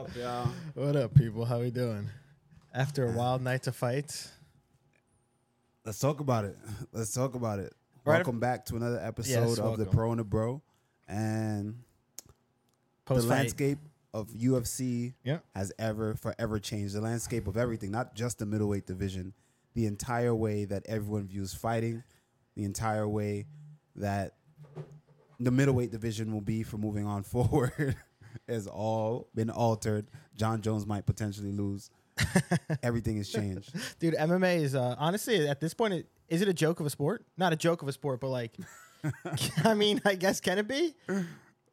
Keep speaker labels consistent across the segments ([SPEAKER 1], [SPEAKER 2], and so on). [SPEAKER 1] up, y'all?
[SPEAKER 2] What up, people? How we doing? After a wild night to fight,
[SPEAKER 3] Let's talk about it. Let's talk about it.
[SPEAKER 2] Right
[SPEAKER 3] welcome back to another episode
[SPEAKER 2] Yes,
[SPEAKER 3] of the
[SPEAKER 2] welcome.
[SPEAKER 3] Pro and the Bro, and
[SPEAKER 2] post
[SPEAKER 3] the landscape of UFC
[SPEAKER 2] Yeah.
[SPEAKER 3] has ever forever changed. The landscape of everything, not just the middleweight division, the entire way that everyone views fighting, the entire way that the middleweight division will be for moving on forward has all been altered. John Jones might potentially lose. everything has changed.
[SPEAKER 2] dude. MMA is uh, honestly at this point, it, is it a joke of a sport? Not a joke of a sport, but like, I mean, I guess can it be?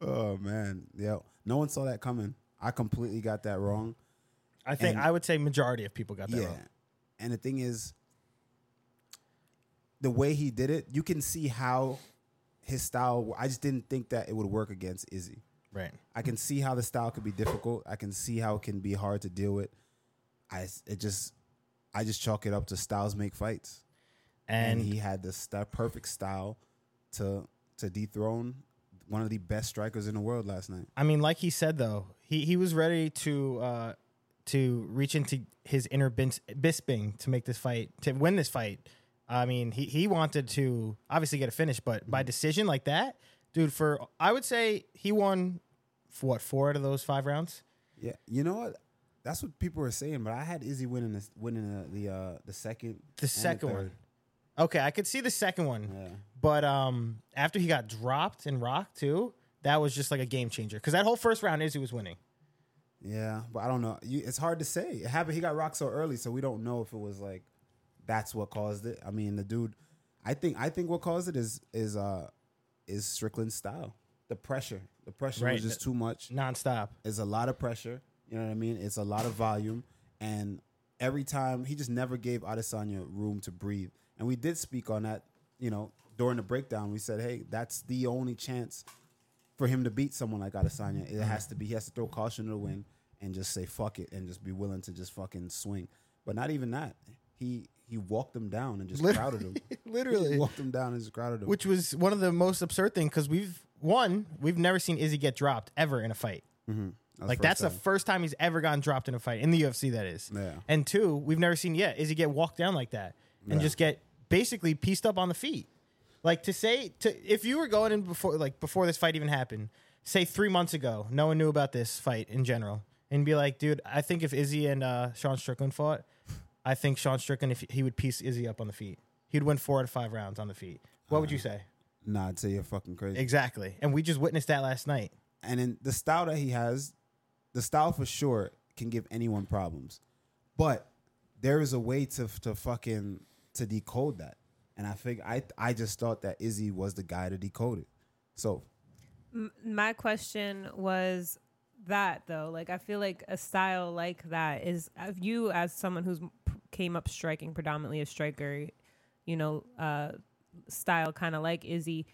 [SPEAKER 3] Oh man, yeah. No one saw that coming. I completely got that wrong.
[SPEAKER 2] I think
[SPEAKER 3] And-
[SPEAKER 2] I would say majority of people got that
[SPEAKER 3] Yeah.
[SPEAKER 2] wrong.
[SPEAKER 3] And the thing is, the way he did it, you can see how his style. I just didn't think that it would work against Izzy.
[SPEAKER 2] Right.
[SPEAKER 3] I can see how the style could be difficult. I can see how it can be hard to deal with. I it just, I just chalk it up to styles make fights, and,
[SPEAKER 2] And,
[SPEAKER 3] he had the sty- perfect style to to dethrone one of the best strikers in the world last night.
[SPEAKER 2] I mean, like he said though, he he was ready to uh, to reach into his inner Bin- Bisping to make this fight to win this fight. I mean, he he wanted to obviously get a finish, but by decision like that, dude. For I would say he won f- what four out of those five rounds.
[SPEAKER 3] Yeah, you know what? That's what people were saying, but I had Izzy winning this, winning the the, uh, the second,
[SPEAKER 2] The second one. Okay, I could see the second one,
[SPEAKER 3] Yeah,
[SPEAKER 2] but um, after he got dropped and rocked too, that was just like a game changer because that whole first round Izzy was winning.
[SPEAKER 3] yeah, but I don't know. You, it's hard to say. It happened. He got rocked so early, so we don't know if it was like that's what caused it. I mean, the dude. I think I think what caused it is is uh is Strickland's style. The pressure, the pressure
[SPEAKER 2] Right.
[SPEAKER 3] was just too much.
[SPEAKER 2] Nonstop.
[SPEAKER 3] It's a lot of pressure. You know what I mean? It's a lot of volume. And every time he just never gave Adesanya room to breathe. And we did speak on that, you know, during the breakdown. We said, hey, that's the only chance for him to beat someone like Adesanya. It has to be, he has to throw caution to the wind and just say fuck it and just be willing to just fucking swing. But not even that. He he walked them down and just crowded them.
[SPEAKER 2] Literally.
[SPEAKER 3] He walked them down and just crowded them.
[SPEAKER 2] which was one of the most absurd things because we've one we've never seen Izzy get dropped ever in a fight. like that's the
[SPEAKER 3] a
[SPEAKER 2] first time he's ever gotten dropped in a fight in the UFC. That is.
[SPEAKER 3] Yeah.
[SPEAKER 2] And two, we've never seen yet Izzy get walked down like that and just get basically pieced up on the feet. Like to say to if you were going in before like before this fight even happened, say three months ago, no one knew about this fight in general, and be like, dude, I think if Izzy and uh, Sean Strickland fought, I think Sean Strickland if he would piece Izzy up on the feet, he'd win four out of five rounds on the feet. What would you say?
[SPEAKER 3] nah, I'd say you're fucking crazy.
[SPEAKER 2] Exactly. And we just witnessed that last night.
[SPEAKER 3] and then the style that he has, the style for sure can give anyone problems, but there is a way to to fucking to decode that. And I think I I just thought that Izzy was the guy to decode it. So
[SPEAKER 4] M- my question was that though like i feel like a style like that is if you as someone who's m- p- came up striking predominantly a striker you know uh style kind of like izzy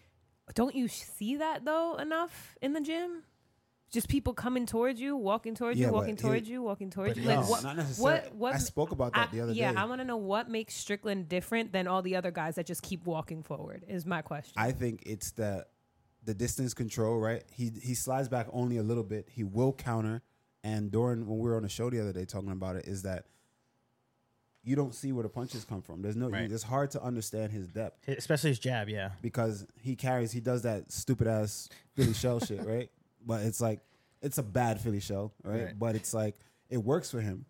[SPEAKER 4] don't you see that though enough in the gym just people coming towards you walking towards
[SPEAKER 3] Yeah,
[SPEAKER 4] you
[SPEAKER 3] but
[SPEAKER 4] walking
[SPEAKER 3] it-
[SPEAKER 4] towards you walking towards
[SPEAKER 2] but
[SPEAKER 4] you
[SPEAKER 2] no,
[SPEAKER 4] like what
[SPEAKER 3] not necessarily.
[SPEAKER 4] what what
[SPEAKER 3] I spoke about that
[SPEAKER 4] I-
[SPEAKER 3] the other
[SPEAKER 4] yeah
[SPEAKER 3] day.
[SPEAKER 4] i want to know what makes strickland different than all the other guys that just keep walking forward is my question
[SPEAKER 3] I think it's the the distance control, right? He he slides back only a little bit. He will counter. And during when we were on the show the other day talking about it, is that you don't see where the punches come from. There's no.
[SPEAKER 2] Right.
[SPEAKER 3] It's hard to understand his depth.
[SPEAKER 2] e, Especially his jab, yeah.
[SPEAKER 3] because he carries he does that stupid ass Philly shell shit, right? But it's like it's a bad Philly shell, right?
[SPEAKER 2] Right.
[SPEAKER 3] But it's like it works for him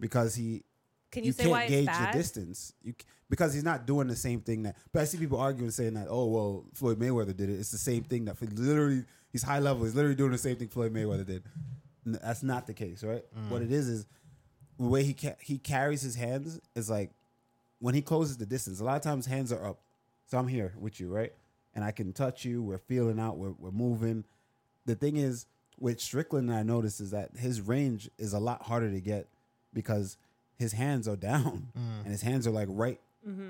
[SPEAKER 3] because he
[SPEAKER 4] Can you say
[SPEAKER 3] can't
[SPEAKER 4] why it's
[SPEAKER 3] gauge
[SPEAKER 4] bad?
[SPEAKER 3] the distance you c- because he's not doing the same thing that. But I see people arguing saying that oh well Floyd Mayweather did it. It's the same thing that Floyd- literally he's high level. He's literally doing the same thing Floyd Mayweather did. N- That's not the case, right? What it is is the way he ca- he carries his hands is like when he closes the distance, a lot of times hands are up. So I'm here with you, right? And I can touch you. We're feeling out. We're, we're moving. The thing is, with Strickland, I noticed is that his range is a lot harder to get because his hands are down and his hands are like right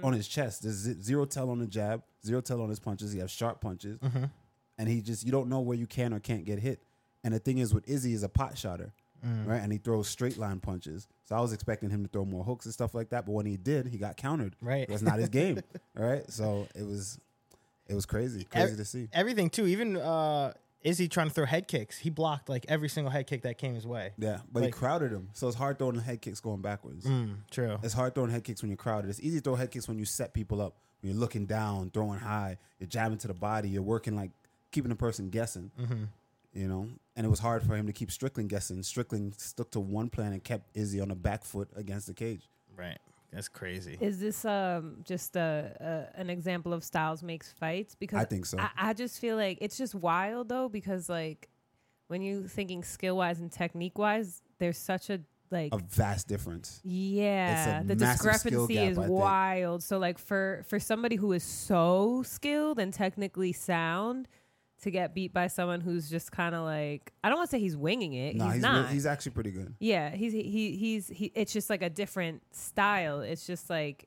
[SPEAKER 3] on his chest. There's ze- zero tell on the jab, zero tell on his punches. He has sharp punches. And he just, you don't know where you can or can't get hit. And the thing is, with Izzy, is a pot shotter, right? And he throws straight line punches. So I was expecting him to throw more hooks and stuff like that. But when he did, he got countered.
[SPEAKER 2] Right.
[SPEAKER 3] That's not his game. All right. So it was, it was crazy. Crazy to see.
[SPEAKER 2] Everything too, even uh Izzy trying to throw head kicks. He blocked like every single head kick that came his way.
[SPEAKER 3] Yeah, but
[SPEAKER 2] Like-
[SPEAKER 3] he crowded him, so it's hard throwing head kicks going backwards.
[SPEAKER 2] Mm, true.
[SPEAKER 3] It's hard throwing head kicks when you're crowded. It's easy to throw head kicks when you set people up, when you're looking down, throwing high, you're jabbing to the body, you're working like keeping the person guessing.
[SPEAKER 2] Mm-hmm.
[SPEAKER 3] You know, and it was hard for him to keep Strickland guessing. Strickland stuck to one plan and kept Izzy on the back foot against the cage.
[SPEAKER 2] Right. That's crazy.
[SPEAKER 4] Is this um just a, a an example of Styles makes fights? Because
[SPEAKER 3] I think so.
[SPEAKER 4] I, I just feel like it's just wild though because like when you thinking skill wise and technique wise, there's such a like
[SPEAKER 3] A vast difference.
[SPEAKER 4] yeah
[SPEAKER 3] It's a
[SPEAKER 4] the
[SPEAKER 3] massive
[SPEAKER 4] discrepancy
[SPEAKER 3] skill gap,
[SPEAKER 4] is
[SPEAKER 3] I think.
[SPEAKER 4] wild. So like for for somebody who is so skilled and technically sound to get beat by someone who's just kind of like I don't want to say he's winging it.
[SPEAKER 3] Nah,
[SPEAKER 4] he's,
[SPEAKER 3] he's
[SPEAKER 4] not.
[SPEAKER 3] real- he's actually pretty good.
[SPEAKER 4] Yeah, he's he he's he. It's just like a different style. It's just like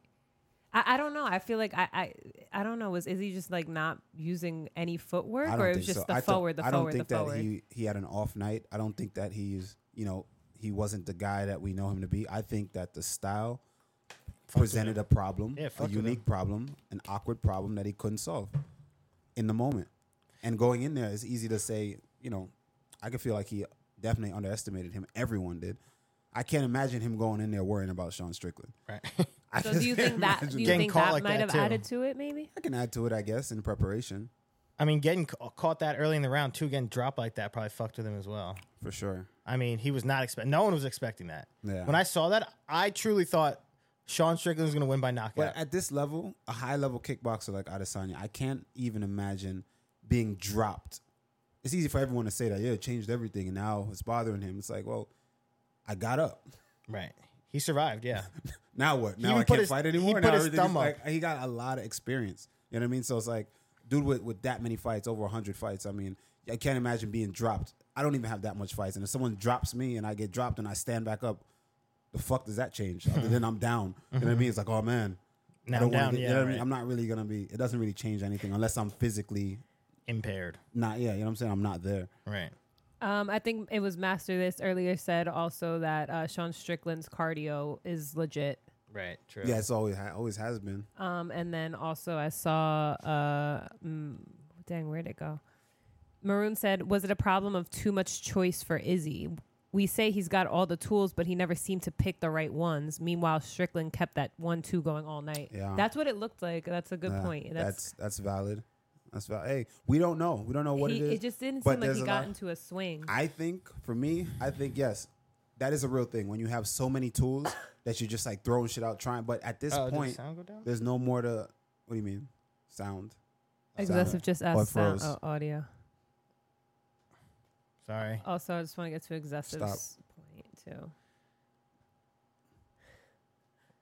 [SPEAKER 4] I, I don't know. I feel like I, I I don't know. Was is he just like not using any footwork,
[SPEAKER 3] I don't
[SPEAKER 4] or it
[SPEAKER 3] think
[SPEAKER 4] was just
[SPEAKER 3] so.
[SPEAKER 4] the
[SPEAKER 3] I th-
[SPEAKER 4] forward, the
[SPEAKER 3] I don't
[SPEAKER 4] forward,
[SPEAKER 3] think
[SPEAKER 4] the
[SPEAKER 3] that
[SPEAKER 4] forward?
[SPEAKER 3] he he had an off night. I don't think that he's you know he wasn't the guy that we know him to be. I think that the style presented a problem,
[SPEAKER 2] Yeah, fucks
[SPEAKER 3] a
[SPEAKER 2] with him.
[SPEAKER 3] unique problem, an awkward problem that he couldn't solve in the moment. And going in there, it's easy to say, you know, I could feel like he definitely underestimated him. Everyone did. I can't imagine him going in there worrying about Sean Strickland.
[SPEAKER 2] Right.
[SPEAKER 3] I
[SPEAKER 4] so
[SPEAKER 3] just
[SPEAKER 4] do you
[SPEAKER 3] can't
[SPEAKER 4] think that
[SPEAKER 3] imagine
[SPEAKER 4] do you
[SPEAKER 2] Getting
[SPEAKER 4] think
[SPEAKER 2] caught
[SPEAKER 4] that
[SPEAKER 2] like
[SPEAKER 4] might
[SPEAKER 2] that,
[SPEAKER 4] have
[SPEAKER 2] too.
[SPEAKER 4] added to it? Maybe
[SPEAKER 3] I can add to it, I guess, in preparation
[SPEAKER 2] I mean, getting ca- caught that early in the round, too, getting dropped like that probably fucked with him as well.
[SPEAKER 3] for sure.
[SPEAKER 2] I mean, he was not expect. No one was expecting that.
[SPEAKER 3] Yeah.
[SPEAKER 2] When I saw that, I truly thought Sean Strickland was going to win by knockout.
[SPEAKER 3] But at this level, a high level kickboxer like Adesanya, I can't even imagine being dropped. It's easy for everyone to say that, yeah, it changed everything and now it's bothering him. It's like, well, I got up.
[SPEAKER 2] right. He survived. Yeah.
[SPEAKER 3] Now what? Now
[SPEAKER 2] even
[SPEAKER 3] I
[SPEAKER 2] put
[SPEAKER 3] can't
[SPEAKER 2] his-
[SPEAKER 3] fight
[SPEAKER 2] he
[SPEAKER 3] anymore.
[SPEAKER 2] put
[SPEAKER 3] Now
[SPEAKER 2] his
[SPEAKER 3] everything's
[SPEAKER 2] thumb up.
[SPEAKER 3] like- he got a lot of experience. You know what I mean? So it's like, dude, with, with that many fights, over 100 fights, I mean, I can't imagine being dropped. I don't even have that much fights. And if someone drops me and I get dropped and I stand back up, the fuck does that change? Other
[SPEAKER 2] Hmm.
[SPEAKER 3] than I'm down. You know what I mean? It's like, oh man. I
[SPEAKER 2] Now
[SPEAKER 3] don't wanna
[SPEAKER 2] down.
[SPEAKER 3] get-
[SPEAKER 2] yeah.
[SPEAKER 3] you know what I
[SPEAKER 2] right.
[SPEAKER 3] mean? I'm not really gonna be. It doesn't really change anything unless I'm physically
[SPEAKER 2] Impaired.
[SPEAKER 3] not. Yeah, you know what I'm saying. I'm not there.
[SPEAKER 2] Right.
[SPEAKER 4] um, I think it was Master this earlier said also that uh, Sean Strickland's cardio is legit.
[SPEAKER 2] Right. True.
[SPEAKER 3] Yeah, it's always ha- always has been.
[SPEAKER 4] Um, and then also I saw, uh, mm, dang, where'd it go? Maroon said, was it a problem of too much choice for Izzy? We say he's got all the tools, but he never seemed to pick the right ones. Meanwhile, Strickland kept that one-two going all night.
[SPEAKER 3] Yeah.
[SPEAKER 4] That's what it looked like. That's a good
[SPEAKER 3] Yeah,
[SPEAKER 4] point.
[SPEAKER 3] that's
[SPEAKER 4] That's,
[SPEAKER 3] that's valid. That's valid. Hey, we don't know. We don't know what
[SPEAKER 4] he,
[SPEAKER 3] it is.
[SPEAKER 4] it just didn't
[SPEAKER 3] but
[SPEAKER 4] seem like
[SPEAKER 3] there's
[SPEAKER 4] he
[SPEAKER 3] a
[SPEAKER 4] got
[SPEAKER 3] lot-
[SPEAKER 4] into a swing.
[SPEAKER 3] I think for me, I think yes, that is a real thing. When you have so many tools that you're just like throwing shit out, trying. But at this
[SPEAKER 2] Oh, did the
[SPEAKER 3] point,
[SPEAKER 2] sound go down?
[SPEAKER 3] there's no more to. What do you mean? Sound.
[SPEAKER 4] Excessive just
[SPEAKER 3] Oh, it
[SPEAKER 4] asked sound,
[SPEAKER 3] froze.
[SPEAKER 4] oh, audio.
[SPEAKER 2] Sorry.
[SPEAKER 4] Also, I just want to get to excessive
[SPEAKER 3] Stop.
[SPEAKER 4] point too.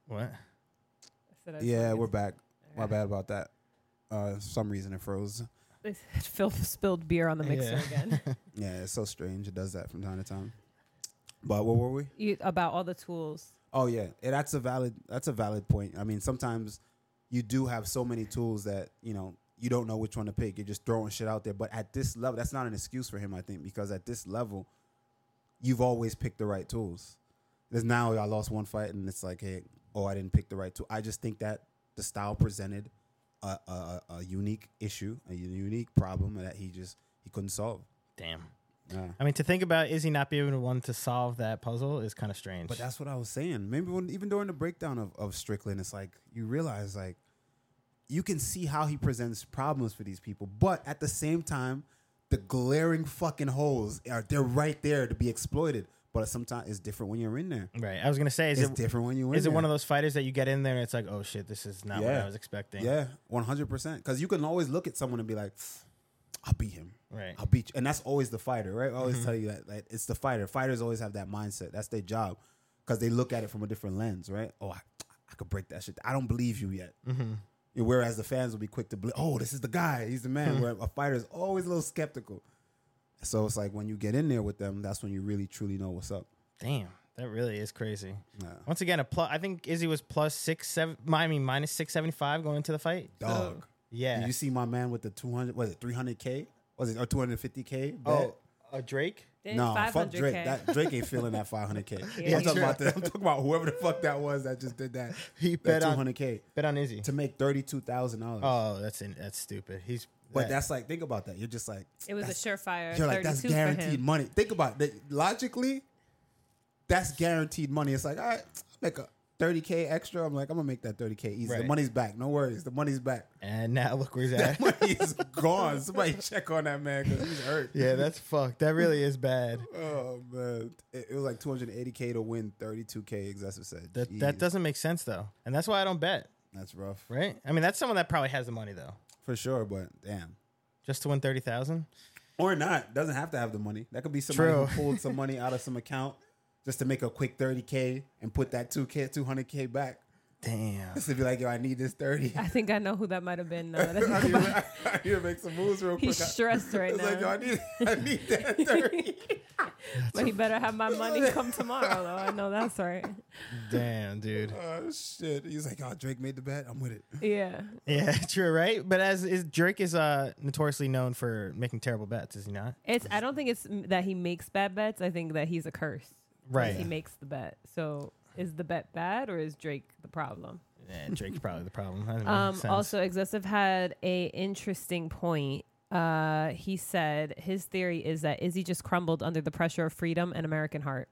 [SPEAKER 2] What?
[SPEAKER 4] I said I just wanna
[SPEAKER 3] Yeah,
[SPEAKER 4] get
[SPEAKER 3] we're
[SPEAKER 4] to-
[SPEAKER 3] back. My
[SPEAKER 4] Alright.
[SPEAKER 3] bad about that. Uh, for some reason it froze.
[SPEAKER 4] They said Phil spilled beer on the mixer
[SPEAKER 2] Yeah.
[SPEAKER 4] again.
[SPEAKER 3] Yeah, it's so strange. It does that from time to time. But where were we?
[SPEAKER 4] you, about all the tools.
[SPEAKER 3] Oh yeah, Eh, that's a valid that's a valid point. I mean, sometimes you do have so many tools that you know you don't know which one to pick. You're just throwing shit out there. But at this level, that's not an excuse for him, I think, because at this level, you've always picked the right tools. There's now I lost one fight and it's like, hey, oh, I didn't pick the right tool. I just think that the style presented a, a, a- a unique issue, a unique problem that he just he couldn't solve.
[SPEAKER 2] Damn.
[SPEAKER 3] Yeah.
[SPEAKER 2] I mean, to think about Izzy not being the one to solve that puzzle is kind of strange.
[SPEAKER 3] But that's what I was saying. Maybe when, even during the breakdown of, of Strickland, it's like you realize like you can see how he presents problems for these people, but at the same time, the glaring fucking holes are they're right there to be exploited. But sometimes it's different when you're in there.
[SPEAKER 2] right. I was gonna say, is
[SPEAKER 3] It's
[SPEAKER 2] it
[SPEAKER 3] different when you're in
[SPEAKER 2] is it
[SPEAKER 3] there.
[SPEAKER 2] one of those fighters that you get in there and it's like, oh shit, this is not what
[SPEAKER 3] Yeah.
[SPEAKER 2] I was expecting.
[SPEAKER 3] Yeah, one hundred percent. Because you can always look at someone and be like, "I'll beat him.
[SPEAKER 2] Right. Mm-hmm.
[SPEAKER 3] I'll beat." You. And that's always the fighter, right? I always tell you that, that it's the fighter. Fighters always have that mindset. That's their job because they look at it from a different lens, right? Oh, I, I could break that shit. I don't believe you yet.
[SPEAKER 2] Mm-hmm.
[SPEAKER 3] And Whereas the fans will be quick to believe, "Oh, this is the guy. He's the
[SPEAKER 2] Hmm.
[SPEAKER 3] man." Where a fighter is always a little skeptical. So it's like when you get in there with them, that's when you really truly know what's up.
[SPEAKER 2] Damn, that really is crazy.
[SPEAKER 3] Yeah.
[SPEAKER 2] Once again, a plus. I think Izzy was plus six seven. mi- I mean, minus six seventy five going into the fight.
[SPEAKER 3] Dog.
[SPEAKER 2] Yeah.
[SPEAKER 3] Did you see my man with the two hundred? Was it three hundred k? Was it or two hundred fifty k?
[SPEAKER 2] oh, uh, Drake.
[SPEAKER 3] No, fuck Drake. That Drake ain't feeling that 500k. I'm talking about that. I'm talking about whoever the fuck that was that just did that.
[SPEAKER 2] He
[SPEAKER 3] that
[SPEAKER 2] bet on-
[SPEAKER 3] 200k
[SPEAKER 2] Bet on Izzy.
[SPEAKER 4] Oh,
[SPEAKER 3] to make thirty-two thousand dollars.
[SPEAKER 2] Oh, that's in, that's stupid. He's
[SPEAKER 3] But
[SPEAKER 2] Right.
[SPEAKER 3] that's like, think about that. You're just like,
[SPEAKER 4] It was a
[SPEAKER 3] that's-
[SPEAKER 4] surefire.
[SPEAKER 3] You're like, that's
[SPEAKER 4] 32 for him.
[SPEAKER 3] guaranteed money. Think about it. That- Logically, that's guaranteed money. It's like, all right, I'll make a 30K extra. I'm like, I'm going to make that 30K easy. The
[SPEAKER 2] Right.
[SPEAKER 3] money's back. No worries. The money's back.
[SPEAKER 2] And now look where's at.
[SPEAKER 3] Money's gone. Somebody check on that man because he's hurt.
[SPEAKER 2] yeah, that's fucked. That really is bad.
[SPEAKER 3] Oh, man. It, it was like 280K to win 32K, excessive said.
[SPEAKER 2] That
[SPEAKER 3] Jeez,
[SPEAKER 2] that doesn't make sense though, and that's why I don't bet.
[SPEAKER 3] That's rough.
[SPEAKER 2] Right? I mean, that's someone that probably has the money though,
[SPEAKER 3] For sure, but damn.
[SPEAKER 2] just to win thirty thousand.
[SPEAKER 3] Or not. Doesn't have to have the money. That could be somebody
[SPEAKER 2] True.
[SPEAKER 3] who pulled some money out of some account just to make a quick 30K and put that 2K, 200K back.
[SPEAKER 2] Damn.
[SPEAKER 3] Just to be like, yo, I need this 30.
[SPEAKER 4] I think I know who that might have been. Now that I
[SPEAKER 3] I
[SPEAKER 4] think
[SPEAKER 3] need,
[SPEAKER 4] about it.
[SPEAKER 3] I need to make some moves real quick.
[SPEAKER 4] He's stressed right
[SPEAKER 3] it's like, yo,
[SPEAKER 4] now.
[SPEAKER 3] I need, I need that 30.
[SPEAKER 4] but he better have my money come tomorrow, though. I know that's right.
[SPEAKER 2] Damn, dude.
[SPEAKER 3] oh, shit. He's like, oh, Drake made the bet. I'm with it.
[SPEAKER 4] Yeah.
[SPEAKER 2] Yeah, true, right? But as is Drake is uh notoriously known for making terrible bets, is he not?
[SPEAKER 4] It's. I don't think it's m- that he makes bad bets. I think that he's a curse. 'cause He
[SPEAKER 2] Yeah,
[SPEAKER 4] makes the bet. So is the bet bad or is Drake the problem?
[SPEAKER 2] Drake's probably the problem. That doesn't make
[SPEAKER 4] Um,
[SPEAKER 2] sense.
[SPEAKER 4] also, excessive had a interesting point. Uh, he said his theory is that Izzy just crumbled under the pressure of freedom and American heart.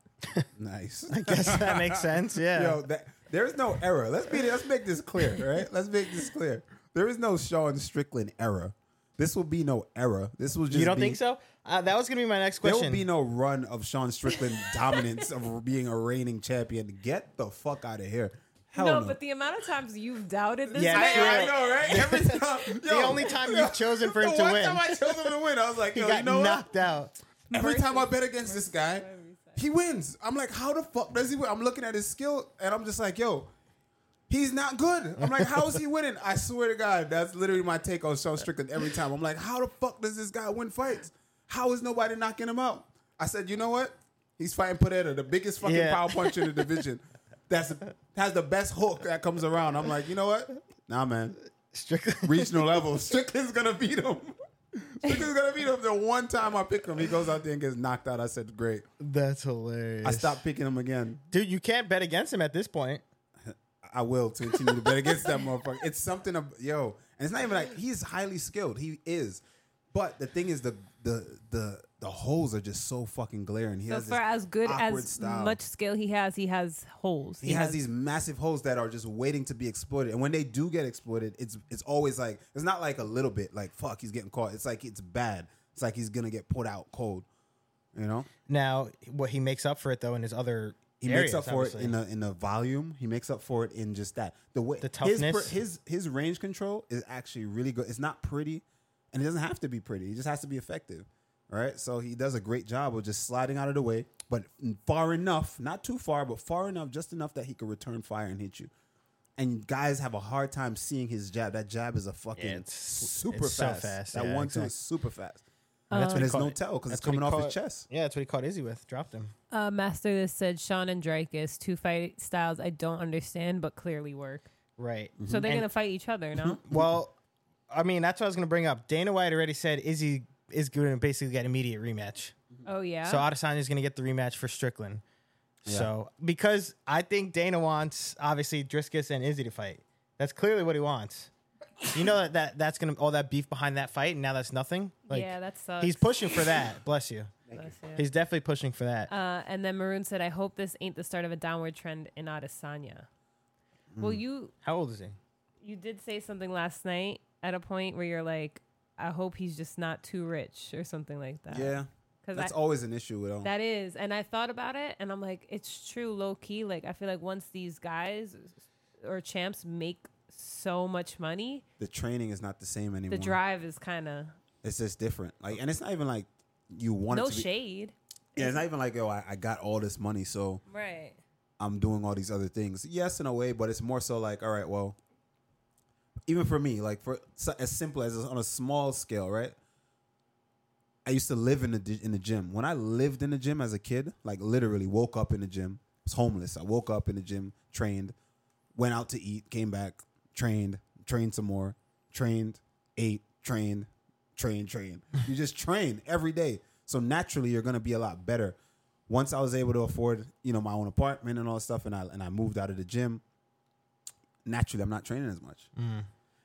[SPEAKER 3] Nice.
[SPEAKER 2] guess that makes sense. Yeah.
[SPEAKER 3] Yo, that, there's no error. Let's be. Let's make this clear, right? Let's make this clear. There is no Sean Strickland error. This will be no error. This will just.
[SPEAKER 2] you don't
[SPEAKER 3] be-
[SPEAKER 2] think so? Uh, that was gonna be my next
[SPEAKER 3] There
[SPEAKER 2] question.
[SPEAKER 3] will be no run of Sean Strickland dominance of being a reigning champion. Get the fuck out of here. Hell no.
[SPEAKER 4] no, but the amount of times you've doubted this
[SPEAKER 2] Yeah,
[SPEAKER 4] man,
[SPEAKER 2] that's
[SPEAKER 3] I, I
[SPEAKER 2] right.
[SPEAKER 3] know, right? Every time,
[SPEAKER 2] the only time you've chosen for him
[SPEAKER 3] the
[SPEAKER 2] to
[SPEAKER 3] one
[SPEAKER 2] win.
[SPEAKER 3] time I chose him to win, I was like,
[SPEAKER 2] he
[SPEAKER 3] yo,
[SPEAKER 2] got
[SPEAKER 3] you know what?
[SPEAKER 2] knocked out.
[SPEAKER 3] Every
[SPEAKER 4] Versus-
[SPEAKER 3] time I bet against this guy, he wins. I'm like, how the fuck does he win? I'm looking at his skill and I'm just like, yo, he's not good. I'm like, how is he winning? I swear to God, that's literally my take on Sean Strickland every time. I'm like, how the fuck does this guy win fights? How is nobody knocking him out? I said, you know what? He's fighting Pineda, the biggest fucking
[SPEAKER 2] Yeah.
[SPEAKER 3] power puncher in the division. That's has the best hook that comes around. I'm like, you know what? Nah, man
[SPEAKER 2] Strickland.
[SPEAKER 3] regional level. Strickland's gonna beat him. Strickland's gonna beat him. The one time I pick him, he goes out there and gets knocked out. I said, "Great."
[SPEAKER 2] That's hilarious.
[SPEAKER 3] I stopped picking him again.
[SPEAKER 2] Dude, you can't bet against him at this point.
[SPEAKER 3] I will to continue to bet against that motherfucker. It's something, of, yo, and it's not even like he's highly skilled. He is, but the thing is, the the the the holes are just so fucking glaring. He
[SPEAKER 4] So
[SPEAKER 3] has
[SPEAKER 4] for
[SPEAKER 3] this
[SPEAKER 4] as good
[SPEAKER 3] awkward
[SPEAKER 4] as
[SPEAKER 3] style.
[SPEAKER 4] much skill he has, he has holes.
[SPEAKER 3] He has these massive holes that are just waiting to be exploited, and when they do get exploited, it's it's always like it's not like a little bit like fuck he's getting caught. It's like it's bad. It's like he's gonna get put out cold. You know,
[SPEAKER 2] Now, what he makes up for it though in his other
[SPEAKER 3] he
[SPEAKER 2] areas,
[SPEAKER 3] makes up for
[SPEAKER 2] obviously.
[SPEAKER 3] it in the in the volume. He makes up for it in just that the way
[SPEAKER 2] The
[SPEAKER 3] his per-
[SPEAKER 2] toughness.
[SPEAKER 3] His his range control is actually really good. It's not pretty, and it doesn't have to be pretty. It just has to be effective. All right, so he does a great job of just sliding out of the way, but far enough, not too far, but far enough, just enough that he could return fire and hit you. And guys have a hard time seeing his jab. That jab is a fucking
[SPEAKER 2] Yeah, it's-
[SPEAKER 3] super
[SPEAKER 2] it's so
[SPEAKER 3] fast.
[SPEAKER 2] fast,
[SPEAKER 3] That
[SPEAKER 2] yeah,
[SPEAKER 3] one two
[SPEAKER 2] exactly.
[SPEAKER 3] is super fast.
[SPEAKER 2] And that's what
[SPEAKER 3] and
[SPEAKER 2] he
[SPEAKER 3] there's no
[SPEAKER 2] caught-
[SPEAKER 3] tell because it's
[SPEAKER 2] that's what he
[SPEAKER 3] coming off his
[SPEAKER 2] caught-
[SPEAKER 3] chest.
[SPEAKER 2] Yeah, that's what he caught Izzy with. Dropped him.
[SPEAKER 4] Uh, Master this said Sean and Drakus, two fight styles I don't understand but clearly work.
[SPEAKER 2] Right.
[SPEAKER 4] So they're
[SPEAKER 2] And-
[SPEAKER 4] gonna fight each other, no?
[SPEAKER 2] Well, I mean, that's what I was going to bring up. Dana White already said Izzy is going to basically get immediate rematch.
[SPEAKER 4] oh yeah.
[SPEAKER 2] So Adesanya is going to get the rematch for Strickland. So because I think Dana wants obviously Driscus and Izzy to fight. That's clearly what he wants. You know that, that that's going to all that beef behind that fight, and now that's nothing. Like
[SPEAKER 4] yeah, that sucks.
[SPEAKER 2] he's pushing for that. Bless you.
[SPEAKER 4] Bless you.
[SPEAKER 2] He's definitely pushing for that.
[SPEAKER 4] Uh, and then Maroon said, I hope this ain't the start of a downward trend in Adesanya.
[SPEAKER 3] Hmm.
[SPEAKER 4] Well, you
[SPEAKER 2] How old is he?
[SPEAKER 4] you did say something last night at a point where you're like, I hope he's just not too rich or something like that.
[SPEAKER 3] Yeah,
[SPEAKER 4] Because
[SPEAKER 3] that's always an issue with um, him.
[SPEAKER 4] that is. And I thought about it and I'm like, it's true, low key. Like, I feel like once these guys or champs make so much money,
[SPEAKER 3] the training is not the same anymore.
[SPEAKER 4] the drive is kind of
[SPEAKER 3] It's just different. Like, and it's not even like you want
[SPEAKER 4] no
[SPEAKER 3] it to be.
[SPEAKER 4] shade.
[SPEAKER 3] Yeah, it's not even like yo, I, I got all this money, so
[SPEAKER 4] Right.
[SPEAKER 3] I'm doing all these other things. Yes, in a way, but it's more so like, all right, well, even for me, like for s- as simple as on a small scale, right? I used to live in the di- in the gym. When I lived in the gym as a kid, like literally woke up in the gym, was homeless. I woke up in the gym, trained, went out to eat, came back, trained, trained some more, trained, ate, trained, trained, trained. you just train every day. So naturally you're gonna be a lot better. Once I was able to afford, you know, my own
[SPEAKER 2] Mm.
[SPEAKER 3] apartment and all that stuff, and I and I moved out of the gym, naturally I'm not training as much.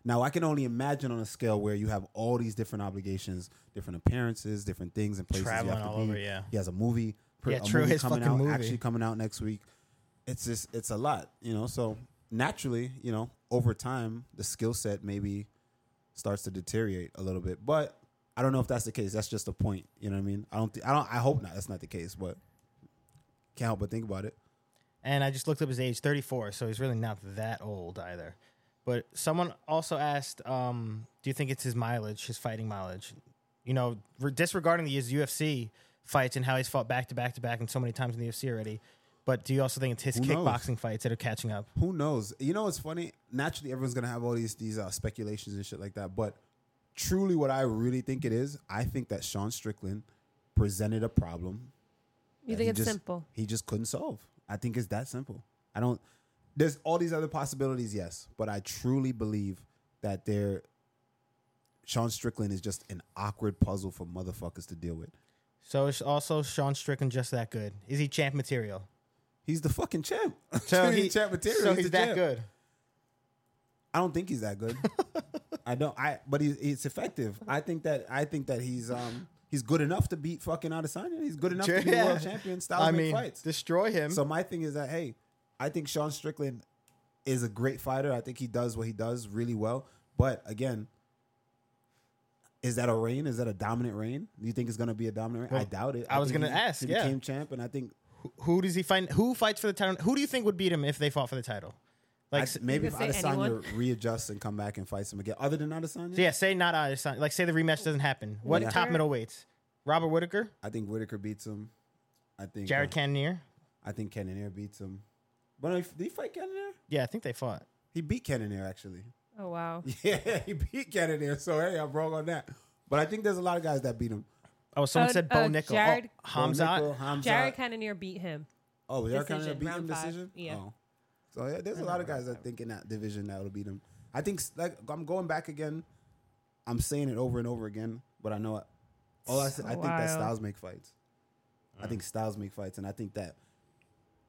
[SPEAKER 3] Now I can only imagine on a scale where you have all these different obligations, different appearances, different things and places you
[SPEAKER 2] Traveling
[SPEAKER 3] have to
[SPEAKER 2] all
[SPEAKER 3] be.
[SPEAKER 2] over, yeah.
[SPEAKER 3] He has a movie, pr-
[SPEAKER 2] Yeah,
[SPEAKER 3] a
[SPEAKER 2] true,
[SPEAKER 3] movie
[SPEAKER 2] his
[SPEAKER 3] coming
[SPEAKER 2] fucking
[SPEAKER 3] out,
[SPEAKER 2] movie.
[SPEAKER 3] actually coming out next week. It's just it's a lot, you know. So naturally, you know, over time the skill set maybe starts to deteriorate a little bit. But I don't know if that's the case. That's just a point. You know what I mean? I don't. Th- I don't. I hope not. That's not the case. But can't help but think about it.
[SPEAKER 2] And I just looked up his age, 34, so he's really not that old either. But someone also asked, um, do you think it's his mileage, his fighting mileage? You know, re- disregarding the his UFC fights and how he's fought back to back to back and so many times in the UFC already. But do you also think it's his
[SPEAKER 3] Who knows?
[SPEAKER 2] kickboxing fights that are catching up?
[SPEAKER 3] Who knows? You know, it's funny. Naturally, everyone's gonna have all these these uh, speculations and shit like that. But truly, what I really think it is, I think that Sean Strickland presented a problem. that
[SPEAKER 4] You think
[SPEAKER 3] he
[SPEAKER 4] it's
[SPEAKER 3] just-
[SPEAKER 4] simple?
[SPEAKER 3] He just couldn't solve. I think it's that simple. I don't. There's all these other possibilities, yes, but I truly believe that there. Sean Strickland is just an awkward puzzle for motherfuckers to deal with.
[SPEAKER 2] So is also Sean Strickland just that good? Is he champ material?
[SPEAKER 3] He's the fucking champ.
[SPEAKER 2] So
[SPEAKER 3] he's
[SPEAKER 2] he-
[SPEAKER 3] champ material.
[SPEAKER 2] So
[SPEAKER 3] the
[SPEAKER 2] he's, that
[SPEAKER 3] champ.
[SPEAKER 2] good.
[SPEAKER 3] I don't think he's that good. I don't. I but he, he's effective. I think that I think that he's um he's good enough to beat fucking Adesanya. He's good enough to be
[SPEAKER 2] Yeah.
[SPEAKER 3] world champion. Styles
[SPEAKER 2] I
[SPEAKER 3] make
[SPEAKER 2] mean,
[SPEAKER 3] fights.
[SPEAKER 2] destroy him.
[SPEAKER 3] So my thing is that hey, I think Sean Strickland is a great fighter. I think he does what he does really well. But again, is that a reign? Is that a dominant reign? Do you think it's going to be a dominant reign? I
[SPEAKER 2] Well,
[SPEAKER 3] doubt it.
[SPEAKER 2] I was
[SPEAKER 3] think
[SPEAKER 2] gonna
[SPEAKER 3] he-
[SPEAKER 2] ask,
[SPEAKER 3] He
[SPEAKER 2] yeah.
[SPEAKER 3] became champ, and I think
[SPEAKER 2] who does he find? Who fights for the title? Who do you think would beat him if they fought for the title? Like,
[SPEAKER 3] I,
[SPEAKER 2] s-
[SPEAKER 3] maybe
[SPEAKER 4] You
[SPEAKER 3] if
[SPEAKER 4] could say
[SPEAKER 3] Adesanya
[SPEAKER 4] anyone.
[SPEAKER 3] readjusts and come back and fights him again, other than Adesanya,
[SPEAKER 2] So yeah, say not Adesanya. Like say the rematch doesn't happen. What
[SPEAKER 4] Yeah.
[SPEAKER 2] top middleweights? Robert Whitaker,
[SPEAKER 3] I think Whitaker beats him. I think
[SPEAKER 2] Jared
[SPEAKER 3] uh,
[SPEAKER 2] Cannonier.
[SPEAKER 3] I think Cannonier beats him. But if, did he fight Cannonier?
[SPEAKER 2] Yeah, I think they fought.
[SPEAKER 3] He beat Cannonier actually.
[SPEAKER 4] Oh wow.
[SPEAKER 3] Yeah, he beat Cannonier. So hey, I'm wrong on that. But I think there's a lot of guys that beat him.
[SPEAKER 2] Oh, someone
[SPEAKER 4] Oh,
[SPEAKER 2] said Bo
[SPEAKER 4] uh,
[SPEAKER 2] Nickel.
[SPEAKER 4] Jared-
[SPEAKER 2] oh, Hamzat.
[SPEAKER 3] Nickel, Hamzat.
[SPEAKER 4] Jared Cannonier beat him.
[SPEAKER 3] oh, Jared Cannonier
[SPEAKER 4] Decision,
[SPEAKER 3] beat him
[SPEAKER 4] round five.
[SPEAKER 3] decision.
[SPEAKER 4] Yeah.
[SPEAKER 3] Oh. So yeah, there's a lot of guys I think in that division that will beat him. I think s- like I'm going back again. I'm saying it over and over again, but I know it. All I, said, I think that
[SPEAKER 4] Wild.
[SPEAKER 3] Styles make fights. I think Styles make fights, and I think that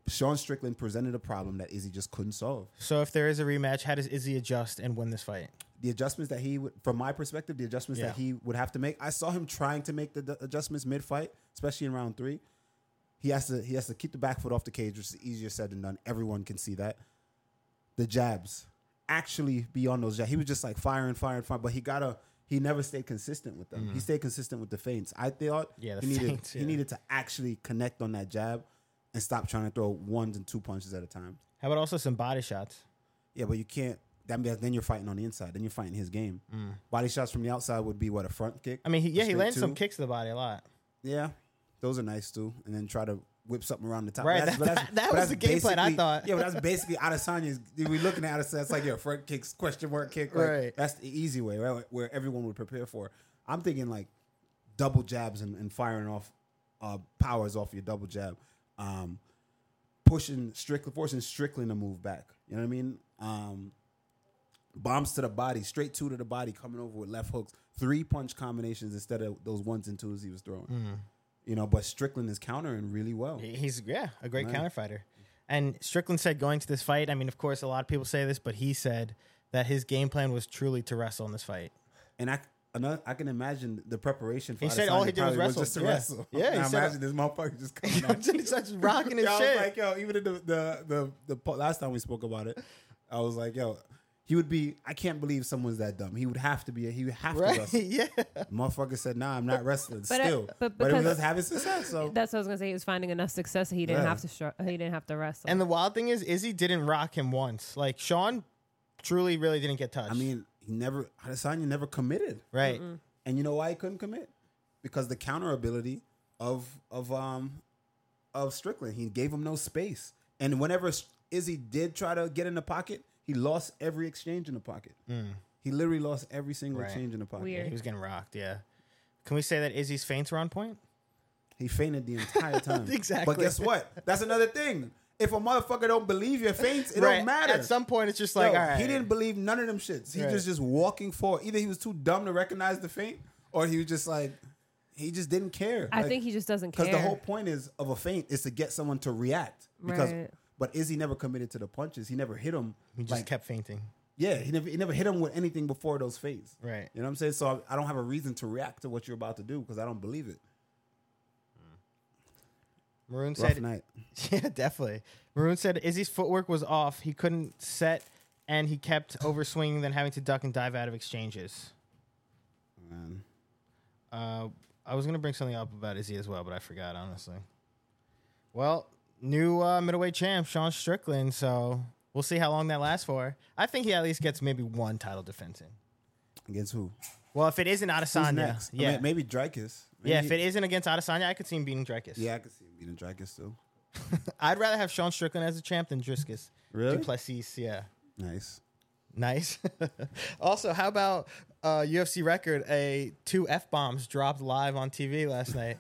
[SPEAKER 3] Sean Strickland presented a problem that Izzy just couldn't solve.
[SPEAKER 2] So if there is a rematch, how does Izzy adjust and win this fight?
[SPEAKER 3] the adjustments that he would, from my perspective, the adjustments that
[SPEAKER 2] Yeah.
[SPEAKER 3] he would have to make. I saw him trying to make the d- adjustments mid fight, especially in round three. He has to he has to keep the back foot off the cage, which is easier said than done. Everyone can see that. The jabs actually beyond those jabs. He was just like firing, firing, firing, but he got to He never stayed consistent with them. He stayed consistent with the feints. I thought
[SPEAKER 2] Mm-hmm. Yeah, the
[SPEAKER 3] he needed
[SPEAKER 2] feints,
[SPEAKER 3] he
[SPEAKER 2] yeah.
[SPEAKER 3] needed to actually connect on that jab and stop trying to throw ones and two punches at a time.
[SPEAKER 2] How about also some body shots?
[SPEAKER 3] Yeah, but you can't. That means then you're fighting on the inside. Then you're fighting his game. Body shots from the outside would be what a front kick.
[SPEAKER 2] Mm. I mean, he,
[SPEAKER 3] A
[SPEAKER 2] yeah, he
[SPEAKER 3] straight
[SPEAKER 2] lands
[SPEAKER 3] two?
[SPEAKER 2] some kicks to the body a lot.
[SPEAKER 3] Yeah, those are nice too. And then try to whip something around the top.
[SPEAKER 2] Right,
[SPEAKER 3] But
[SPEAKER 2] that-
[SPEAKER 3] but
[SPEAKER 2] that- that
[SPEAKER 3] but
[SPEAKER 2] was
[SPEAKER 3] that's
[SPEAKER 2] the game plan I
[SPEAKER 3] basically-
[SPEAKER 2] thought.
[SPEAKER 3] Yeah, but that's basically Adesanya's. if We're looking at Adesanya. It's like your front kicks, question mark kick. Like,
[SPEAKER 2] Right.
[SPEAKER 3] That's the easy way, right? Where everyone would prepare for. I'm thinking like double jabs and, and firing off uh, powers off your double jab. Um, pushing Strickland, forcing Strickland to move back. You know what I mean? Um, bombs to the body, straight two to the body, coming over with left hooks, three punch combinations instead of those ones and twos he was throwing. You know, but Strickland is countering really well.
[SPEAKER 2] Mm-hmm. He- He's yeah, a great counterfighter. And Strickland said going to this fight. I mean, of course, a lot of people say this, but he said that his game plan was truly to wrestle in this fight.
[SPEAKER 3] And I another I can imagine the preparation for
[SPEAKER 2] He said
[SPEAKER 3] Adesanya
[SPEAKER 2] all he did was
[SPEAKER 3] probably
[SPEAKER 2] wrestle.
[SPEAKER 3] just to
[SPEAKER 2] Yeah.
[SPEAKER 3] wrestle.
[SPEAKER 2] Yeah, he
[SPEAKER 3] I
[SPEAKER 2] said-
[SPEAKER 3] imagine this motherfucker just coming out.
[SPEAKER 2] He's just rocking his
[SPEAKER 3] Yeah, I
[SPEAKER 2] shit.
[SPEAKER 3] was like, yo, even in the the, the the po- last time we spoke about it, I was like, yo, he would be. I can't believe someone's that dumb. He would have to be. He would have to
[SPEAKER 2] right?
[SPEAKER 3] wrestle.
[SPEAKER 2] yeah.
[SPEAKER 3] Motherfucker said, nah, I'm not wrestling.
[SPEAKER 4] But, uh,
[SPEAKER 3] still,
[SPEAKER 4] but
[SPEAKER 3] but it
[SPEAKER 4] because-
[SPEAKER 3] was having success. So
[SPEAKER 4] That's what I was gonna say. He was finding enough success that he didn't
[SPEAKER 3] Yeah.
[SPEAKER 4] have to str- he didn't have to wrestle.
[SPEAKER 2] And the wild thing is, Izzy didn't rock him once. Like Sean, truly, really didn't get touched.
[SPEAKER 3] I mean, he never Adesanya never committed,
[SPEAKER 2] right?
[SPEAKER 3] and you know why he couldn't commit? Because the counter ability of of um of Strickland, he gave him no space, and whenever S- Izzy did try to get in the pocket, he lost every exchange in the pocket. He literally lost every single
[SPEAKER 2] Mm. Right.
[SPEAKER 3] exchange in the pocket.
[SPEAKER 4] Weird.
[SPEAKER 2] He was getting rocked. Yeah. Can we say that Izzy's feints were on point?
[SPEAKER 3] He fainted the entire time.
[SPEAKER 2] Exactly.
[SPEAKER 3] But guess what? That's another thing. If a motherfucker don't believe your feints, it don't matter.
[SPEAKER 2] At some point, it's just like,
[SPEAKER 3] Yo,
[SPEAKER 2] all right.
[SPEAKER 3] he didn't believe none of them shits. He
[SPEAKER 2] Right.
[SPEAKER 3] was just walking forward. Either he was too dumb to recognize the feint, or he was just like, he just didn't care.
[SPEAKER 4] I think he just doesn't care.
[SPEAKER 3] because the whole point is of a feint is to get someone to react. Because
[SPEAKER 4] Right.
[SPEAKER 3] but Izzy never committed to the punches. He never hit him.
[SPEAKER 2] He just
[SPEAKER 3] like
[SPEAKER 2] kept fainting.
[SPEAKER 3] Yeah, he never he never hit him with anything before those fades.
[SPEAKER 2] Right.
[SPEAKER 3] You know what I'm saying? So I, I don't have a reason to react to what you're about to do because I don't believe it.
[SPEAKER 2] Maroon
[SPEAKER 3] Rough
[SPEAKER 2] said,
[SPEAKER 3] night.
[SPEAKER 2] "Yeah, definitely." Maroon said Izzy's footwork was off. He couldn't set, and he kept overswinging, then having to duck and dive out of exchanges.
[SPEAKER 3] Man.
[SPEAKER 2] Uh, I was gonna bring something up about Izzy as well, but I forgot honestly. Well, new uh, middleweight champ Sean Strickland, so we'll see how long that lasts for. I think he at least gets maybe one title defense in.
[SPEAKER 3] Against who?
[SPEAKER 2] Well, if it isn't
[SPEAKER 3] Who's
[SPEAKER 2] Adesanya,
[SPEAKER 3] next? I
[SPEAKER 2] yeah,
[SPEAKER 3] mean, maybe Drakus. Maybe
[SPEAKER 2] yeah, if it isn't against Adesanya, I could see him beating Drakus.
[SPEAKER 3] yeah, I could see him beating Drakus too.
[SPEAKER 2] I'd rather have Sean Strickland as a champ than Driscus.
[SPEAKER 3] Really?
[SPEAKER 2] Duplessis, yeah.
[SPEAKER 3] Nice.
[SPEAKER 2] Nice. also, how about uh, UFC record? A two f bombs dropped live on TV last night.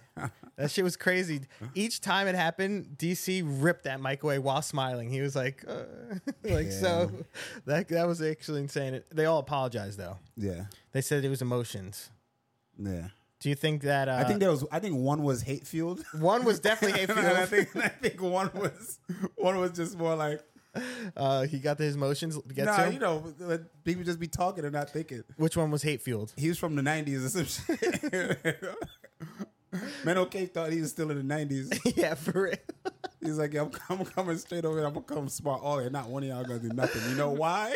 [SPEAKER 2] that shit was crazy. Each time it happened, DC ripped that mic away while smiling. He was like, uh, like so. That that was actually insane. It- they all apologized though.
[SPEAKER 3] Yeah.
[SPEAKER 2] They said it was emotions.
[SPEAKER 3] Yeah.
[SPEAKER 2] Do you think that? Uh,
[SPEAKER 3] I think there was I think one was hate fueled.
[SPEAKER 2] one was definitely hate
[SPEAKER 3] And I
[SPEAKER 2] fueled.
[SPEAKER 3] think I think one was one was just more like
[SPEAKER 2] Uh, he got his emotions. Get
[SPEAKER 3] nah,
[SPEAKER 2] to him.
[SPEAKER 3] you know, let people just be talking and not thinking.
[SPEAKER 2] Which one was hate fueled?
[SPEAKER 3] He was from the nineties or some shit. Man OK thought he was still in the nineties.
[SPEAKER 2] yeah, for real.
[SPEAKER 3] He's like, yeah, I'm, I'm coming straight over here. I'm gonna come smart all here. Not one of y'all gonna do nothing. You know why?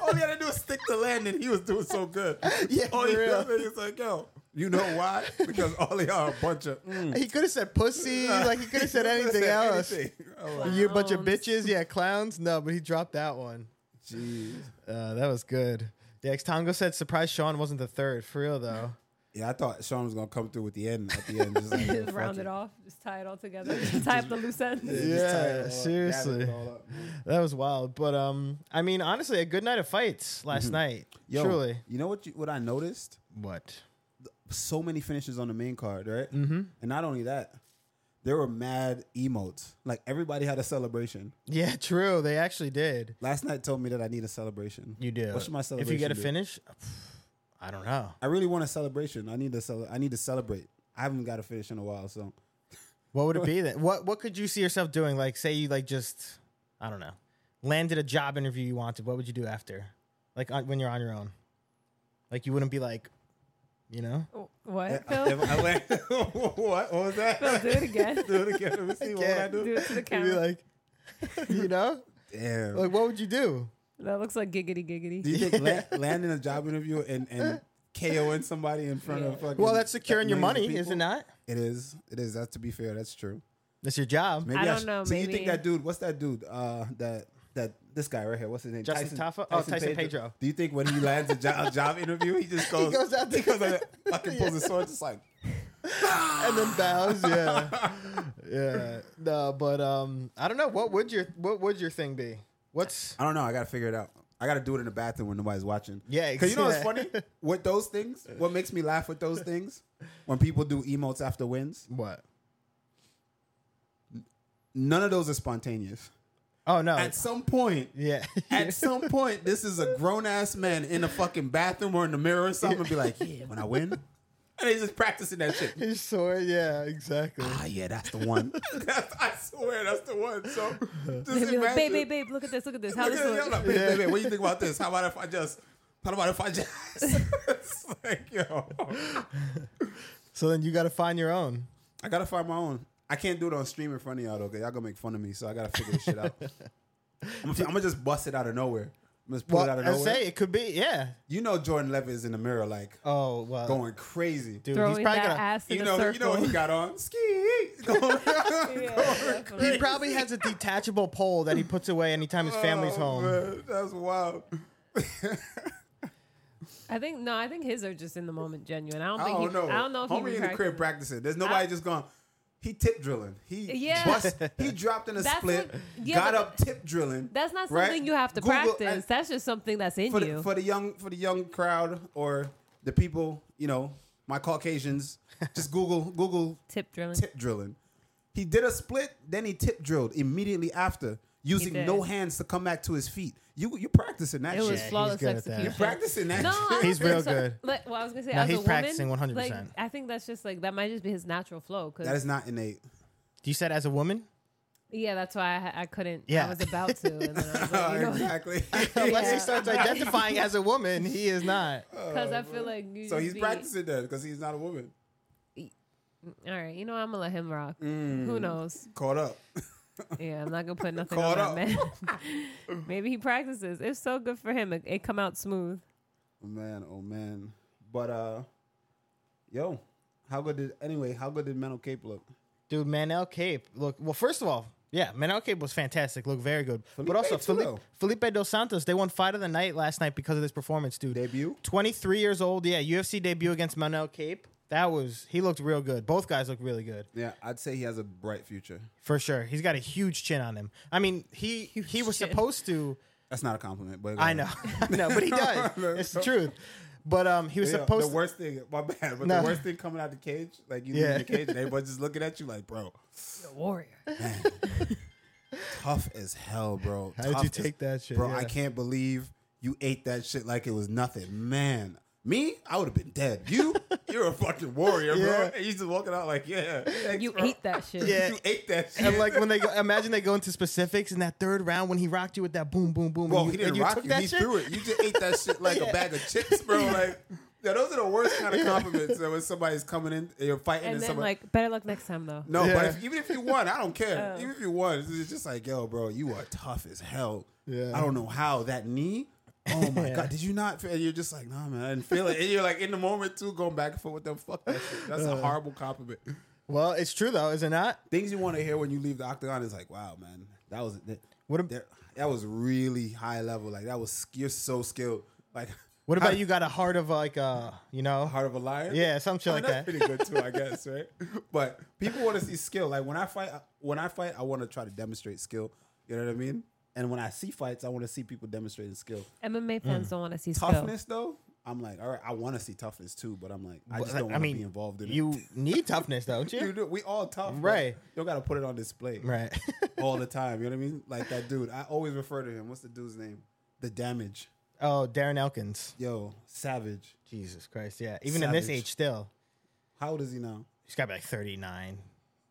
[SPEAKER 3] all you gotta do is stick the landing. He was doing so good.
[SPEAKER 2] Yeah,
[SPEAKER 3] all
[SPEAKER 2] for
[SPEAKER 3] you
[SPEAKER 2] real.
[SPEAKER 3] gotta do is like, yo, you know why? Because all of y'all are a bunch of mm.
[SPEAKER 2] He could have said pussy. Like he could have said anything
[SPEAKER 3] Said
[SPEAKER 2] else.
[SPEAKER 3] anything. I'm like,
[SPEAKER 2] You a bunch of
[SPEAKER 4] Clowns.
[SPEAKER 2] bitches, yeah, clowns. No, but he dropped that one.
[SPEAKER 3] Jeez.
[SPEAKER 2] Uh, that was good. Yeah, Xtango said surprise Sean wasn't the third. For real though.
[SPEAKER 3] Yeah, I thought Sean was gonna come through with the end at the end. Just like,
[SPEAKER 4] Just round it off. Just tie it all together. tie up the loose ends.
[SPEAKER 2] Yeah, seriously. That was wild. But um I mean honestly, a good night of fights last night.
[SPEAKER 3] Yo,
[SPEAKER 2] Truly.
[SPEAKER 3] You know what? You, what I noticed?
[SPEAKER 2] What?
[SPEAKER 3] So many finishes on the main card, right? Mm-hmm. And not only that, there were mad emotes. Like everybody had a celebration.
[SPEAKER 2] Yeah, true. They actually did.
[SPEAKER 3] Last night told me that I need a celebration.
[SPEAKER 2] You do.
[SPEAKER 3] What should my
[SPEAKER 2] If you get a
[SPEAKER 3] celebration be?
[SPEAKER 2] finish, I don't know.
[SPEAKER 3] I really want a celebration. I need to cele- I need to celebrate. I haven't got a finish in a while, so
[SPEAKER 2] What would it be then? What what could you see yourself doing? Like say you like just I don't know. Landed a job interview you wanted. What would you do after? Like on, when you're on your own? Like you wouldn't be like, you know?
[SPEAKER 4] What,
[SPEAKER 3] I-
[SPEAKER 4] Phil?
[SPEAKER 3] I- I went- what? What was that?
[SPEAKER 4] Phil, do it again.
[SPEAKER 3] do it again. Let me see what would I
[SPEAKER 2] can't.
[SPEAKER 3] do.
[SPEAKER 4] Do it to the
[SPEAKER 2] You'd be
[SPEAKER 4] camera.
[SPEAKER 2] like, you know?
[SPEAKER 3] Damn.
[SPEAKER 2] Like what would you do?
[SPEAKER 4] that looks like giggity giggity.
[SPEAKER 3] Do you think la- landing a job interview and and KOing somebody in front of fucking
[SPEAKER 2] Well, that's securing your
[SPEAKER 3] millions of
[SPEAKER 2] money, is
[SPEAKER 3] people?
[SPEAKER 2] it not?
[SPEAKER 3] It is. It is. That's to be fair. That's true.
[SPEAKER 2] That's your job.
[SPEAKER 3] Maybe
[SPEAKER 4] I don't
[SPEAKER 3] should-
[SPEAKER 4] know,
[SPEAKER 3] So you think
[SPEAKER 4] maybe.
[SPEAKER 3] that dude? What's that dude? Uh, that that this guy right here. What's his name?
[SPEAKER 2] Justin Tafa? Oh, Tyson Pedro.
[SPEAKER 3] Do you think when he lands a, jo- a job interview, he just goes?
[SPEAKER 2] goes out
[SPEAKER 3] he
[SPEAKER 2] there.
[SPEAKER 3] goes out there, fucking pulls his sword, just like
[SPEAKER 2] And then bows, yeah. yeah. No, but um I don't know. What would your what would your thing be? What's
[SPEAKER 3] I don't know. I gotta figure it out. I gotta do it in the bathroom when nobody's watching.
[SPEAKER 2] Yeah,
[SPEAKER 3] because you know what's
[SPEAKER 2] yeah.
[SPEAKER 3] funny with those things. What makes me laugh with those things when people do emotes after wins.
[SPEAKER 2] what?
[SPEAKER 3] None of those are spontaneous.
[SPEAKER 2] Oh no.
[SPEAKER 3] At some point,
[SPEAKER 2] yeah.
[SPEAKER 3] At some point, this is a grown ass man in a fucking bathroom or in the mirror or something, and be like, "Yeah, when I win," and he's just practicing that shit.
[SPEAKER 2] His sword, yeah, exactly.
[SPEAKER 3] Ah, yeah, that's the one. That's- I swear, that's the one. So, just
[SPEAKER 4] They'd be
[SPEAKER 3] imagine.
[SPEAKER 4] like, babe, babe, babe, look at this, look at this. How
[SPEAKER 3] Look
[SPEAKER 4] this
[SPEAKER 3] at it,
[SPEAKER 4] look?
[SPEAKER 3] I'm like, "Babe, babe, babe, what do you think about this? How about if I just? How about if I just? it's like, yo,
[SPEAKER 2] So then you got to find your own.
[SPEAKER 3] I gotta find my own. I can't do it on stream in front of y'all though, cause y'all gonna make fun of me. So I gotta figure this shit out. I'm gonna, I'm gonna just bust it out of nowhere. I'm just pull
[SPEAKER 2] Well,
[SPEAKER 3] it out of
[SPEAKER 2] I
[SPEAKER 3] nowhere.
[SPEAKER 2] say it could be, yeah.
[SPEAKER 3] you know, Jordan Levitt is in the mirror, like
[SPEAKER 2] Oh well,
[SPEAKER 3] going crazy.
[SPEAKER 2] dude,
[SPEAKER 4] Throwing
[SPEAKER 2] he's probably
[SPEAKER 4] that
[SPEAKER 2] gonna.
[SPEAKER 4] ass in
[SPEAKER 3] you
[SPEAKER 4] a
[SPEAKER 3] know,
[SPEAKER 4] circle.
[SPEAKER 3] you know what he got on ski.
[SPEAKER 4] Yeah,
[SPEAKER 2] He
[SPEAKER 4] definitely.
[SPEAKER 2] probably has a detachable pole that he puts away anytime his family's
[SPEAKER 3] Oh,
[SPEAKER 2] home.
[SPEAKER 3] man, that's wild.
[SPEAKER 4] I think no, I think his are just in the moment genuine. I don't
[SPEAKER 3] I
[SPEAKER 4] think
[SPEAKER 3] don't
[SPEAKER 4] he,
[SPEAKER 3] know.
[SPEAKER 4] I don't know if
[SPEAKER 3] Homie
[SPEAKER 4] he
[SPEAKER 3] in the crib practicing. There's nobody
[SPEAKER 4] I-
[SPEAKER 3] just going. He tip drilling. He
[SPEAKER 4] Yeah.
[SPEAKER 3] bust, he dropped in a
[SPEAKER 4] That's
[SPEAKER 3] split.
[SPEAKER 4] what- yeah,
[SPEAKER 3] got
[SPEAKER 4] but-
[SPEAKER 3] up tip drilling.
[SPEAKER 4] That's not
[SPEAKER 3] right?
[SPEAKER 4] something you have to
[SPEAKER 3] Google-
[SPEAKER 4] practice.
[SPEAKER 3] and
[SPEAKER 4] That's just something that's in
[SPEAKER 3] for
[SPEAKER 4] you.
[SPEAKER 3] the, for the young for the young crowd or the people you know my Caucasians. Just Google Google
[SPEAKER 4] Tip drilling.
[SPEAKER 3] tip drilling. He did a split, then he tip drilled immediately after, using
[SPEAKER 4] did.
[SPEAKER 3] no hands to come back to his feet. You you practicing that
[SPEAKER 4] It
[SPEAKER 3] shit.
[SPEAKER 4] was
[SPEAKER 2] he's
[SPEAKER 4] flawless
[SPEAKER 2] good at that.
[SPEAKER 4] execution.
[SPEAKER 2] You
[SPEAKER 3] practicing that.
[SPEAKER 4] No, I
[SPEAKER 3] shit.
[SPEAKER 2] He's
[SPEAKER 4] don't
[SPEAKER 2] real
[SPEAKER 4] think so.
[SPEAKER 2] good.
[SPEAKER 4] Like, well, I was gonna say,
[SPEAKER 2] No,
[SPEAKER 4] as
[SPEAKER 2] he's
[SPEAKER 4] a
[SPEAKER 2] practicing
[SPEAKER 4] woman,
[SPEAKER 2] 100%.
[SPEAKER 4] Like, I think that's just like that might just be his natural flow. Cause
[SPEAKER 3] That is not innate.
[SPEAKER 2] You said as a woman,
[SPEAKER 4] Yeah, that's why I, ha- I couldn't.
[SPEAKER 2] Yeah.
[SPEAKER 4] I was about to, and then I was
[SPEAKER 3] Oh,
[SPEAKER 4] like, you know,
[SPEAKER 3] exactly.
[SPEAKER 2] Unless he
[SPEAKER 4] Yeah.
[SPEAKER 2] starts identifying as a woman, he is not.
[SPEAKER 4] because I feel like you
[SPEAKER 3] Oh, so he's
[SPEAKER 4] be-
[SPEAKER 3] practicing that because he's not a woman.
[SPEAKER 4] All right, you know I'm gonna let him rock.
[SPEAKER 3] Mm.
[SPEAKER 4] Who knows?
[SPEAKER 3] Caught up.
[SPEAKER 4] Yeah, I'm not gonna put nothing
[SPEAKER 3] Caught
[SPEAKER 4] on that man. Maybe he practices. It's so good for him. It, it come out smooth.
[SPEAKER 3] Oh man, oh man. But uh, yo, how good did anyway? How good did Mental Cape look?
[SPEAKER 2] Dude, Manel Cape. Look, well, first of all, yeah, Manel Cape was fantastic. Looked very good.
[SPEAKER 3] Felipe
[SPEAKER 2] but also,
[SPEAKER 3] too,
[SPEAKER 2] Felipe,
[SPEAKER 3] though.
[SPEAKER 2] Felipe Dos Santos, they won Fight of the Night last night because of this performance, dude.
[SPEAKER 3] Debut?
[SPEAKER 2] 23 years old. Yeah, UFC debut against Manel Cape. That was, he looked real good. Both guys looked really good.
[SPEAKER 3] Yeah, I'd say he has a bright future.
[SPEAKER 2] For sure. He's got a huge chin on him. I mean, he he was
[SPEAKER 4] chin.
[SPEAKER 2] supposed to
[SPEAKER 3] That's not a compliment, but uh,
[SPEAKER 2] I know. I know, but he does. It's the truth. But um he was
[SPEAKER 3] Yeah,
[SPEAKER 2] supposed
[SPEAKER 3] the
[SPEAKER 2] to
[SPEAKER 3] worst thing, my bad, but
[SPEAKER 2] No.
[SPEAKER 3] the worst thing coming out the cage, like you
[SPEAKER 2] Yeah.
[SPEAKER 3] leave the cage and everybody's just looking at you like, bro,
[SPEAKER 4] The warrior.
[SPEAKER 3] tough as hell, bro.
[SPEAKER 2] How did
[SPEAKER 3] Tough
[SPEAKER 2] you
[SPEAKER 3] as-
[SPEAKER 2] take that shit?
[SPEAKER 3] Bro,
[SPEAKER 2] Yeah.
[SPEAKER 3] I can't believe you ate that shit like it was nothing. Man, me, I would have been dead. You, you're a fucking warrior,
[SPEAKER 2] Yeah.
[SPEAKER 3] bro. And you just walking out like, yeah. thanks,
[SPEAKER 4] You
[SPEAKER 3] bro.
[SPEAKER 4] ate that shit.
[SPEAKER 2] Yeah.
[SPEAKER 3] You ate that shit.
[SPEAKER 2] and like when they go, imagine they go into specifics in that third round when he rocked you with that boom boom boom.
[SPEAKER 3] Bro,
[SPEAKER 2] and
[SPEAKER 3] he
[SPEAKER 2] you,
[SPEAKER 3] didn't
[SPEAKER 2] and you
[SPEAKER 3] rock
[SPEAKER 2] took
[SPEAKER 3] you.
[SPEAKER 2] that
[SPEAKER 3] He
[SPEAKER 2] shit?
[SPEAKER 3] threw it. You just ate that shit like a bag of chips, bro. Like, yeah, those are the worst kind of compliments that when somebody's coming in, you're fighting, and,
[SPEAKER 4] And then
[SPEAKER 3] somebody.
[SPEAKER 4] like, better luck next time though.
[SPEAKER 3] no,
[SPEAKER 2] Yeah.
[SPEAKER 3] but if, even if you won, I don't care. Even if you won, it's just like, yo, bro, you are tough as hell.
[SPEAKER 2] Yeah.
[SPEAKER 3] I don't know how that knee. Oh my
[SPEAKER 2] Yeah.
[SPEAKER 3] god, did you not? Feel, and you're just like, nah, man, I didn't feel it. And you're like in the moment too, going back and forth with them. Fuck that shit. That's a horrible compliment.
[SPEAKER 2] Well, it's true though, is it not?
[SPEAKER 3] Things you want to hear when you leave the octagon is like, wow, man, that was that,
[SPEAKER 2] What a-
[SPEAKER 3] that, that was really high level. Like that was you're so skilled. Like
[SPEAKER 2] What about
[SPEAKER 3] how-
[SPEAKER 2] you got a heart of like uh you know
[SPEAKER 3] Heart of a Lion.
[SPEAKER 2] Yeah, some shit
[SPEAKER 3] I mean,
[SPEAKER 2] like
[SPEAKER 3] that's
[SPEAKER 2] that.
[SPEAKER 3] pretty good too, I guess, right? But people want to see skill. Like when I fight, when I fight, I want to try to demonstrate skill. You know what I mean? And when I see fights, I want to see people demonstrating skill.
[SPEAKER 4] MMA fans don't want to see skill.
[SPEAKER 3] Toughness, though, I'm like, all right, I want to see toughness too, but I'm like, I just
[SPEAKER 2] Like,
[SPEAKER 3] don't want to be involved in it.
[SPEAKER 2] You need toughness, don't you?
[SPEAKER 3] You do- we all tough, but
[SPEAKER 2] Right.
[SPEAKER 3] You got to put it on display,
[SPEAKER 2] right.
[SPEAKER 3] all the time. You know what I mean? Like that dude. I always refer to him. What's the dude's name? The Damage.
[SPEAKER 2] oh, Darren Elkins.
[SPEAKER 3] Yo, Savage.
[SPEAKER 2] Jesus Christ, yeah. Even in this
[SPEAKER 3] Savage.
[SPEAKER 2] age still.
[SPEAKER 3] How old is he now?
[SPEAKER 2] He's got to be like 39,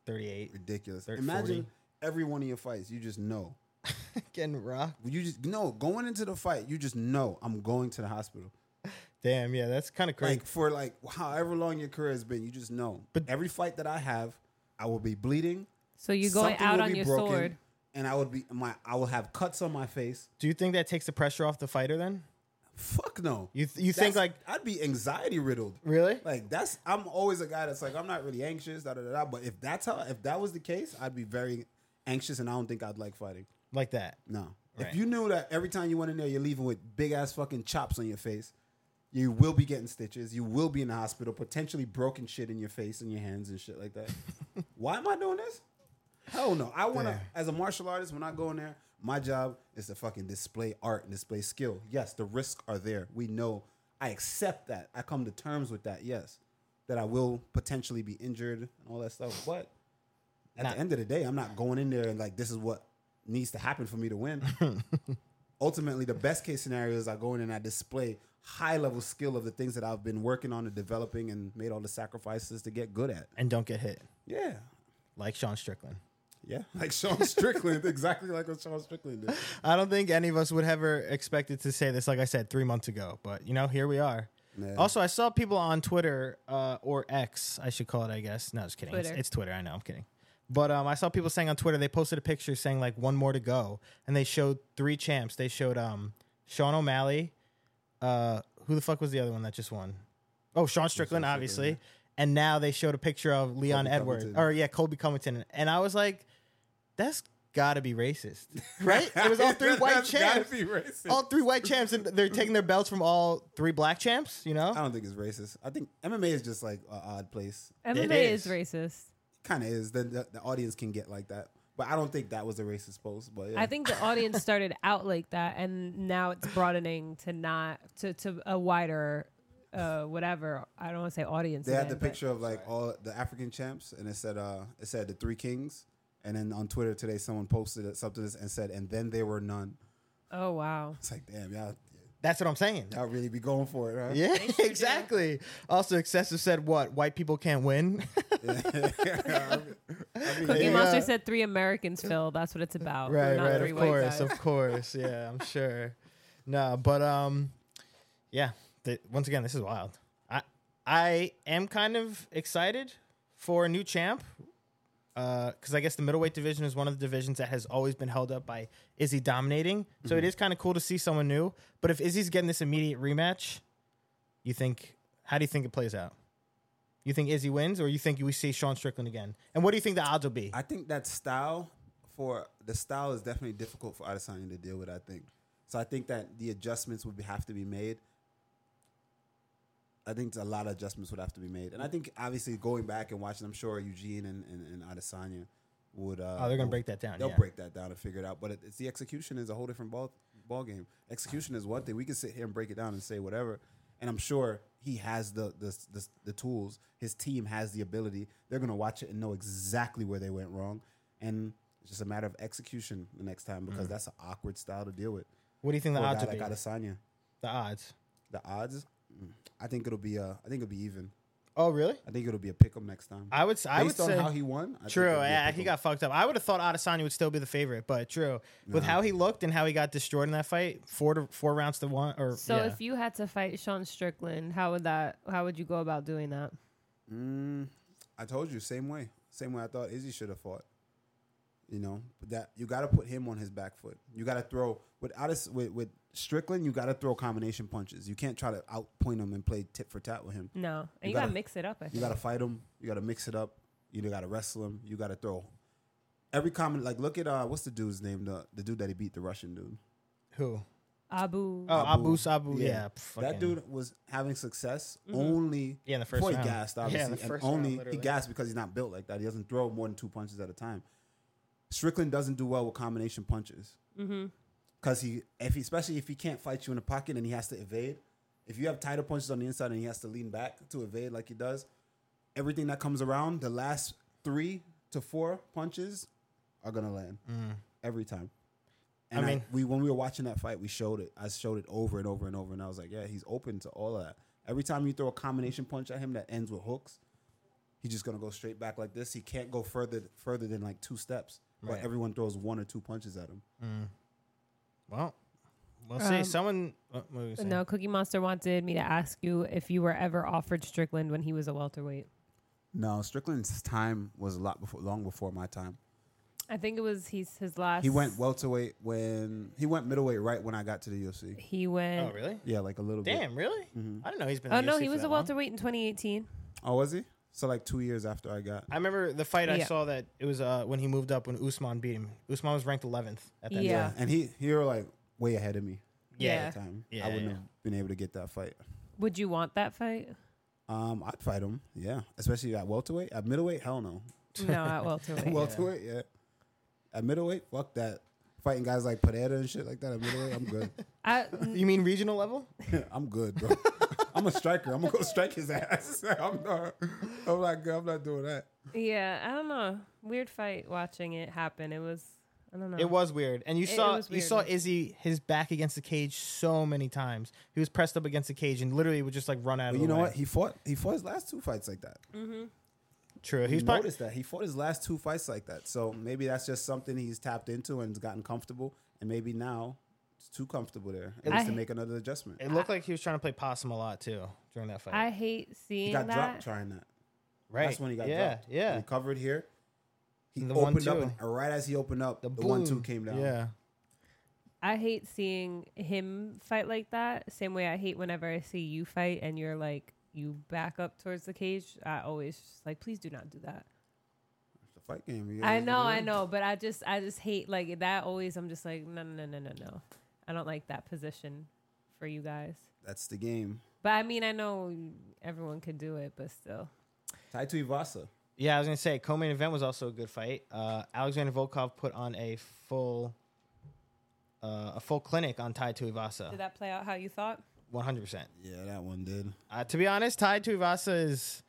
[SPEAKER 2] 38.
[SPEAKER 3] Ridiculous.
[SPEAKER 2] Thirty,
[SPEAKER 3] Imagine
[SPEAKER 2] forty.
[SPEAKER 3] every one of your fights. You just know.
[SPEAKER 2] Getting rocked.
[SPEAKER 3] You just no going into the fight. You just know I'm going to the hospital.
[SPEAKER 2] Damn, yeah, that's kind of crazy.
[SPEAKER 3] Like for like however long your career has been, you just know.
[SPEAKER 2] But-
[SPEAKER 3] But every fight that I have, I will be bleeding.
[SPEAKER 4] So you're going
[SPEAKER 3] something
[SPEAKER 4] out
[SPEAKER 3] will
[SPEAKER 4] on
[SPEAKER 3] be
[SPEAKER 4] your
[SPEAKER 3] broken,
[SPEAKER 4] sword.
[SPEAKER 3] and I would be my I will have cuts on my face.
[SPEAKER 2] Do you think that takes the pressure off the fighter then?
[SPEAKER 3] Fuck no.
[SPEAKER 2] You th- you think like
[SPEAKER 3] That's- I'd be anxiety riddled.
[SPEAKER 2] really?
[SPEAKER 3] Like that's I'm always a guy that's like I'm not really anxious. Da da da. da but if that's how if that was the case, I'd be very anxious, and I don't think I'd like fighting.
[SPEAKER 2] Like that.
[SPEAKER 3] No.
[SPEAKER 2] Right.
[SPEAKER 3] If you knew that every time you went in there, you're leaving with big ass fucking chops on your face, you will be getting stitches. You will be in the hospital, potentially broken shit in your face and your hands and shit like that. Why am I doing this? Hell no. I want to,
[SPEAKER 2] Damn.
[SPEAKER 3] as a martial artist, when I go in there, my job is to fucking display art and display skill. Yes, the risks are there. We know. I accept that. I come to terms with that. Yes, that I will potentially be injured and all that stuff. But at
[SPEAKER 2] Not-
[SPEAKER 3] the end of the day, I'm not going in there and like this is what needs to happen for me to win. Ultimately, the best case scenario is I go in and I display high level skill of the things that I've been working on and developing and made all the sacrifices to get good at.
[SPEAKER 2] And don't get hit.
[SPEAKER 3] Yeah.
[SPEAKER 2] Like Sean Strickland.
[SPEAKER 3] Yeah. Like Sean Strickland, exactly like what Sean Strickland did.
[SPEAKER 2] I don't think any of us would ever expected to say this, like I said, three months ago. But you know, here we are.
[SPEAKER 3] Yeah.
[SPEAKER 2] Also, I saw people on Twitter uh, or X, I should call it, I guess. No, just kidding. It's,
[SPEAKER 4] Twitter.
[SPEAKER 2] it's Twitter. I know. I'm kidding. But um, I saw people saying on Twitter they posted a picture saying like one more to go, and they showed three champs. They showed um Sean O'Malley, uh, who the fuck was the other one that just won? Oh, Sean Strickland, obviously. And now they showed a picture of Leon
[SPEAKER 3] Colby
[SPEAKER 2] Edwards,
[SPEAKER 3] Covington.
[SPEAKER 2] or yeah, Colby Covington, and I was like, that's gotta be racist, right? It was all three white
[SPEAKER 3] That's gotta
[SPEAKER 2] champs
[SPEAKER 3] be racist.
[SPEAKER 2] all three white champs and they're taking their belts from all three black champs, you know?
[SPEAKER 3] I don't think it's racist. I think MMA is just like an odd place.
[SPEAKER 4] MMA
[SPEAKER 2] is.
[SPEAKER 4] is racist.
[SPEAKER 3] Kind of is. The, the, the audience can get like that. But I don't think that was a racist post. But yeah.
[SPEAKER 4] I think the audience started out like that, and now it's broadening to not to to a wider, uh, whatever. I don't want to say audience.
[SPEAKER 3] They had the
[SPEAKER 4] again, but-
[SPEAKER 3] picture of like all the African champs, and it said uh, it said the three kings. And then on Twitter today, someone posted it- something and said, and then there were none.
[SPEAKER 4] Oh wow!
[SPEAKER 3] It's like, damn, y'all,
[SPEAKER 2] That's what I'm saying.
[SPEAKER 3] I'll really be going for it, right?
[SPEAKER 2] Yeah, exactly. Also, excessive said what? White people can't win.
[SPEAKER 4] Cookie
[SPEAKER 2] Yeah.
[SPEAKER 3] uh,
[SPEAKER 4] Monster said three Americans, Phil. That's what it's about.
[SPEAKER 2] right,
[SPEAKER 4] not
[SPEAKER 2] right.
[SPEAKER 4] three
[SPEAKER 2] Of
[SPEAKER 4] white
[SPEAKER 2] course,
[SPEAKER 4] guys.
[SPEAKER 2] of course. Yeah, I'm sure. No, but um, yeah. th- once again, this is wild. I I am kind of excited for a new champ. Because I guess the middleweight division is one of the divisions that has always been held up by Izzy dominating. So
[SPEAKER 3] Mm-hmm.
[SPEAKER 2] it is kind of cool to see someone new. But if Izzy's getting this immediate rematch, you think, how do you think it plays out? You think Izzy wins, or you think we see Sean Strickland again? And what do you think the odds will be?
[SPEAKER 3] I think that style for the style is definitely difficult for Adesanya to deal with. I think so. I think that the adjustments would be, have to be made. I think a lot of adjustments would have to be made, and I think obviously going back and watching, I'm sure Eugene and and, and Adesanya would. Uh,
[SPEAKER 2] Oh, they're gonna
[SPEAKER 3] will-
[SPEAKER 2] break that down,
[SPEAKER 3] They'll
[SPEAKER 2] yeah.
[SPEAKER 3] break that down and figure it out. But it, it's the execution is a whole different ball ball game. Execution is one thing. We can sit here and break it down and say whatever, and I'm sure he has the the the, the tools. His team has the ability. They're gonna watch it and know exactly where they went wrong, and it's just a matter of execution the next time because that's an awkward style to deal with.
[SPEAKER 2] What do you think
[SPEAKER 3] For
[SPEAKER 2] Mm. the
[SPEAKER 3] a
[SPEAKER 2] odds
[SPEAKER 3] guy
[SPEAKER 2] will
[SPEAKER 3] like
[SPEAKER 2] be?
[SPEAKER 3] Adesanya,
[SPEAKER 2] The odds.
[SPEAKER 3] the odds. mm, I think it'll be uh, I think it'll be even.
[SPEAKER 2] Oh, really?
[SPEAKER 3] I think it'll be a pick 'em next time.
[SPEAKER 2] I would. s- I
[SPEAKER 3] Based
[SPEAKER 2] would
[SPEAKER 3] on
[SPEAKER 2] say
[SPEAKER 3] how he won. I think
[SPEAKER 2] true.
[SPEAKER 3] it'll be a
[SPEAKER 2] Yeah,
[SPEAKER 3] pick
[SPEAKER 2] he
[SPEAKER 3] 'em.
[SPEAKER 2] got fucked up. I would have thought Adesanya would still be the favorite, but true. With how he looked and how he got destroyed in that fight, four to four rounds to one. Or
[SPEAKER 4] So
[SPEAKER 2] yeah.
[SPEAKER 4] if you had to fight Sean Strickland, how would that? How would you go about doing that?
[SPEAKER 3] Mm, I told you same way, same way I thought Izzy should have fought. You know but that you got to put him on his back foot. You got to throw with Addis with, with Strickland. You got to throw combination punches. You can't try to outpoint him and play tit for tat with him.
[SPEAKER 4] No, and you,
[SPEAKER 3] You
[SPEAKER 4] gotta,
[SPEAKER 3] gotta-
[SPEAKER 4] mix it up. I think.
[SPEAKER 3] You got to fight him. You got to mix it up. You got to wrestle him. You got to throw. Every comment, like look at uh, what's the dude's name? The the dude that he beat, the Russian dude.
[SPEAKER 2] who?
[SPEAKER 4] Abu.
[SPEAKER 2] Oh, Abu Sabu. Yeah,
[SPEAKER 3] that
[SPEAKER 2] fucking-
[SPEAKER 3] dude was having success only.
[SPEAKER 2] Yeah, in the first
[SPEAKER 3] before
[SPEAKER 2] round.
[SPEAKER 3] he gassed,
[SPEAKER 2] Yeah, in
[SPEAKER 3] obviously,
[SPEAKER 2] the
[SPEAKER 3] and
[SPEAKER 2] first round,
[SPEAKER 3] only
[SPEAKER 2] literally.
[SPEAKER 3] he gassed because he's not built like that. He doesn't throw more than two punches at a time. Strickland doesn't do well with combination punches because he, if he, especially if he can't fight you in the pocket and he has to evade. If you have tighter punches on the inside and he has to lean back to evade like he does, everything that comes around, the last three to four punches are gonna land
[SPEAKER 2] Mm.
[SPEAKER 3] every time. And I
[SPEAKER 2] mean-
[SPEAKER 3] we when we were watching that fight, we showed it. I showed it over and over and over, and I was like, yeah, he's open to all of that. Every time you throw a combination punch at him that ends with hooks, he's just gonna go straight back like this. He can't go further further than like two steps. But everyone throws one or two punches at him.
[SPEAKER 2] Well, we'll see.
[SPEAKER 4] Um,
[SPEAKER 2] Someone. What what were you saying?
[SPEAKER 4] No, Cookie Monster wanted me to ask you if you were ever offered Strickland when he was a welterweight.
[SPEAKER 3] No, Strickland's time was a lot before, long before my time.
[SPEAKER 4] I think it was he's his last.
[SPEAKER 3] He went welterweight when he went middleweight right when I got to the UFC.
[SPEAKER 4] He went.
[SPEAKER 2] Oh, really?
[SPEAKER 3] Yeah, like a little bit.
[SPEAKER 2] Damn, really?
[SPEAKER 3] Mm-hmm.
[SPEAKER 2] I don't know. He's been.
[SPEAKER 4] Oh
[SPEAKER 2] in the
[SPEAKER 4] no,
[SPEAKER 2] UFC
[SPEAKER 4] he
[SPEAKER 2] for
[SPEAKER 4] was
[SPEAKER 2] that
[SPEAKER 4] a
[SPEAKER 2] long.
[SPEAKER 4] welterweight in 2018.
[SPEAKER 3] Oh, was he? So like two years after I got.
[SPEAKER 2] I remember the fight I
[SPEAKER 4] Yeah.
[SPEAKER 2] saw that it was uh, when he moved up when Usman beat him. Usman was ranked 11th at that
[SPEAKER 4] Yeah.
[SPEAKER 2] time.
[SPEAKER 3] Yeah, and he he were like way ahead of me.
[SPEAKER 2] Yeah.
[SPEAKER 3] at the time.
[SPEAKER 2] Yeah,
[SPEAKER 3] I wouldn't
[SPEAKER 2] yeah.
[SPEAKER 3] have been able to get that fight.
[SPEAKER 4] Would you want that fight?
[SPEAKER 3] Um, I'd fight him. Yeah, especially at welterweight. At middleweight, hell no.
[SPEAKER 4] No, at welterweight.
[SPEAKER 3] Welterweight, yeah. At middleweight, fuck that. Fighting guys like Pineda and shit like that at middleweight, I'm good.
[SPEAKER 4] I,
[SPEAKER 2] You mean regional level?
[SPEAKER 3] I'm good, bro. I'm a striker. I'm gonna go strike his ass. I'm not. I'm not good. I'm not doing that.
[SPEAKER 4] yeah, I don't know. Weird fight watching it happen. It was. I don't know.
[SPEAKER 2] It was weird, and you
[SPEAKER 4] Uh-huh. It- it
[SPEAKER 2] saw
[SPEAKER 4] was
[SPEAKER 2] you saw
[SPEAKER 4] weird.
[SPEAKER 2] Izzy his back against the cage so many times. He was pressed up against the cage and literally would just like run out.
[SPEAKER 3] But
[SPEAKER 2] of
[SPEAKER 3] you
[SPEAKER 2] the
[SPEAKER 3] know
[SPEAKER 2] way.
[SPEAKER 3] what? He fought. He fought his last two fights like that.
[SPEAKER 2] True. He's
[SPEAKER 3] He's
[SPEAKER 2] probably
[SPEAKER 3] noticed that he fought his last two fights like that. So maybe that's just something he's tapped into and has gotten comfortable. And maybe now it's too comfortable there. It needs to
[SPEAKER 4] I-
[SPEAKER 3] make another adjustment.
[SPEAKER 2] It looked like he was trying to play possum a lot too during that fight.
[SPEAKER 4] I hate seeing
[SPEAKER 3] He got
[SPEAKER 4] that.
[SPEAKER 3] dropped trying that.
[SPEAKER 2] right.
[SPEAKER 3] That's when he got
[SPEAKER 2] yeah,
[SPEAKER 3] dropped.
[SPEAKER 2] Yeah.
[SPEAKER 3] He covered here. He
[SPEAKER 2] And the
[SPEAKER 3] opened up,
[SPEAKER 2] one-two.
[SPEAKER 3] and right as he opened up, the, one two
[SPEAKER 2] boom.
[SPEAKER 3] came down.
[SPEAKER 2] Yeah.
[SPEAKER 4] I hate seeing him fight like that. Same way I hate whenever I see you fight and you're like you back up towards the cage. I always just like, please do not do that.
[SPEAKER 3] It's the fight game. You
[SPEAKER 4] I
[SPEAKER 3] gotta-
[SPEAKER 4] know, I know, but I just, I just hate like that. Always, I'm just like, no, no, no, no, no, no. I don't like that position for you guys.
[SPEAKER 3] That's the game.
[SPEAKER 4] But I mean, I know everyone could do it, but still,
[SPEAKER 3] Tai Tuivasa.
[SPEAKER 2] Yeah, I was gonna say co-main event was also a good fight. Uh, Alexander Volkov put on a full, uh, a full clinic on Tai
[SPEAKER 4] did
[SPEAKER 2] Tuivasa,
[SPEAKER 4] that play out how you thought?
[SPEAKER 2] one hundred percent.
[SPEAKER 3] Yeah, that one did.
[SPEAKER 2] Uh, to be honest, Tai Tuivasa is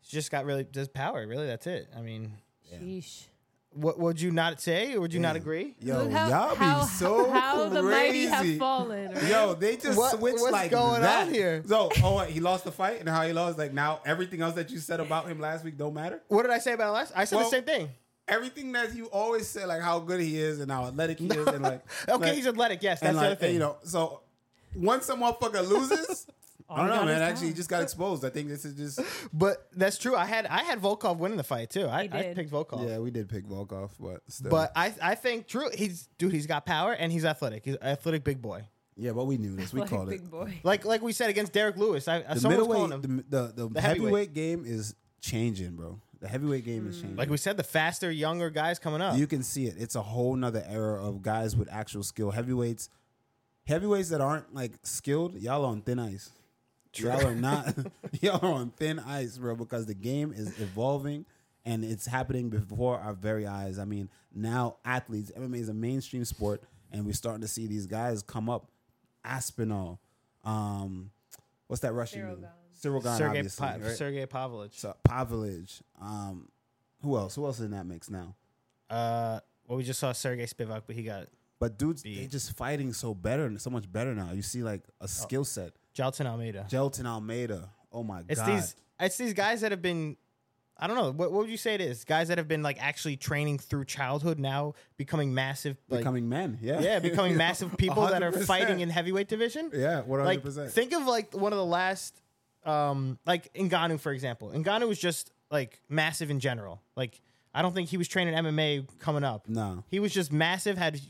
[SPEAKER 2] he's just got really just power. Really, that's it. I mean,
[SPEAKER 4] Sheesh.
[SPEAKER 2] What would you not say? Or would you not agree?
[SPEAKER 3] Yo,
[SPEAKER 4] Look how-
[SPEAKER 3] y'all be
[SPEAKER 4] how-
[SPEAKER 3] so
[SPEAKER 4] how
[SPEAKER 3] crazy.
[SPEAKER 4] the mighty have fallen. right?
[SPEAKER 3] Yo, they just
[SPEAKER 2] What-
[SPEAKER 3] switched
[SPEAKER 2] what's
[SPEAKER 3] like
[SPEAKER 2] going
[SPEAKER 3] that.
[SPEAKER 2] on here?
[SPEAKER 3] So, oh, what, he lost the fight, and how he lost. Like now, everything else that you said about him last week don't matter.
[SPEAKER 2] What did I say about last? I said
[SPEAKER 3] Well,
[SPEAKER 2] the same thing.
[SPEAKER 3] Everything that you always said, like how good he is and how athletic he is, and like
[SPEAKER 2] Okay,
[SPEAKER 3] like,
[SPEAKER 2] he's athletic. Yes, that's
[SPEAKER 3] and
[SPEAKER 2] the
[SPEAKER 3] like
[SPEAKER 2] other thing.
[SPEAKER 3] you know. So once a motherfucker loses, I
[SPEAKER 4] he
[SPEAKER 3] don't know,
[SPEAKER 4] got
[SPEAKER 3] man.
[SPEAKER 4] is
[SPEAKER 3] Actually, he
[SPEAKER 4] down.
[SPEAKER 3] just got exposed. I think this is just
[SPEAKER 2] but that's true. I had I had Volkov winning the fight too. I,
[SPEAKER 4] He
[SPEAKER 2] I
[SPEAKER 4] did.
[SPEAKER 2] picked Volkov.
[SPEAKER 3] yeah. We did pick Volkov, but still.
[SPEAKER 2] But I I think true. He's dude. He's got power and he's athletic. He's an athletic big boy.
[SPEAKER 3] yeah, but we knew this. We
[SPEAKER 4] like
[SPEAKER 3] called
[SPEAKER 4] big
[SPEAKER 3] it.
[SPEAKER 4] boy.
[SPEAKER 2] Like like we said against Derek Lewis. I
[SPEAKER 3] The
[SPEAKER 2] someone was calling
[SPEAKER 3] middleweight,
[SPEAKER 2] him.
[SPEAKER 3] the, the, the,
[SPEAKER 2] heavyweight.
[SPEAKER 3] heavyweight game is changing, bro. The heavyweight game is changing.
[SPEAKER 2] like we said, the faster, younger guys coming up.
[SPEAKER 3] You can see it. It's a whole nother era of guys with actual skill. Heavyweights, heavyweights that aren't like skilled, y'all on thin ice. Y'all are not. y'all are on thin ice, bro, because the game is evolving and it's happening before our very eyes. I mean, now athletes, MMA is a mainstream sport, and we're starting to see these guys come up. Aspinall, um, what's that Russian
[SPEAKER 4] Cyril
[SPEAKER 3] name?
[SPEAKER 4] Gane.
[SPEAKER 3] Cyril Gane,
[SPEAKER 2] Sergey
[SPEAKER 3] obviously,
[SPEAKER 2] pa-
[SPEAKER 3] right?
[SPEAKER 2] Sergey Pavlovich.
[SPEAKER 3] So, Pavlovich. Um, who else? Who else is in that mix now?
[SPEAKER 2] Uh, well, we just saw Sergey Spivak, but he got
[SPEAKER 3] But dudes,
[SPEAKER 2] Beat.
[SPEAKER 3] they're just fighting so better, and so much better now. You see, like
[SPEAKER 2] Oh.
[SPEAKER 3] a skill set.
[SPEAKER 2] Jelton Almeida.
[SPEAKER 3] Jelton Almeida. Oh my
[SPEAKER 2] It's
[SPEAKER 3] god.
[SPEAKER 2] these it's these guys that have been I don't know what, what would you say it is guys that have been like actually training through childhood now becoming massive like
[SPEAKER 3] becoming men. Yeah.
[SPEAKER 2] yeah becoming
[SPEAKER 3] You know,
[SPEAKER 2] massive people that are
[SPEAKER 3] 100%.
[SPEAKER 2] fighting in heavyweight division
[SPEAKER 3] Yeah. One hundred
[SPEAKER 2] like
[SPEAKER 3] percent.
[SPEAKER 2] think of like one of the last um like Ngannou for example Ngannou was just like massive in general like I don't think he was training MMA coming up
[SPEAKER 3] No.
[SPEAKER 2] he was just massive had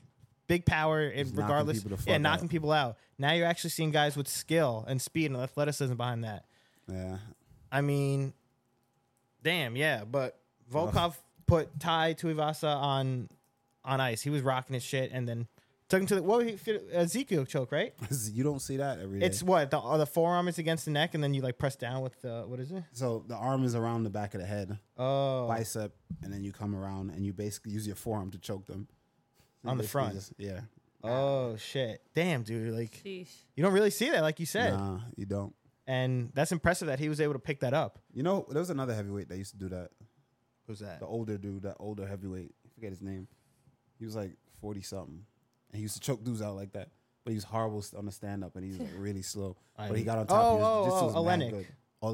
[SPEAKER 2] big power and
[SPEAKER 3] knocking
[SPEAKER 2] regardless
[SPEAKER 3] people the
[SPEAKER 2] yeah
[SPEAKER 3] fuck
[SPEAKER 2] knocking
[SPEAKER 3] out.
[SPEAKER 2] people out now you're actually seeing guys with skill and speed and athleticism behind that
[SPEAKER 3] Yeah.
[SPEAKER 2] I mean, damn, yeah. But
[SPEAKER 3] Uh-huh.
[SPEAKER 2] Volkov put Tai Tuivasa on on ice. He was rocking his shit, and then took him to the what was he, Ezekiel choke, right?
[SPEAKER 3] you don't see that every day.
[SPEAKER 2] It's what the uh, the forearm is against the neck, and then you like press down with the what is it?
[SPEAKER 3] so the arm is around the back of the head,
[SPEAKER 2] Oh,
[SPEAKER 3] bicep, and then you come around and you basically use your forearm to choke them You
[SPEAKER 2] On the
[SPEAKER 3] basically
[SPEAKER 2] front.
[SPEAKER 3] just- yeah.
[SPEAKER 2] oh shit, damn, dude, like
[SPEAKER 4] Sheesh.
[SPEAKER 2] you don't really see that, like you said,
[SPEAKER 3] Nah, you don't.
[SPEAKER 2] and that's impressive that he was able to pick that up.
[SPEAKER 3] You know, there was another heavyweight that used to do that.
[SPEAKER 2] Who's that?
[SPEAKER 3] the older dude, that older heavyweight. I forget his name. He was like forty something, and he used to choke dudes out like that. But he was horrible st- on the stand up, and he's like really slow.
[SPEAKER 2] I
[SPEAKER 3] but
[SPEAKER 2] mean-
[SPEAKER 3] he got on top.
[SPEAKER 2] Oh,
[SPEAKER 3] he was,
[SPEAKER 2] oh,
[SPEAKER 3] this dude
[SPEAKER 2] oh,
[SPEAKER 3] was mad
[SPEAKER 2] Olenek.
[SPEAKER 3] good.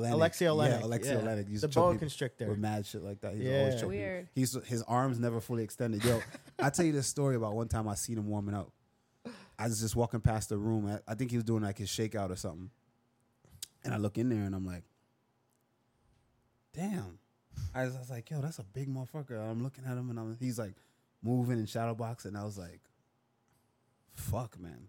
[SPEAKER 3] Olenek.
[SPEAKER 2] Alexei Olenek,
[SPEAKER 3] Yeah, Alexei
[SPEAKER 2] yeah.
[SPEAKER 3] Olenek. He used
[SPEAKER 2] The
[SPEAKER 3] to
[SPEAKER 2] boa
[SPEAKER 3] choke people
[SPEAKER 2] constrictor.
[SPEAKER 3] with mad shit like that. He used to
[SPEAKER 2] Yeah.
[SPEAKER 3] always choke people.
[SPEAKER 4] Weird.
[SPEAKER 3] He's his arms never fully extended. Yo, I tell you this story about one time I seen him warming up. I was just walking past the room. I, I think he was doing like his shakeout or something. And I look in there and I'm like, damn. I was, I was like, yo, that's a big motherfucker. And I'm looking at him and I'm, he's like moving and shadow boxing. And I was like, fuck, man.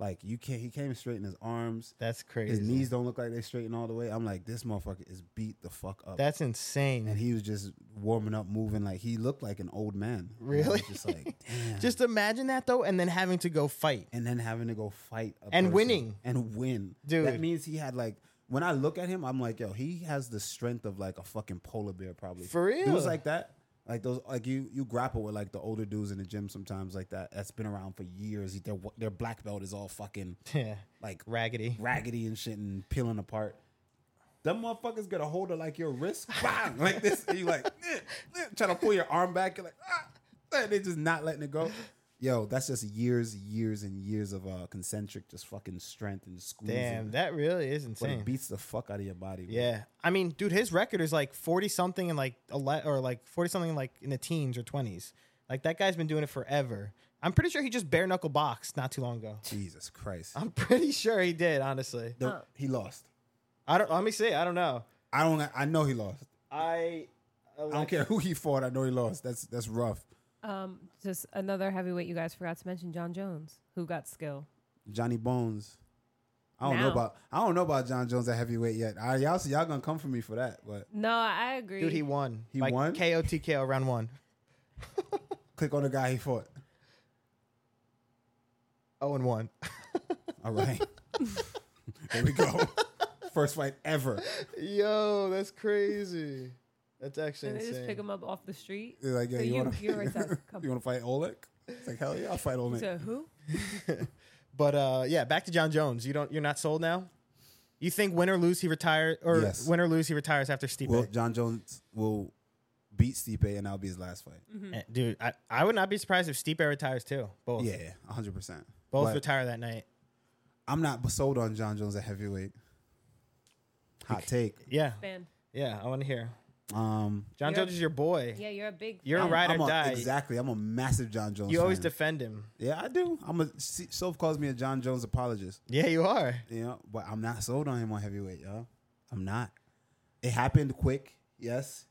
[SPEAKER 3] like you can't. He came straight in his arms.
[SPEAKER 2] That's crazy.
[SPEAKER 3] His knees don't look like they straighten all the way. I'm like, this motherfucker is beat the fuck up
[SPEAKER 2] That's insane.
[SPEAKER 3] and he was just warming up, moving like he looked like an old man. And I was
[SPEAKER 2] Really?
[SPEAKER 3] just like damn.
[SPEAKER 2] Just imagine that though, and then having to go fight.
[SPEAKER 3] and then having to go fight a
[SPEAKER 2] And
[SPEAKER 3] person
[SPEAKER 2] winning.
[SPEAKER 3] and win,
[SPEAKER 2] Dude.
[SPEAKER 3] That means he had like. When I look at him, I'm like, yo, he has the strength of like a fucking polar bear, probably.
[SPEAKER 2] For real?
[SPEAKER 3] dudes like that, like those, like you, you grapple with like the older dudes in the gym sometimes, like that. That's been around for years. Their their black belt is all fucking
[SPEAKER 2] Yeah,
[SPEAKER 3] like
[SPEAKER 2] raggedy.
[SPEAKER 3] raggedy and shit and peeling apart. Them motherfuckers get a hold of like your wrist, bang, like this, and you like eh, eh, trying to pull your arm back, you're like ah, and they just not letting it go. Yo, that's just years, years, and years of uh, concentric, just fucking strength and squeezing.
[SPEAKER 2] Damn, that really is
[SPEAKER 3] but
[SPEAKER 2] insane.
[SPEAKER 3] it beats the fuck out of your body. bro.
[SPEAKER 2] Yeah, I mean, dude, his record is like forty something and like ele- or like forty something like in the teens or twenties. Like that guy's been doing it forever. I'm pretty sure he just bare knuckle boxed not too long ago.
[SPEAKER 3] Jesus Christ,
[SPEAKER 2] I'm pretty sure he did. Honestly,
[SPEAKER 3] The- he lost.
[SPEAKER 2] I don't. Let me see. I don't know.
[SPEAKER 3] I don't. I know he lost.
[SPEAKER 2] I.
[SPEAKER 3] I don't care who he fought. I know he lost. That's that's rough.
[SPEAKER 4] Um, just another heavyweight you guys forgot to mention, John Jones, who got skill.
[SPEAKER 3] Johnny Bones. I don't know
[SPEAKER 4] Now.
[SPEAKER 3] about I don't know about John Jones at heavyweight yet. I, y'all, so y'all gonna come for me for that, but
[SPEAKER 4] No, I agree.
[SPEAKER 2] Dude, he won.
[SPEAKER 3] He
[SPEAKER 2] Like,
[SPEAKER 3] won?
[SPEAKER 2] KO TKO round one.
[SPEAKER 3] click on the guy he fought.
[SPEAKER 2] Oh and one.
[SPEAKER 3] All right. Here we go. First fight ever.
[SPEAKER 2] Yo, that's crazy. That's actually
[SPEAKER 4] and they just pick him up off the street.
[SPEAKER 3] They're like, yeah,
[SPEAKER 4] So
[SPEAKER 3] you,
[SPEAKER 4] you-
[SPEAKER 3] wanna,
[SPEAKER 4] you're right, Sas. Come.
[SPEAKER 3] you wanna fight Oleg? It's like, hell yeah, I'll fight Oleg.
[SPEAKER 4] So who?
[SPEAKER 2] But uh, yeah, back to John Jones. You don't. You're not sold now. You think win or lose he retires, or
[SPEAKER 3] Yes.
[SPEAKER 2] win or lose he retires after Stipe?
[SPEAKER 3] Well, John Jones will beat Stipe, and that'll be his last fight.
[SPEAKER 4] Mm-hmm.
[SPEAKER 2] Eh, Dude, I, I would not be surprised if Stipe retires too. Both.
[SPEAKER 3] Yeah, hundred percent.
[SPEAKER 2] Both retire that night.
[SPEAKER 3] I'm not sold on John Jones at heavyweight. Hot take.
[SPEAKER 2] Yeah.
[SPEAKER 4] Fan.
[SPEAKER 2] Yeah, I want to hear.
[SPEAKER 3] Um,
[SPEAKER 2] John
[SPEAKER 4] You're-
[SPEAKER 2] Jones is your boy.
[SPEAKER 4] Yeah, you're a big.
[SPEAKER 2] You're
[SPEAKER 4] fan.
[SPEAKER 2] right. ride
[SPEAKER 3] I'm
[SPEAKER 2] or
[SPEAKER 3] a-
[SPEAKER 2] die.
[SPEAKER 3] Exactly. I'm a massive John Jones.
[SPEAKER 2] You always
[SPEAKER 3] fan.
[SPEAKER 2] defend him.
[SPEAKER 3] yeah, I do. I'm a. Soph calls me a John Jones apologist.
[SPEAKER 2] Yeah, you are.
[SPEAKER 3] You know, but I'm not sold on him on heavyweight, yo. I'm not. It happened quick. Yes,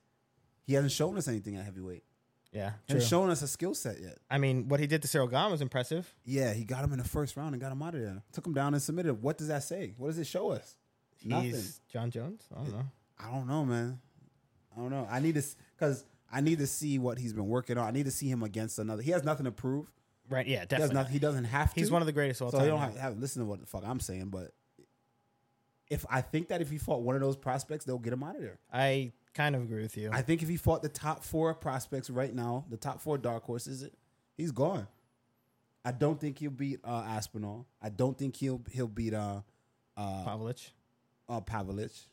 [SPEAKER 3] he hasn't shown us anything at heavyweight.
[SPEAKER 2] Yeah.
[SPEAKER 3] He hasn't shown us a skill set yet.
[SPEAKER 2] I mean, what he did to Cyril Gahn was impressive.
[SPEAKER 3] Yeah, he got him in the first round and got him out of there. Took him down and submitted. him. What does that say? What does it show us? Nothing.
[SPEAKER 2] He's John Jones. I don't know.
[SPEAKER 3] I don't know, man. I don't know. I need to because I need to see what he's been working on. I need to see him against another. He has nothing to prove.
[SPEAKER 2] Right? Yeah,
[SPEAKER 3] He, has
[SPEAKER 2] definitely.
[SPEAKER 3] not, he doesn't have to.
[SPEAKER 2] He's one of the greatest of all
[SPEAKER 3] so
[SPEAKER 2] time.
[SPEAKER 3] he don't have, have listen to what the fuck I'm saying. But if I think that if he fought one of those prospects, they'll get him out of there.
[SPEAKER 2] I kind of agree with you.
[SPEAKER 3] I think if he fought the top four prospects right now, the top four dark horses, he's gone. I don't think he'll beat uh, Aspinall. I don't think he'll he'll beat uh, uh,
[SPEAKER 2] Pavlich.
[SPEAKER 3] uh, Pavlich.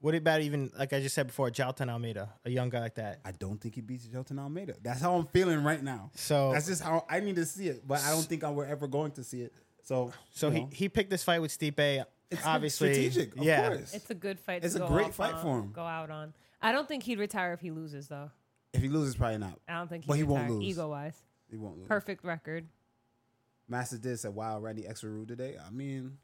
[SPEAKER 2] What about even like I just said before, Jalton Almeida, a young guy like that?
[SPEAKER 3] I don't think he beats Jelton Almeida. That's how I'm feeling right now.
[SPEAKER 2] So
[SPEAKER 3] That's just how I need to see it, but I don't think I were ever going to see it. So,
[SPEAKER 2] so
[SPEAKER 3] you
[SPEAKER 2] he,
[SPEAKER 3] know,
[SPEAKER 2] he picked this fight with Stipe.
[SPEAKER 3] it's
[SPEAKER 2] obviously
[SPEAKER 3] strategic, of
[SPEAKER 2] yeah.
[SPEAKER 3] course.
[SPEAKER 4] It's a good fight.
[SPEAKER 3] It's
[SPEAKER 4] to
[SPEAKER 3] a
[SPEAKER 4] go
[SPEAKER 3] great
[SPEAKER 4] off
[SPEAKER 3] fight
[SPEAKER 4] on-
[SPEAKER 3] for him.
[SPEAKER 4] Go out on. I don't think he'd retire if he loses, though.
[SPEAKER 3] if he loses, probably not.
[SPEAKER 4] I don't think. He'd
[SPEAKER 3] But he won't
[SPEAKER 4] retire,
[SPEAKER 3] lose.
[SPEAKER 4] Ego wise,
[SPEAKER 3] He won't lose.
[SPEAKER 4] perfect record.
[SPEAKER 3] Master did say, "Wow, Randy extra rude today." I mean,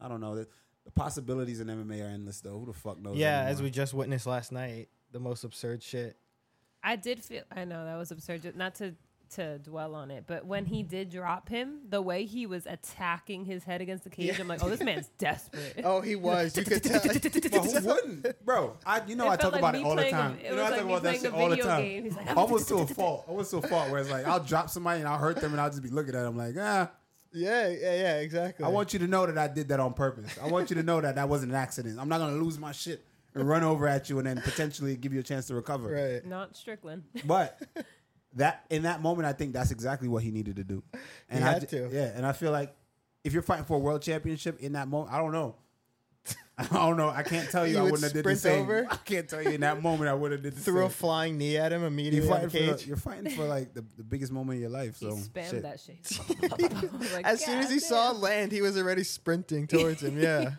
[SPEAKER 3] I don't know. The, the possibilities in MMA are endless, though. Who the fuck knows?
[SPEAKER 2] Yeah,
[SPEAKER 3] anymore?
[SPEAKER 2] as we just witnessed last night, the most absurd shit.
[SPEAKER 4] I did feel. I know that was absurd. ju- Not to to dwell on it, but when he did drop him, the way he was attacking his head against the cage, I'm like, oh, this man's desperate.
[SPEAKER 2] Oh, he was. You could tell.
[SPEAKER 3] But who wouldn't, bro? I, you know,
[SPEAKER 4] It
[SPEAKER 3] I talk
[SPEAKER 4] felt like
[SPEAKER 3] about
[SPEAKER 4] me
[SPEAKER 3] it all the
[SPEAKER 4] playing a-
[SPEAKER 3] time.
[SPEAKER 4] it
[SPEAKER 3] you
[SPEAKER 4] was
[SPEAKER 3] know, I
[SPEAKER 4] like
[SPEAKER 3] talk
[SPEAKER 4] me
[SPEAKER 3] about that
[SPEAKER 4] playing
[SPEAKER 3] shit
[SPEAKER 4] a
[SPEAKER 3] all the
[SPEAKER 4] video game.
[SPEAKER 3] time.
[SPEAKER 4] He's like,
[SPEAKER 3] Almost to a fault. Almost to a fault where it's like I'll drop somebody and I'll hurt them and I'll just be looking at them like, ah.
[SPEAKER 2] yeah, yeah, yeah, exactly.
[SPEAKER 3] I want you to know that I did that on purpose. I want you to know that that wasn't an accident. I'm not gonna lose my shit and run over at you and then potentially give you a chance to recover.
[SPEAKER 2] right.
[SPEAKER 4] Not Strickland.
[SPEAKER 3] But that in that moment, I think that's exactly what he needed to do. And I
[SPEAKER 2] had
[SPEAKER 3] ju-
[SPEAKER 2] to.
[SPEAKER 3] Yeah, and I feel like if you're fighting for a world championship in that moment, I don't know. I don't know. I can't tell you,
[SPEAKER 2] You
[SPEAKER 3] I
[SPEAKER 2] would
[SPEAKER 3] wouldn't have did the
[SPEAKER 2] sprint
[SPEAKER 3] same.
[SPEAKER 2] over?
[SPEAKER 3] I can't tell you in that moment I would have did the
[SPEAKER 2] Threw a
[SPEAKER 3] same.
[SPEAKER 2] flying knee at him
[SPEAKER 3] You're
[SPEAKER 2] immediately on
[SPEAKER 3] fighting,
[SPEAKER 2] the
[SPEAKER 3] for,
[SPEAKER 2] cage.
[SPEAKER 3] the- you're fighting for like the, the biggest moment of your life.
[SPEAKER 4] He
[SPEAKER 3] So
[SPEAKER 4] spammed
[SPEAKER 3] shit.
[SPEAKER 4] that shit. Like,
[SPEAKER 2] as soon as he
[SPEAKER 4] "God
[SPEAKER 2] saw
[SPEAKER 4] damn."
[SPEAKER 2] land, he was already sprinting towards him. Yeah.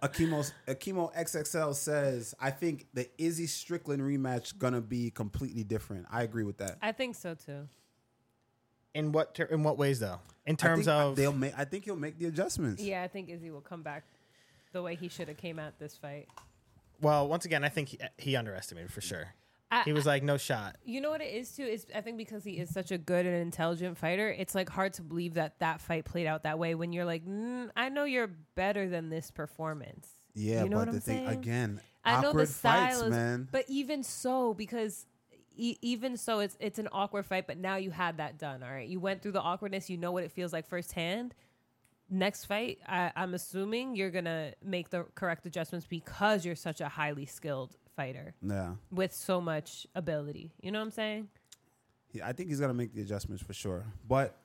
[SPEAKER 3] Akimo Akimo XXL says, I think the Izzy Strickland rematch gonna be completely different. I agree with that.
[SPEAKER 4] I think so too.
[SPEAKER 2] in what ter- in what ways though? In
[SPEAKER 3] I
[SPEAKER 2] terms
[SPEAKER 3] think
[SPEAKER 2] of
[SPEAKER 3] they'll make. I think he'll make the adjustments.
[SPEAKER 4] Yeah, I think Izzy will come back the way he should have came at this fight.
[SPEAKER 2] well, once again, I think he, he underestimated for sure.
[SPEAKER 4] I,
[SPEAKER 2] He was like, no shot.
[SPEAKER 4] you know what it is too is I think because he is such a good and intelligent fighter, it's like hard to believe that that fight played out that way. When you're like, mm, I know you're better than this performance.
[SPEAKER 3] Yeah,
[SPEAKER 4] You know
[SPEAKER 3] but
[SPEAKER 4] what
[SPEAKER 3] the
[SPEAKER 4] I'm
[SPEAKER 3] thing
[SPEAKER 4] saying?
[SPEAKER 3] again,
[SPEAKER 4] I know
[SPEAKER 3] awkward
[SPEAKER 4] the style
[SPEAKER 3] fights,
[SPEAKER 4] is,
[SPEAKER 3] man.
[SPEAKER 4] but even so, because e- even so, it's it's an awkward fight. But now you had that done. All right, you went through the awkwardness. You know what it feels like firsthand. Next fight, I, I'm assuming you're gonna make the correct adjustments because you're such a highly skilled fighter
[SPEAKER 3] yeah,
[SPEAKER 4] with so much ability. You know what I'm saying?
[SPEAKER 3] He- I think he's gonna make the adjustments for sure. But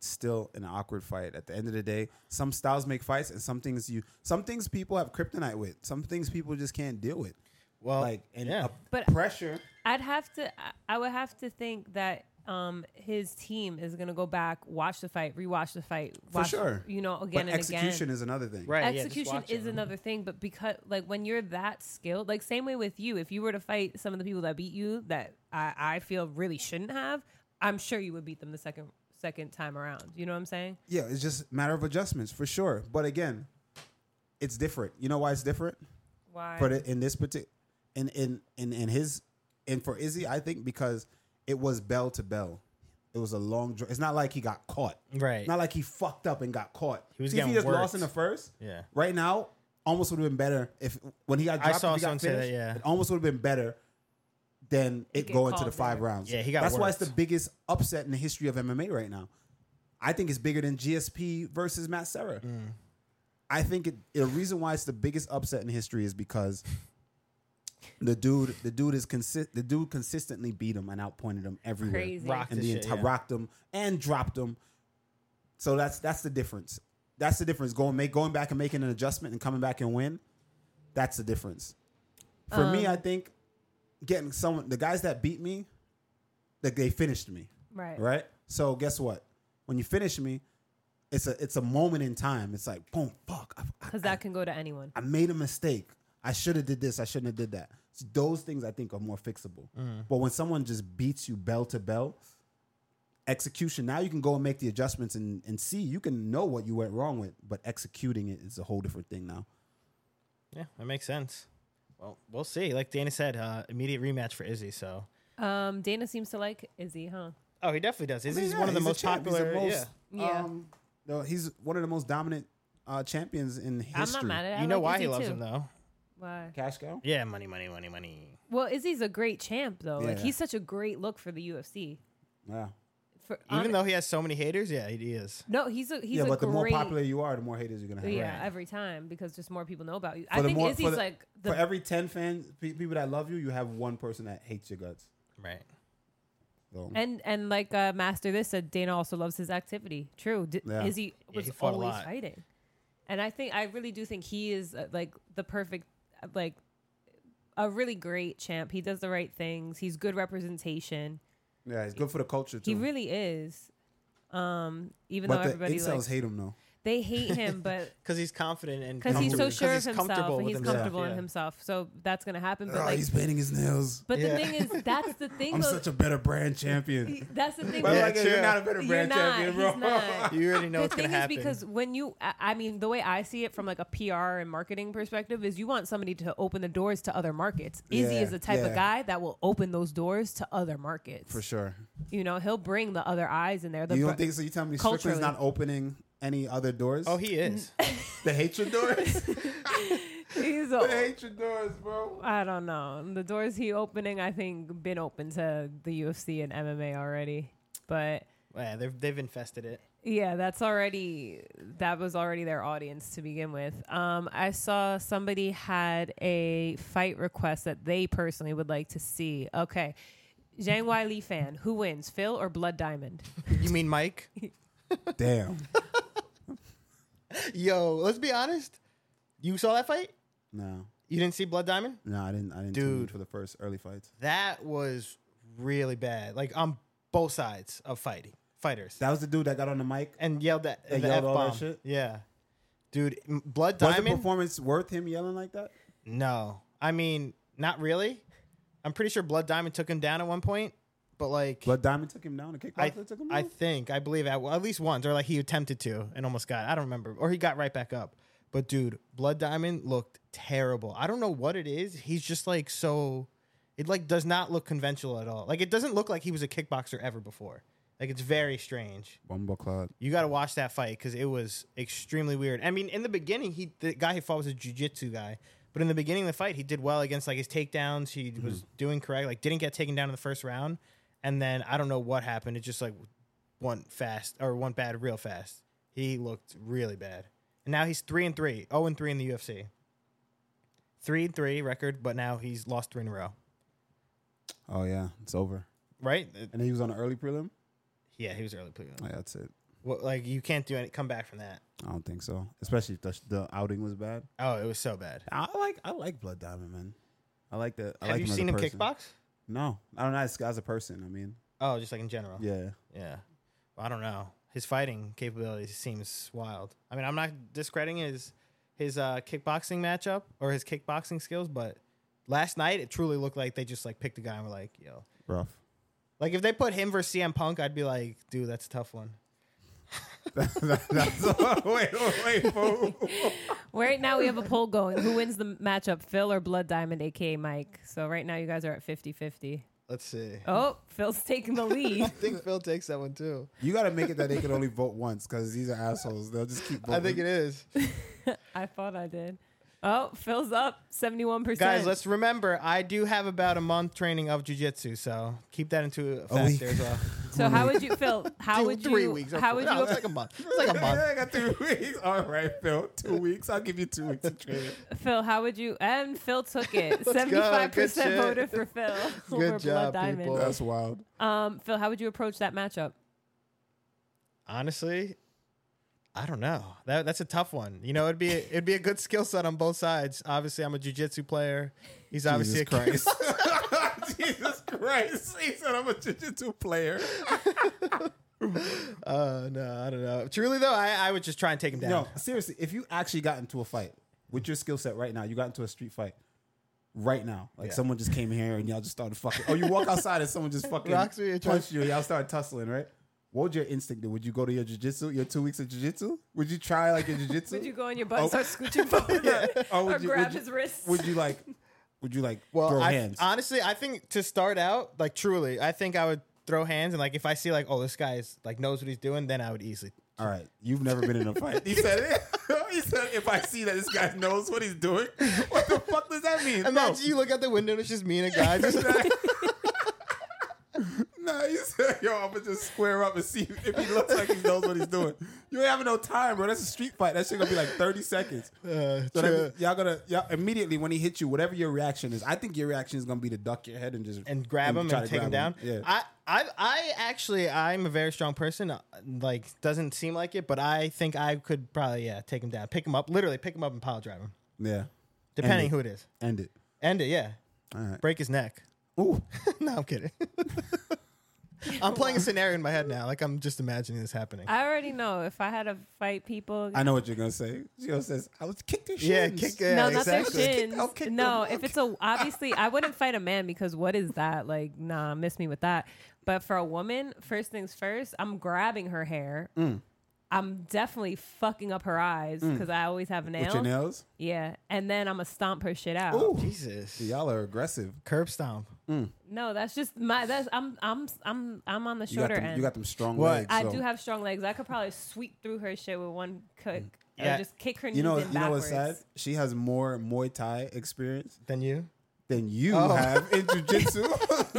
[SPEAKER 3] still, an awkward fight. At the end of the day, some styles make fights, and some things you, some things people have kryptonite with. Some things people just can't deal with.
[SPEAKER 2] Well,
[SPEAKER 3] like and
[SPEAKER 2] yeah.
[SPEAKER 3] a
[SPEAKER 4] But-
[SPEAKER 3] pressure.
[SPEAKER 4] I'd have to. I- I would have to think that um, his team is gonna go back, watch the fight, rewatch the fight,
[SPEAKER 3] For
[SPEAKER 4] watch,
[SPEAKER 3] sure.
[SPEAKER 4] You know,
[SPEAKER 3] But
[SPEAKER 4] again and again.
[SPEAKER 3] execution is another thing.
[SPEAKER 2] right, yeah, just
[SPEAKER 4] execution
[SPEAKER 2] watch him.
[SPEAKER 4] is another thing but because like when you're that skilled like same way with you if you were to fight some of the people that beat you that i, I feel really shouldn't have i'm sure you would beat them the second second time around you know what i'm saying
[SPEAKER 3] Yeah, it's just a matter of adjustments for sure. But again, it's different. You know why it's different?
[SPEAKER 4] why
[SPEAKER 3] But in this particular, in in in in his, and for Izzy, I think because it was bell to bell, it was a long. Dr- it's not like he got caught.
[SPEAKER 2] Right.
[SPEAKER 3] Not like he fucked up and got caught.
[SPEAKER 2] He was
[SPEAKER 3] See, if he
[SPEAKER 2] getting
[SPEAKER 3] just
[SPEAKER 2] worked.
[SPEAKER 3] lost in the first.
[SPEAKER 2] Yeah.
[SPEAKER 3] Right now, almost would have been better if when he got
[SPEAKER 2] I
[SPEAKER 3] dropped.
[SPEAKER 2] saw
[SPEAKER 3] if he got
[SPEAKER 2] someone say that,
[SPEAKER 3] finished,
[SPEAKER 2] yeah.
[SPEAKER 3] It almost would have been better than it
[SPEAKER 4] get
[SPEAKER 3] going to the
[SPEAKER 4] called
[SPEAKER 3] five
[SPEAKER 4] there.
[SPEAKER 3] rounds.
[SPEAKER 2] Yeah, he got
[SPEAKER 3] That's why it's the
[SPEAKER 2] worked.
[SPEAKER 3] biggest upset in the history of MMA right now. I think it's bigger than GSP versus Matt Serra.
[SPEAKER 2] Mm.
[SPEAKER 3] I think it, the reason why it's the biggest upset in history is because the dude, the dude is consi- the dude consistently beat him and outpointed him everywhere,
[SPEAKER 4] Crazy.
[SPEAKER 2] Rocked
[SPEAKER 3] and
[SPEAKER 2] his
[SPEAKER 3] the
[SPEAKER 2] shit,
[SPEAKER 3] entire
[SPEAKER 2] yeah.
[SPEAKER 3] rocked him and dropped him. So that's that's the difference. That's the difference. Going make going back and making an adjustment and coming back and win. That's the difference. For me, I think getting someone, the guys that beat me, like they finished me,
[SPEAKER 4] Right.
[SPEAKER 3] right? So guess what? When you finish me, it's a it's a moment in time. It's like boom, fuck, I, I,
[SPEAKER 4] Because that can go to anyone.
[SPEAKER 3] I made a mistake. I should have did this. I shouldn't have did that. So those things I think are more fixable.
[SPEAKER 2] Mm.
[SPEAKER 3] But when someone just beats you bell to bell, execution. Now you can go and make the adjustments and, and see. You can know what you went wrong with, but executing it is a whole different thing now.
[SPEAKER 2] Yeah, that makes sense. Well, we'll see. Like Dana said, uh, immediate rematch for Izzy. So,
[SPEAKER 4] Um, Dana seems to like Izzy, huh?
[SPEAKER 2] oh, he definitely does.
[SPEAKER 3] I mean,
[SPEAKER 2] Izzy's
[SPEAKER 3] yeah,
[SPEAKER 2] one of the
[SPEAKER 3] he's a
[SPEAKER 2] most
[SPEAKER 3] champ. He's the
[SPEAKER 2] popular. yeah.
[SPEAKER 3] most,
[SPEAKER 4] Yeah.
[SPEAKER 3] um, no, he's one of the most dominant uh, champions in history.
[SPEAKER 4] I'm not mad at it. I
[SPEAKER 2] You know
[SPEAKER 4] like
[SPEAKER 2] why
[SPEAKER 4] Izzy
[SPEAKER 2] he loves
[SPEAKER 4] too.
[SPEAKER 2] him though?
[SPEAKER 4] Why?
[SPEAKER 3] Cash cow.
[SPEAKER 2] Yeah, money, money, money, money.
[SPEAKER 4] Well, Izzy's a great champ though. Like
[SPEAKER 3] Yeah.
[SPEAKER 4] he's such a great look for the UFC.
[SPEAKER 3] Yeah.
[SPEAKER 4] For
[SPEAKER 2] Even
[SPEAKER 4] hon-
[SPEAKER 2] though he has so many haters, yeah, he is.
[SPEAKER 4] no, he's a he's
[SPEAKER 3] yeah,
[SPEAKER 4] a
[SPEAKER 3] but the more
[SPEAKER 4] great-
[SPEAKER 3] popular you are, the more haters you're gonna have.
[SPEAKER 4] Yeah,
[SPEAKER 2] Right.
[SPEAKER 4] every time because just more people know about you.
[SPEAKER 3] For
[SPEAKER 4] I
[SPEAKER 3] the
[SPEAKER 4] think
[SPEAKER 3] more- for
[SPEAKER 4] Izzy's
[SPEAKER 3] the-
[SPEAKER 4] like the
[SPEAKER 3] For every ten fans, pe- people that love you, you have one person that hates your guts.
[SPEAKER 2] Right.
[SPEAKER 3] So,
[SPEAKER 4] and and like uh, Master this said, Dana also loves his activity. True, D-
[SPEAKER 3] Yeah.
[SPEAKER 4] Izzy
[SPEAKER 2] Yeah,
[SPEAKER 4] was
[SPEAKER 2] he fought a
[SPEAKER 4] always
[SPEAKER 2] lot.
[SPEAKER 4] fighting, and I think I really do think he is uh, like the perfect uh, like a really great champ. He does the right things. He's good representation.
[SPEAKER 3] yeah, it's good for the culture too.
[SPEAKER 4] He really is. Um, even though
[SPEAKER 3] but the
[SPEAKER 4] everybody
[SPEAKER 3] incels
[SPEAKER 4] likes,
[SPEAKER 3] hate him though.
[SPEAKER 4] they hate him, but
[SPEAKER 2] Because he's confident and
[SPEAKER 4] because he's so
[SPEAKER 2] comfortable-
[SPEAKER 4] sure of
[SPEAKER 2] he's
[SPEAKER 4] himself, and
[SPEAKER 2] with
[SPEAKER 4] he's
[SPEAKER 2] himself,
[SPEAKER 4] comfortable in
[SPEAKER 2] yeah.
[SPEAKER 4] himself. So that's gonna happen. But
[SPEAKER 3] Oh,
[SPEAKER 4] like,
[SPEAKER 3] he's painting his nails.
[SPEAKER 4] but
[SPEAKER 2] Yeah.
[SPEAKER 4] the thing is, that's the thing.
[SPEAKER 3] I'm
[SPEAKER 4] though,
[SPEAKER 3] such a better brand champion.
[SPEAKER 4] that's the thing.
[SPEAKER 3] But
[SPEAKER 4] though,
[SPEAKER 3] like,
[SPEAKER 2] true.
[SPEAKER 3] you're not a better
[SPEAKER 4] You're
[SPEAKER 3] brand
[SPEAKER 4] not,
[SPEAKER 3] champion, bro.
[SPEAKER 4] he's not.
[SPEAKER 2] You already know
[SPEAKER 4] the
[SPEAKER 2] what's
[SPEAKER 4] thing
[SPEAKER 2] going
[SPEAKER 4] is
[SPEAKER 2] to happen.
[SPEAKER 4] because when you I- i mean the way i see it from like a pr and marketing perspective is you want somebody to open the doors to other markets izzy
[SPEAKER 3] Yeah,
[SPEAKER 4] is the type of
[SPEAKER 3] yeah.
[SPEAKER 4] guy that will open those doors to other markets
[SPEAKER 3] For sure.
[SPEAKER 4] you know he'll bring the other eyes in there the
[SPEAKER 3] You don't
[SPEAKER 4] br-
[SPEAKER 3] think so? You tell me Strickland's
[SPEAKER 4] Culturally.
[SPEAKER 3] not opening any other doors?
[SPEAKER 2] oh, he is.
[SPEAKER 3] the hatred doors?
[SPEAKER 4] he's
[SPEAKER 3] the
[SPEAKER 4] a,
[SPEAKER 3] hatred doors, bro.
[SPEAKER 4] i don't know the doors he opening i think been open to the ufc and mma already but
[SPEAKER 2] yeah, they've, they've infested it.
[SPEAKER 4] Yeah, that's already that was already their audience to begin with. Um, I saw somebody had a fight request that they personally would like to see. Okay, Zhang Wai Li fan, who wins, Phil or Blood Diamond?
[SPEAKER 2] You mean Mike?
[SPEAKER 3] Damn.
[SPEAKER 2] Yo, let's be honest. You saw that fight?
[SPEAKER 3] No.
[SPEAKER 2] You didn't see Blood Diamond?
[SPEAKER 3] No, I didn't I didn't tune in
[SPEAKER 2] Dude.
[SPEAKER 3] for the first early fights.
[SPEAKER 2] That was really bad. Like on both sides of fighting fighters,
[SPEAKER 3] That was the dude that got on the mic.
[SPEAKER 2] and yelled that
[SPEAKER 3] They
[SPEAKER 2] the F
[SPEAKER 3] yelled all that
[SPEAKER 2] bomb.
[SPEAKER 3] shit?
[SPEAKER 2] Yeah, dude, m- Blood
[SPEAKER 3] Was the
[SPEAKER 2] Diamond.
[SPEAKER 3] performance worth him yelling like that?
[SPEAKER 2] no, I mean not really. I'm pretty sure Blood Diamond took him down at one point, but like
[SPEAKER 3] Blood Diamond took him down. The kickboxer
[SPEAKER 2] I,
[SPEAKER 3] took him down.
[SPEAKER 2] I think I believe at, at least once, or like he attempted to and almost got. I don't remember, or he got right back up. But dude, Blood Diamond looked terrible. I don't know what it is. He's just like so. It like does not look conventional at all. Like it doesn't look like he was a kickboxer ever before. Like it's very strange.
[SPEAKER 3] Bumble Cloud.
[SPEAKER 2] You got to watch that fight because it was extremely weird. I mean, in the beginning, he the guy he fought was a jujitsu guy, but in the beginning of the fight, he did well against like his takedowns. He was
[SPEAKER 3] Mm-hmm.
[SPEAKER 2] doing correct, like didn't get taken down in the first round, and then I don't know what happened. It just like went fast or went bad real fast. He looked really bad, and now he's three and three, zero and three in the UFC. Three and three record, but now he's lost three in a row.
[SPEAKER 3] Oh yeah, it's over.
[SPEAKER 2] Right? Uh,
[SPEAKER 3] And he was on an early prelim.
[SPEAKER 2] Yeah, he was early. Play-
[SPEAKER 3] Oh, yeah, that's it.
[SPEAKER 2] Well, like you can't do any come back from that.
[SPEAKER 3] I don't think so. Especially if the, the outing was bad.
[SPEAKER 2] Oh, it was so bad.
[SPEAKER 3] I like I like Blood Diamond, man. I like that. I
[SPEAKER 2] Have
[SPEAKER 3] like
[SPEAKER 2] you
[SPEAKER 3] as a
[SPEAKER 2] seen him
[SPEAKER 3] person.
[SPEAKER 2] kickbox?
[SPEAKER 3] No, I don't know. As, as a person, I mean,
[SPEAKER 2] Oh, just like in general. Yeah.
[SPEAKER 3] yeah.
[SPEAKER 2] I don't know. His fighting capabilities seems wild. I mean, I'm not discrediting his his uh, kickboxing matchup or his kickboxing skills, but last night it truly looked like they just like picked a guy and were like, "Yo."
[SPEAKER 3] Rough.
[SPEAKER 2] Like if they put him versus CM Punk, I'd be like, "Dude, that's a tough one."
[SPEAKER 3] That's wait, wait, wait, bro.
[SPEAKER 4] right now we have a poll going: who wins the matchup, Phil or Blood Diamond, aka Mike? So right now you guys are at 50-50.
[SPEAKER 2] Let's see.
[SPEAKER 4] Oh, Phil's taking the lead.
[SPEAKER 2] I think Phil takes that one too.
[SPEAKER 3] You got to make it that they can only vote once because these are assholes. They'll just keep voting.
[SPEAKER 2] is.
[SPEAKER 4] I thought I did. Oh, Phil's up seventy-one percent.
[SPEAKER 2] Guys, let's remember I do have about a month training of jujitsu, so keep that into a
[SPEAKER 3] A week.
[SPEAKER 2] factor as well.
[SPEAKER 4] So how would you, Phil? How
[SPEAKER 2] Two-
[SPEAKER 4] would you?
[SPEAKER 2] three weeks. or
[SPEAKER 4] How
[SPEAKER 2] four-
[SPEAKER 4] would
[SPEAKER 2] no,
[SPEAKER 4] you?
[SPEAKER 2] It's like a month. It's like a month.
[SPEAKER 3] I got three weeks. All right, Phil. Two weeks. I'll give you two weeks of training.
[SPEAKER 4] Phil, how would you? And Phil took it. Seventy-five
[SPEAKER 2] Good
[SPEAKER 4] percent
[SPEAKER 2] shit.
[SPEAKER 4] voted for Phil over
[SPEAKER 2] job,
[SPEAKER 4] Blood Diamond.
[SPEAKER 2] people.
[SPEAKER 3] That's wild.
[SPEAKER 4] Um, Phil, how would you approach that matchup?
[SPEAKER 2] Honestly, I don't know. That that's a tough one. You know, it'd be it'd be a good skill set on both sides. Obviously, I'm a jujitsu player. He's obviously a
[SPEAKER 3] Jesus Christ. Jesus Christ. He said, I'm a jiu-jitsu player.
[SPEAKER 2] Uh, no, I don't know. Truly though, I, I would just try and take him down.
[SPEAKER 3] No, seriously, if you actually got into a fight with your skill set right now, you got into a street fight right now. Like
[SPEAKER 2] Yeah.
[SPEAKER 3] someone just came here and y'all just started fucking. Or you walk outside and someone just fucking
[SPEAKER 2] Rocks me and tries-
[SPEAKER 3] punched you and y'all started tussling, right? What would your instinct do? Would you go to your jiu-jitsu, your two weeks of jiu-jitsu? Would you try like your jiu-jitsu?
[SPEAKER 4] Would you go on your butt and
[SPEAKER 3] Oh.
[SPEAKER 4] start scooching forward
[SPEAKER 3] Yeah. Oh,
[SPEAKER 4] or,
[SPEAKER 3] would you-
[SPEAKER 4] grab
[SPEAKER 3] would you-
[SPEAKER 4] his wrists?
[SPEAKER 3] Would you like, would you like
[SPEAKER 2] Well,
[SPEAKER 3] throw
[SPEAKER 2] I,
[SPEAKER 3] hands?
[SPEAKER 2] honestly, I think to start out, like truly, I think I would throw hands and like if I see like, oh, this guy is like knows what he's doing, then I would easily.
[SPEAKER 3] All right, you've never been in a fight. He said it. he said, if I see that this guy knows what he's doing, what the fuck does that mean?
[SPEAKER 2] Imagine you look out the window and it's just me and a guy. Just
[SPEAKER 3] No, you said, yo, I'm gonna just square up and see if he looks like he knows what he's doing. You ain't having no time, bro. That's a street fight. That shit gonna be like 30 seconds.
[SPEAKER 2] uh,
[SPEAKER 3] So that
[SPEAKER 2] true.
[SPEAKER 3] means y'all gonna y'all immediately when he hits you, whatever your reaction is, I think your reaction is gonna be to duck your head and just
[SPEAKER 2] and grab him
[SPEAKER 3] try
[SPEAKER 2] and
[SPEAKER 3] to
[SPEAKER 2] take him down.
[SPEAKER 3] grab Yeah,
[SPEAKER 2] I, I, I actually, I'm a very strong person. uh, Like, doesn't seem like it, but I think I could probably, yeah, take him down, pick him up, literally pick him up and pile drive him,
[SPEAKER 3] yeah.
[SPEAKER 2] depending
[SPEAKER 3] it.
[SPEAKER 2] who it is.
[SPEAKER 3] End it.
[SPEAKER 2] End it, yeah.
[SPEAKER 3] All right.
[SPEAKER 2] Break his neck.
[SPEAKER 3] Ooh,
[SPEAKER 2] no, I'm kidding. I'm playing a scenario in my head now. Like, I'm just imagining this happening.
[SPEAKER 4] I already know if I had to fight people.
[SPEAKER 3] I know what you're gonna say. She gonna says, "I was kick their shins."
[SPEAKER 2] Yeah, kick- yeah,
[SPEAKER 4] no, not
[SPEAKER 2] exactly.
[SPEAKER 4] their shins.
[SPEAKER 3] I'll kick
[SPEAKER 4] no,
[SPEAKER 3] them.
[SPEAKER 4] if it's a obviously, I wouldn't fight a man because what is that? Like, nah, miss me with that. But for a woman, first things first, I'm grabbing her hair.
[SPEAKER 3] Mm.
[SPEAKER 4] I'm definitely fucking up her eyes because I always have
[SPEAKER 3] With
[SPEAKER 4] nails.
[SPEAKER 3] your nails,
[SPEAKER 4] Yeah, and then I'm gonna stomp her shit out.
[SPEAKER 3] Ooh.
[SPEAKER 2] Jesus.
[SPEAKER 3] y'all are aggressive.
[SPEAKER 2] Curb stomp.
[SPEAKER 4] No, that's just my. That's I'm I'm I'm I'm on the
[SPEAKER 3] You got,
[SPEAKER 4] shorter
[SPEAKER 3] them,
[SPEAKER 4] end.
[SPEAKER 3] you got them strong
[SPEAKER 2] Well,
[SPEAKER 3] legs.
[SPEAKER 4] I
[SPEAKER 3] so-
[SPEAKER 4] do have strong legs. I could probably sweep through her shit with one kick.
[SPEAKER 2] Yeah.
[SPEAKER 4] Or just kick her knees
[SPEAKER 3] You know,
[SPEAKER 4] in
[SPEAKER 3] you know what's
[SPEAKER 4] backwards.
[SPEAKER 3] sad? She has more Muay Thai experience
[SPEAKER 2] Then you?
[SPEAKER 3] than you
[SPEAKER 2] Oh.
[SPEAKER 3] have in jujitsu.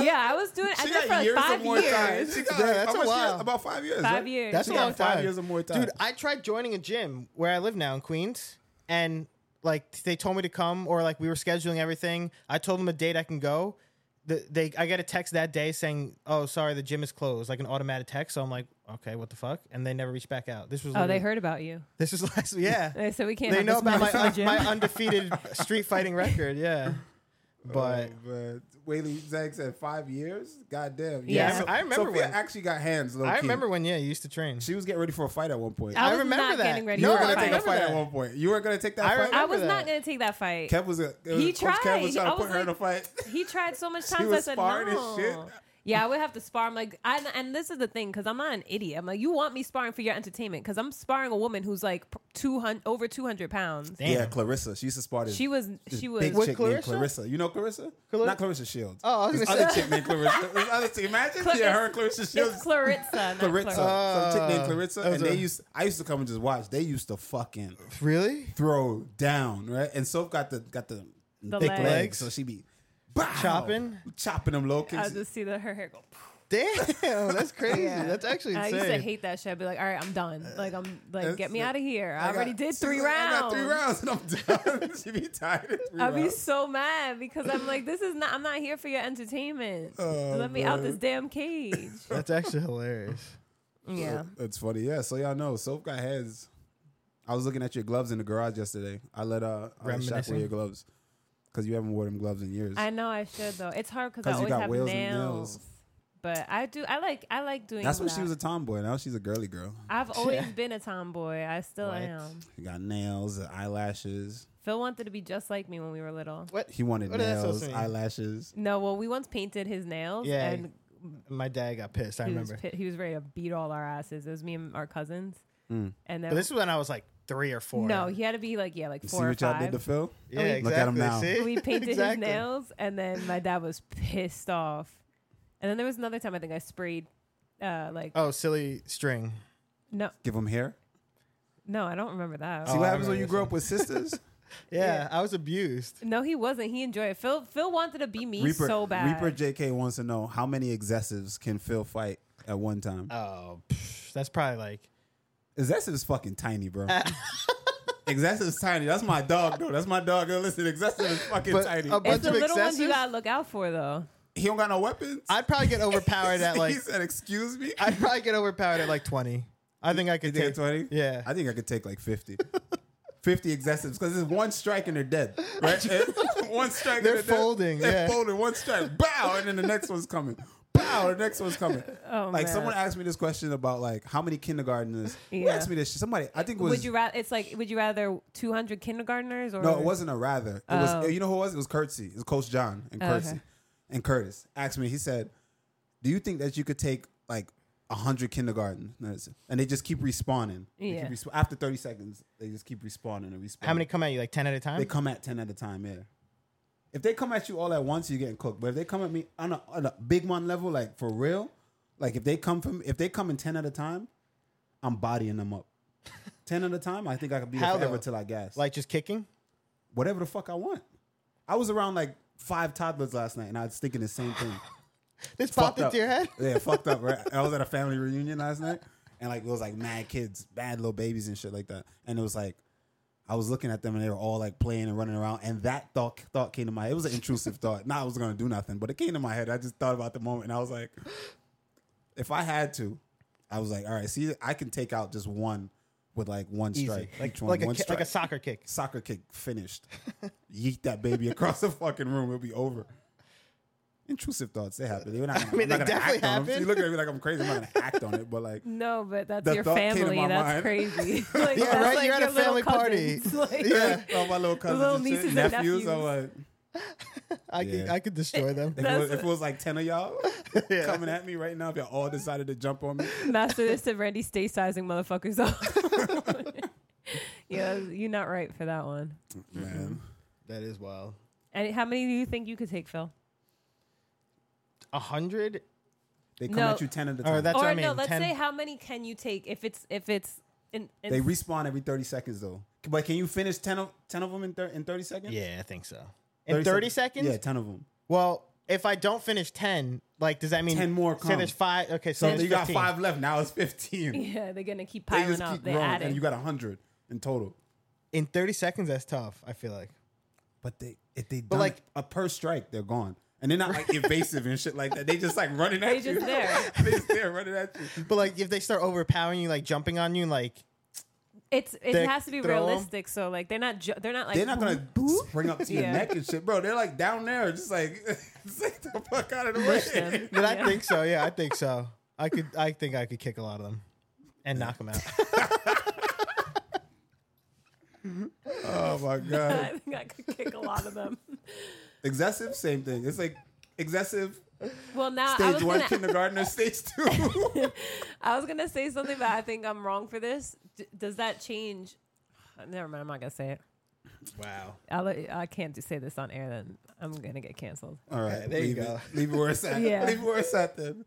[SPEAKER 4] Yeah, I was doing. I
[SPEAKER 3] she
[SPEAKER 4] did it for like five years.
[SPEAKER 3] She got
[SPEAKER 2] Yeah,
[SPEAKER 3] like,
[SPEAKER 2] that's
[SPEAKER 3] how
[SPEAKER 2] a
[SPEAKER 3] much she
[SPEAKER 2] while.
[SPEAKER 3] got? About five years.
[SPEAKER 4] Five
[SPEAKER 3] right?
[SPEAKER 4] years.
[SPEAKER 2] That's
[SPEAKER 3] She
[SPEAKER 2] a
[SPEAKER 3] got
[SPEAKER 2] long
[SPEAKER 3] five
[SPEAKER 2] time.
[SPEAKER 3] years of Muay Thai.
[SPEAKER 2] Dude, I tried joining a gym where I live now in Queens, and like they told me to come, or like we were scheduling everything. I told them a date I can go. The, they, I got a text that day saying, "Oh, sorry, the gym is closed." Like an automatic text. So I'm like, "Okay, what the fuck?" And they never reached back out. This was
[SPEAKER 4] Oh, they
[SPEAKER 2] literally-
[SPEAKER 4] heard about you.
[SPEAKER 2] This was last. Yeah,
[SPEAKER 4] They said we can't.
[SPEAKER 2] they
[SPEAKER 4] have
[SPEAKER 2] know
[SPEAKER 4] this Oh,
[SPEAKER 2] about
[SPEAKER 4] man
[SPEAKER 2] my
[SPEAKER 4] in the gym.
[SPEAKER 2] my undefeated street fighting record. Yeah, but
[SPEAKER 3] Oh, man. Whaley Zag said five years. God damn.
[SPEAKER 4] Yeah.
[SPEAKER 3] So-
[SPEAKER 2] I remember
[SPEAKER 3] Sophia
[SPEAKER 2] when-
[SPEAKER 3] actually got hands. Low
[SPEAKER 2] I
[SPEAKER 3] key.
[SPEAKER 2] remember when yeah, you used to train.
[SPEAKER 3] she was getting ready for a fight at one point.
[SPEAKER 4] I
[SPEAKER 2] I
[SPEAKER 4] was
[SPEAKER 2] remember
[SPEAKER 4] not
[SPEAKER 2] that.
[SPEAKER 4] getting ready
[SPEAKER 2] No,
[SPEAKER 3] you
[SPEAKER 4] for
[SPEAKER 3] were
[SPEAKER 2] I
[SPEAKER 4] a
[SPEAKER 3] gonna
[SPEAKER 2] remember
[SPEAKER 3] take a
[SPEAKER 4] fight.
[SPEAKER 3] fight
[SPEAKER 2] that.
[SPEAKER 3] at one point. You weren't gonna take that
[SPEAKER 2] I
[SPEAKER 3] fight.
[SPEAKER 4] I
[SPEAKER 2] remember
[SPEAKER 4] was not
[SPEAKER 2] that.
[SPEAKER 4] gonna take that fight.
[SPEAKER 3] Kev was. A, uh,
[SPEAKER 4] He
[SPEAKER 3] Coach Kev was
[SPEAKER 4] tried.
[SPEAKER 3] trying
[SPEAKER 4] I
[SPEAKER 3] to put
[SPEAKER 4] was
[SPEAKER 3] her in a
[SPEAKER 4] like-
[SPEAKER 3] fight.
[SPEAKER 4] He tried so much times. I
[SPEAKER 3] was
[SPEAKER 4] said
[SPEAKER 3] sparring and
[SPEAKER 4] no.
[SPEAKER 3] shit.
[SPEAKER 4] Yeah, I would have to spar. I'm like, I, and this is the thing because I'm not an idiot. I'm like, you want me sparring for your entertainment because I'm sparring a woman who's like two hundred over two hundred pounds.
[SPEAKER 2] Damn.
[SPEAKER 3] Yeah, Clarissa. She used to spar this.
[SPEAKER 4] She was
[SPEAKER 3] this
[SPEAKER 4] she was
[SPEAKER 3] big
[SPEAKER 2] With
[SPEAKER 3] chick
[SPEAKER 2] Clarissa?
[SPEAKER 3] named Clarissa. You know Clarissa?
[SPEAKER 2] Clarissa?
[SPEAKER 3] Not Clarissa Shields.
[SPEAKER 2] Oh, I was
[SPEAKER 3] this
[SPEAKER 2] gonna
[SPEAKER 3] other
[SPEAKER 2] say-
[SPEAKER 3] chick named Clarissa. This other chick. Imagine
[SPEAKER 4] Cla-
[SPEAKER 3] yeah, her
[SPEAKER 4] it's-
[SPEAKER 3] and Clarissa Shields.
[SPEAKER 4] it's Clarissa, not
[SPEAKER 3] Clarissa,
[SPEAKER 4] Clarissa.
[SPEAKER 3] some chick named
[SPEAKER 2] Uh,
[SPEAKER 3] Clarissa,
[SPEAKER 2] that was
[SPEAKER 3] and they
[SPEAKER 2] a-
[SPEAKER 3] used. I used to come and just watch. They used to fucking
[SPEAKER 2] really?
[SPEAKER 3] throw down, right? And Soph got the got the,
[SPEAKER 4] The
[SPEAKER 3] thick
[SPEAKER 4] legs.
[SPEAKER 3] legs. so she be bow,
[SPEAKER 2] Chopping?
[SPEAKER 3] chopping them low
[SPEAKER 4] I
[SPEAKER 3] kicks.
[SPEAKER 4] just see the, her hair go. poof.
[SPEAKER 2] Damn, that's crazy. That's actually
[SPEAKER 4] I
[SPEAKER 2] insane.
[SPEAKER 4] used to Uh, hate that shit. I'd be like, all right, I'm done. Like I'm like,
[SPEAKER 3] That's
[SPEAKER 4] get me
[SPEAKER 3] it.
[SPEAKER 4] out of here. I,
[SPEAKER 3] got-
[SPEAKER 4] already did
[SPEAKER 3] she's
[SPEAKER 4] three
[SPEAKER 3] like,
[SPEAKER 4] rounds.
[SPEAKER 3] I got three rounds, and I'm done. she be tired. Of three
[SPEAKER 4] I'll be
[SPEAKER 3] rounds.
[SPEAKER 4] so mad because I'm like, this is not. I'm not here for your entertainment.
[SPEAKER 3] Oh,
[SPEAKER 4] Let me out
[SPEAKER 3] man.
[SPEAKER 4] this damn cage.
[SPEAKER 2] That's actually hilarious.
[SPEAKER 4] yeah.
[SPEAKER 3] That's funny. Yeah. So y'all know, Soph got heads. I was looking at your gloves in the garage yesterday. I let uh I let Shaq
[SPEAKER 2] Reminiscing.
[SPEAKER 3] wear your gloves because you haven't worn them gloves in years.
[SPEAKER 4] I know I should though. It's hard because I
[SPEAKER 3] 'Cause you
[SPEAKER 4] always
[SPEAKER 3] got
[SPEAKER 4] have
[SPEAKER 3] wheels
[SPEAKER 4] nails.
[SPEAKER 3] and nails.
[SPEAKER 4] But I do. I like. I like doing.
[SPEAKER 3] That's when
[SPEAKER 4] that.
[SPEAKER 3] she was a tomboy. Now she's a girly girl.
[SPEAKER 4] I've always been a tomboy. I still
[SPEAKER 2] What?
[SPEAKER 4] am.
[SPEAKER 3] She got nails, eyelashes.
[SPEAKER 4] Phil wanted to be just like me when we were little.
[SPEAKER 2] What?
[SPEAKER 3] He wanted
[SPEAKER 2] What is that supposed
[SPEAKER 3] nails,
[SPEAKER 2] to mean?
[SPEAKER 3] eyelashes.
[SPEAKER 4] No, well, we once painted his nails.
[SPEAKER 2] Yeah,
[SPEAKER 4] and
[SPEAKER 2] My dad got pissed. I
[SPEAKER 4] he
[SPEAKER 2] remember.
[SPEAKER 4] was pi- he was ready to beat all our asses. It was me and our cousins.
[SPEAKER 3] Hmm.
[SPEAKER 4] And then
[SPEAKER 2] But this is when I was like three or four.
[SPEAKER 4] no, he had to be like yeah, like
[SPEAKER 3] You
[SPEAKER 4] four
[SPEAKER 3] see
[SPEAKER 4] or
[SPEAKER 3] what y'all
[SPEAKER 4] five.
[SPEAKER 3] did to Phil?
[SPEAKER 2] yeah,
[SPEAKER 4] we-
[SPEAKER 2] exactly.
[SPEAKER 3] Look at him now.
[SPEAKER 2] See?
[SPEAKER 4] we painted
[SPEAKER 2] Exactly.
[SPEAKER 4] his nails, and then my dad was pissed off. And then there was another time I think I sprayed, uh, like
[SPEAKER 2] Oh, silly string.
[SPEAKER 4] no,
[SPEAKER 3] Give him hair.
[SPEAKER 4] no, I don't remember that.
[SPEAKER 2] Oh,
[SPEAKER 3] See what
[SPEAKER 2] I
[SPEAKER 3] happens when
[SPEAKER 2] remember
[SPEAKER 3] you
[SPEAKER 2] this
[SPEAKER 3] grow up with sisters?
[SPEAKER 2] Yeah, I was abused.
[SPEAKER 4] No, he wasn't. He enjoyed it. Phil Phil wanted to be me
[SPEAKER 3] Reaper,
[SPEAKER 4] so bad.
[SPEAKER 3] Reaper JK wants to know how many excessives can Phil fight at one time?
[SPEAKER 2] Oh, pff, that's probably like
[SPEAKER 3] Excessive is fucking tiny, bro.
[SPEAKER 4] Uh,
[SPEAKER 3] excessive is tiny. That's my dog, though. That's my dog. Yo, Listen, excessive is fucking
[SPEAKER 2] But uh,
[SPEAKER 3] tiny.
[SPEAKER 2] a bu-
[SPEAKER 4] it's
[SPEAKER 2] bunch
[SPEAKER 4] the
[SPEAKER 2] of
[SPEAKER 4] little ones
[SPEAKER 2] excesses?
[SPEAKER 4] you gotta look out for though.
[SPEAKER 3] he don't got no weapons.
[SPEAKER 2] I'd probably get overpowered at like
[SPEAKER 3] he said, "Excuse me."
[SPEAKER 2] I'd probably get overpowered at like twenty. I think I
[SPEAKER 3] You
[SPEAKER 2] could
[SPEAKER 3] think
[SPEAKER 2] take
[SPEAKER 3] at twenty?
[SPEAKER 2] Yeah.
[SPEAKER 3] I think I could take like fifty. 50 excessives because it's one strike and they're dead. Right? And one strike.
[SPEAKER 2] They're
[SPEAKER 3] and the next-
[SPEAKER 2] folding,
[SPEAKER 3] They're
[SPEAKER 2] yeah.
[SPEAKER 3] folding. One strike. Bow, and then the next one's coming. Bow, the next one's coming.
[SPEAKER 4] Oh,
[SPEAKER 3] like
[SPEAKER 4] man.
[SPEAKER 3] someone asked me this question about like how many kindergartners. Who
[SPEAKER 4] Yeah.
[SPEAKER 3] asked me this? shit? Somebody. I think it was.
[SPEAKER 4] Would you rather? It's like, would you rather 200 kindergartners or
[SPEAKER 3] No, it wasn't a rather. It
[SPEAKER 4] Oh.
[SPEAKER 3] was you know who it was? It was Curtsy. It was Coach John and
[SPEAKER 4] Oh,
[SPEAKER 3] Curtsy.
[SPEAKER 4] okay.
[SPEAKER 3] And Curtis asked me, he said, Do you think that you could take like hundred kindergartners? And they just keep respawning. They keep
[SPEAKER 4] Yeah.
[SPEAKER 3] resp- after thirty seconds, they just keep respawning and respawning.
[SPEAKER 2] How many come at you? Like ten at a time?
[SPEAKER 3] they come at ten at a time, yeah. If they come at you all at once, you're getting cooked. But if they come at me on a, on a big one level, like for real, like if they come from if they come in ten at a time, I'm bodying them up. ten at a time, I think I could be there
[SPEAKER 2] How,
[SPEAKER 3] forever
[SPEAKER 2] though?
[SPEAKER 3] till I gas
[SPEAKER 2] like just kicking?
[SPEAKER 3] whatever the fuck I want. I was around like five toddlers last night, and I was thinking the same thing.
[SPEAKER 2] This popped
[SPEAKER 3] fucked
[SPEAKER 2] into
[SPEAKER 3] up.
[SPEAKER 2] your head?
[SPEAKER 3] Yeah, fucked up. Right. I was at a family reunion last night, and like it was like mad kids, bad little babies and shit like that. And it was like I was looking at them, and they were all like playing and running around. And that thought thought came to my. Head. It was an intrusive thought. Not I was gonna do nothing, but it came to my head. I just thought about the moment, and I was like, if I had to, I was like, all right, see, I can take out just one with like one strike,
[SPEAKER 2] Easy. Like
[SPEAKER 3] Each one,
[SPEAKER 2] like a
[SPEAKER 3] one
[SPEAKER 2] ki-
[SPEAKER 3] strike
[SPEAKER 2] like a soccer kick.
[SPEAKER 3] soccer kick finished. Yeet that baby across the fucking room. It'll be over. Intrusive thoughts, they happen. They're not gonna, I
[SPEAKER 2] mean,
[SPEAKER 3] am not
[SPEAKER 2] they
[SPEAKER 3] gonna
[SPEAKER 2] definitely
[SPEAKER 3] act on them.
[SPEAKER 2] happen.
[SPEAKER 3] You look at me like I'm crazy. I'm not gonna act on it, but like,
[SPEAKER 4] No, but that's
[SPEAKER 3] The
[SPEAKER 4] your
[SPEAKER 3] thought came to
[SPEAKER 4] family.
[SPEAKER 3] my
[SPEAKER 4] That's
[SPEAKER 3] mind.
[SPEAKER 4] crazy. Like,
[SPEAKER 2] Yeah,
[SPEAKER 4] that's
[SPEAKER 2] right?
[SPEAKER 4] like
[SPEAKER 2] You're at
[SPEAKER 4] your
[SPEAKER 2] a
[SPEAKER 4] little
[SPEAKER 2] family party.
[SPEAKER 4] cousins. Like,
[SPEAKER 3] yeah, all my little cousins,
[SPEAKER 4] Little
[SPEAKER 3] and shit,
[SPEAKER 4] nieces and
[SPEAKER 3] nephews. I'm like,
[SPEAKER 2] I could
[SPEAKER 3] Yeah.
[SPEAKER 2] I could destroy them.
[SPEAKER 3] if it, was, if it was like ten of y'all coming at me right now, if y'all all decided to jump on me,
[SPEAKER 4] Master this to Randy stay sizing motherfuckers up. yeah, you're not right for that one.
[SPEAKER 2] Mm-hmm.
[SPEAKER 3] man,
[SPEAKER 2] That is wild.
[SPEAKER 4] And how many do you think you could take, Phil?
[SPEAKER 2] A hundred?
[SPEAKER 3] they come
[SPEAKER 4] No.
[SPEAKER 3] at you ten at a
[SPEAKER 2] Or
[SPEAKER 3] time.
[SPEAKER 2] that's-
[SPEAKER 4] or
[SPEAKER 2] what I
[SPEAKER 4] no,
[SPEAKER 2] mean,
[SPEAKER 4] let's
[SPEAKER 2] 10.
[SPEAKER 4] say how many can you take if it's if it's in, in
[SPEAKER 3] they respawn every thirty seconds though. But can you finish 10 of, 10 of them in, thir- in thirty seconds?
[SPEAKER 2] Yeah, I think so. In thirty, seconds?
[SPEAKER 3] Yeah, ten of them.
[SPEAKER 2] Well, if I don't finish ten, like does that mean
[SPEAKER 3] 10 more
[SPEAKER 2] So there's
[SPEAKER 3] come.
[SPEAKER 2] five okay, so,
[SPEAKER 3] So
[SPEAKER 2] there's
[SPEAKER 3] you got
[SPEAKER 2] 15.
[SPEAKER 3] five left. Now it's fifteen.
[SPEAKER 4] yeah, they're gonna keep
[SPEAKER 3] they
[SPEAKER 4] piling
[SPEAKER 3] just
[SPEAKER 4] up.
[SPEAKER 3] keep
[SPEAKER 4] They're
[SPEAKER 3] growing,
[SPEAKER 4] adding.
[SPEAKER 3] and you got hundred in total.
[SPEAKER 2] in thirty seconds that's tough, I feel like.
[SPEAKER 3] But they, if they,
[SPEAKER 2] done
[SPEAKER 3] like
[SPEAKER 2] it-
[SPEAKER 3] a per strike, they're gone, and they're not like invasive and shit like that. They just like running at
[SPEAKER 4] They
[SPEAKER 3] you.
[SPEAKER 4] just there.
[SPEAKER 3] they just there running at you.
[SPEAKER 2] But like if they start overpowering you, like jumping on you, like
[SPEAKER 4] it's it
[SPEAKER 2] They
[SPEAKER 4] has to be
[SPEAKER 2] throw 'em.
[SPEAKER 4] realistic. So like they're not ju- they're not like
[SPEAKER 3] They're not gonna spring up to your
[SPEAKER 4] Yeah.
[SPEAKER 3] neck and shit, bro. They're like down there, just like, just like the fuck out of the way.
[SPEAKER 4] them.
[SPEAKER 2] But I
[SPEAKER 4] Yeah.
[SPEAKER 2] think so. Yeah, I think so. I could. I think I could kick a lot of them and knock them out.
[SPEAKER 3] Oh my god,
[SPEAKER 4] I think I could kick a lot of them.
[SPEAKER 3] excessive, same thing. It's like excessive
[SPEAKER 4] Well, now I
[SPEAKER 3] stage
[SPEAKER 4] was
[SPEAKER 3] one
[SPEAKER 4] gonna
[SPEAKER 3] kindergartner, stage two.
[SPEAKER 4] I was gonna say something, but I think I'm wrong for this. D- does that change? uh, Never mind. I'm not gonna say it.
[SPEAKER 2] Wow.
[SPEAKER 4] I'll let, I can't do, say this on air. Then I'm gonna get canceled. Oh,
[SPEAKER 3] All right,
[SPEAKER 2] there you
[SPEAKER 3] leave
[SPEAKER 2] go.
[SPEAKER 3] It, leave it where it's at.
[SPEAKER 4] Yeah.
[SPEAKER 3] Leave it where it's at then.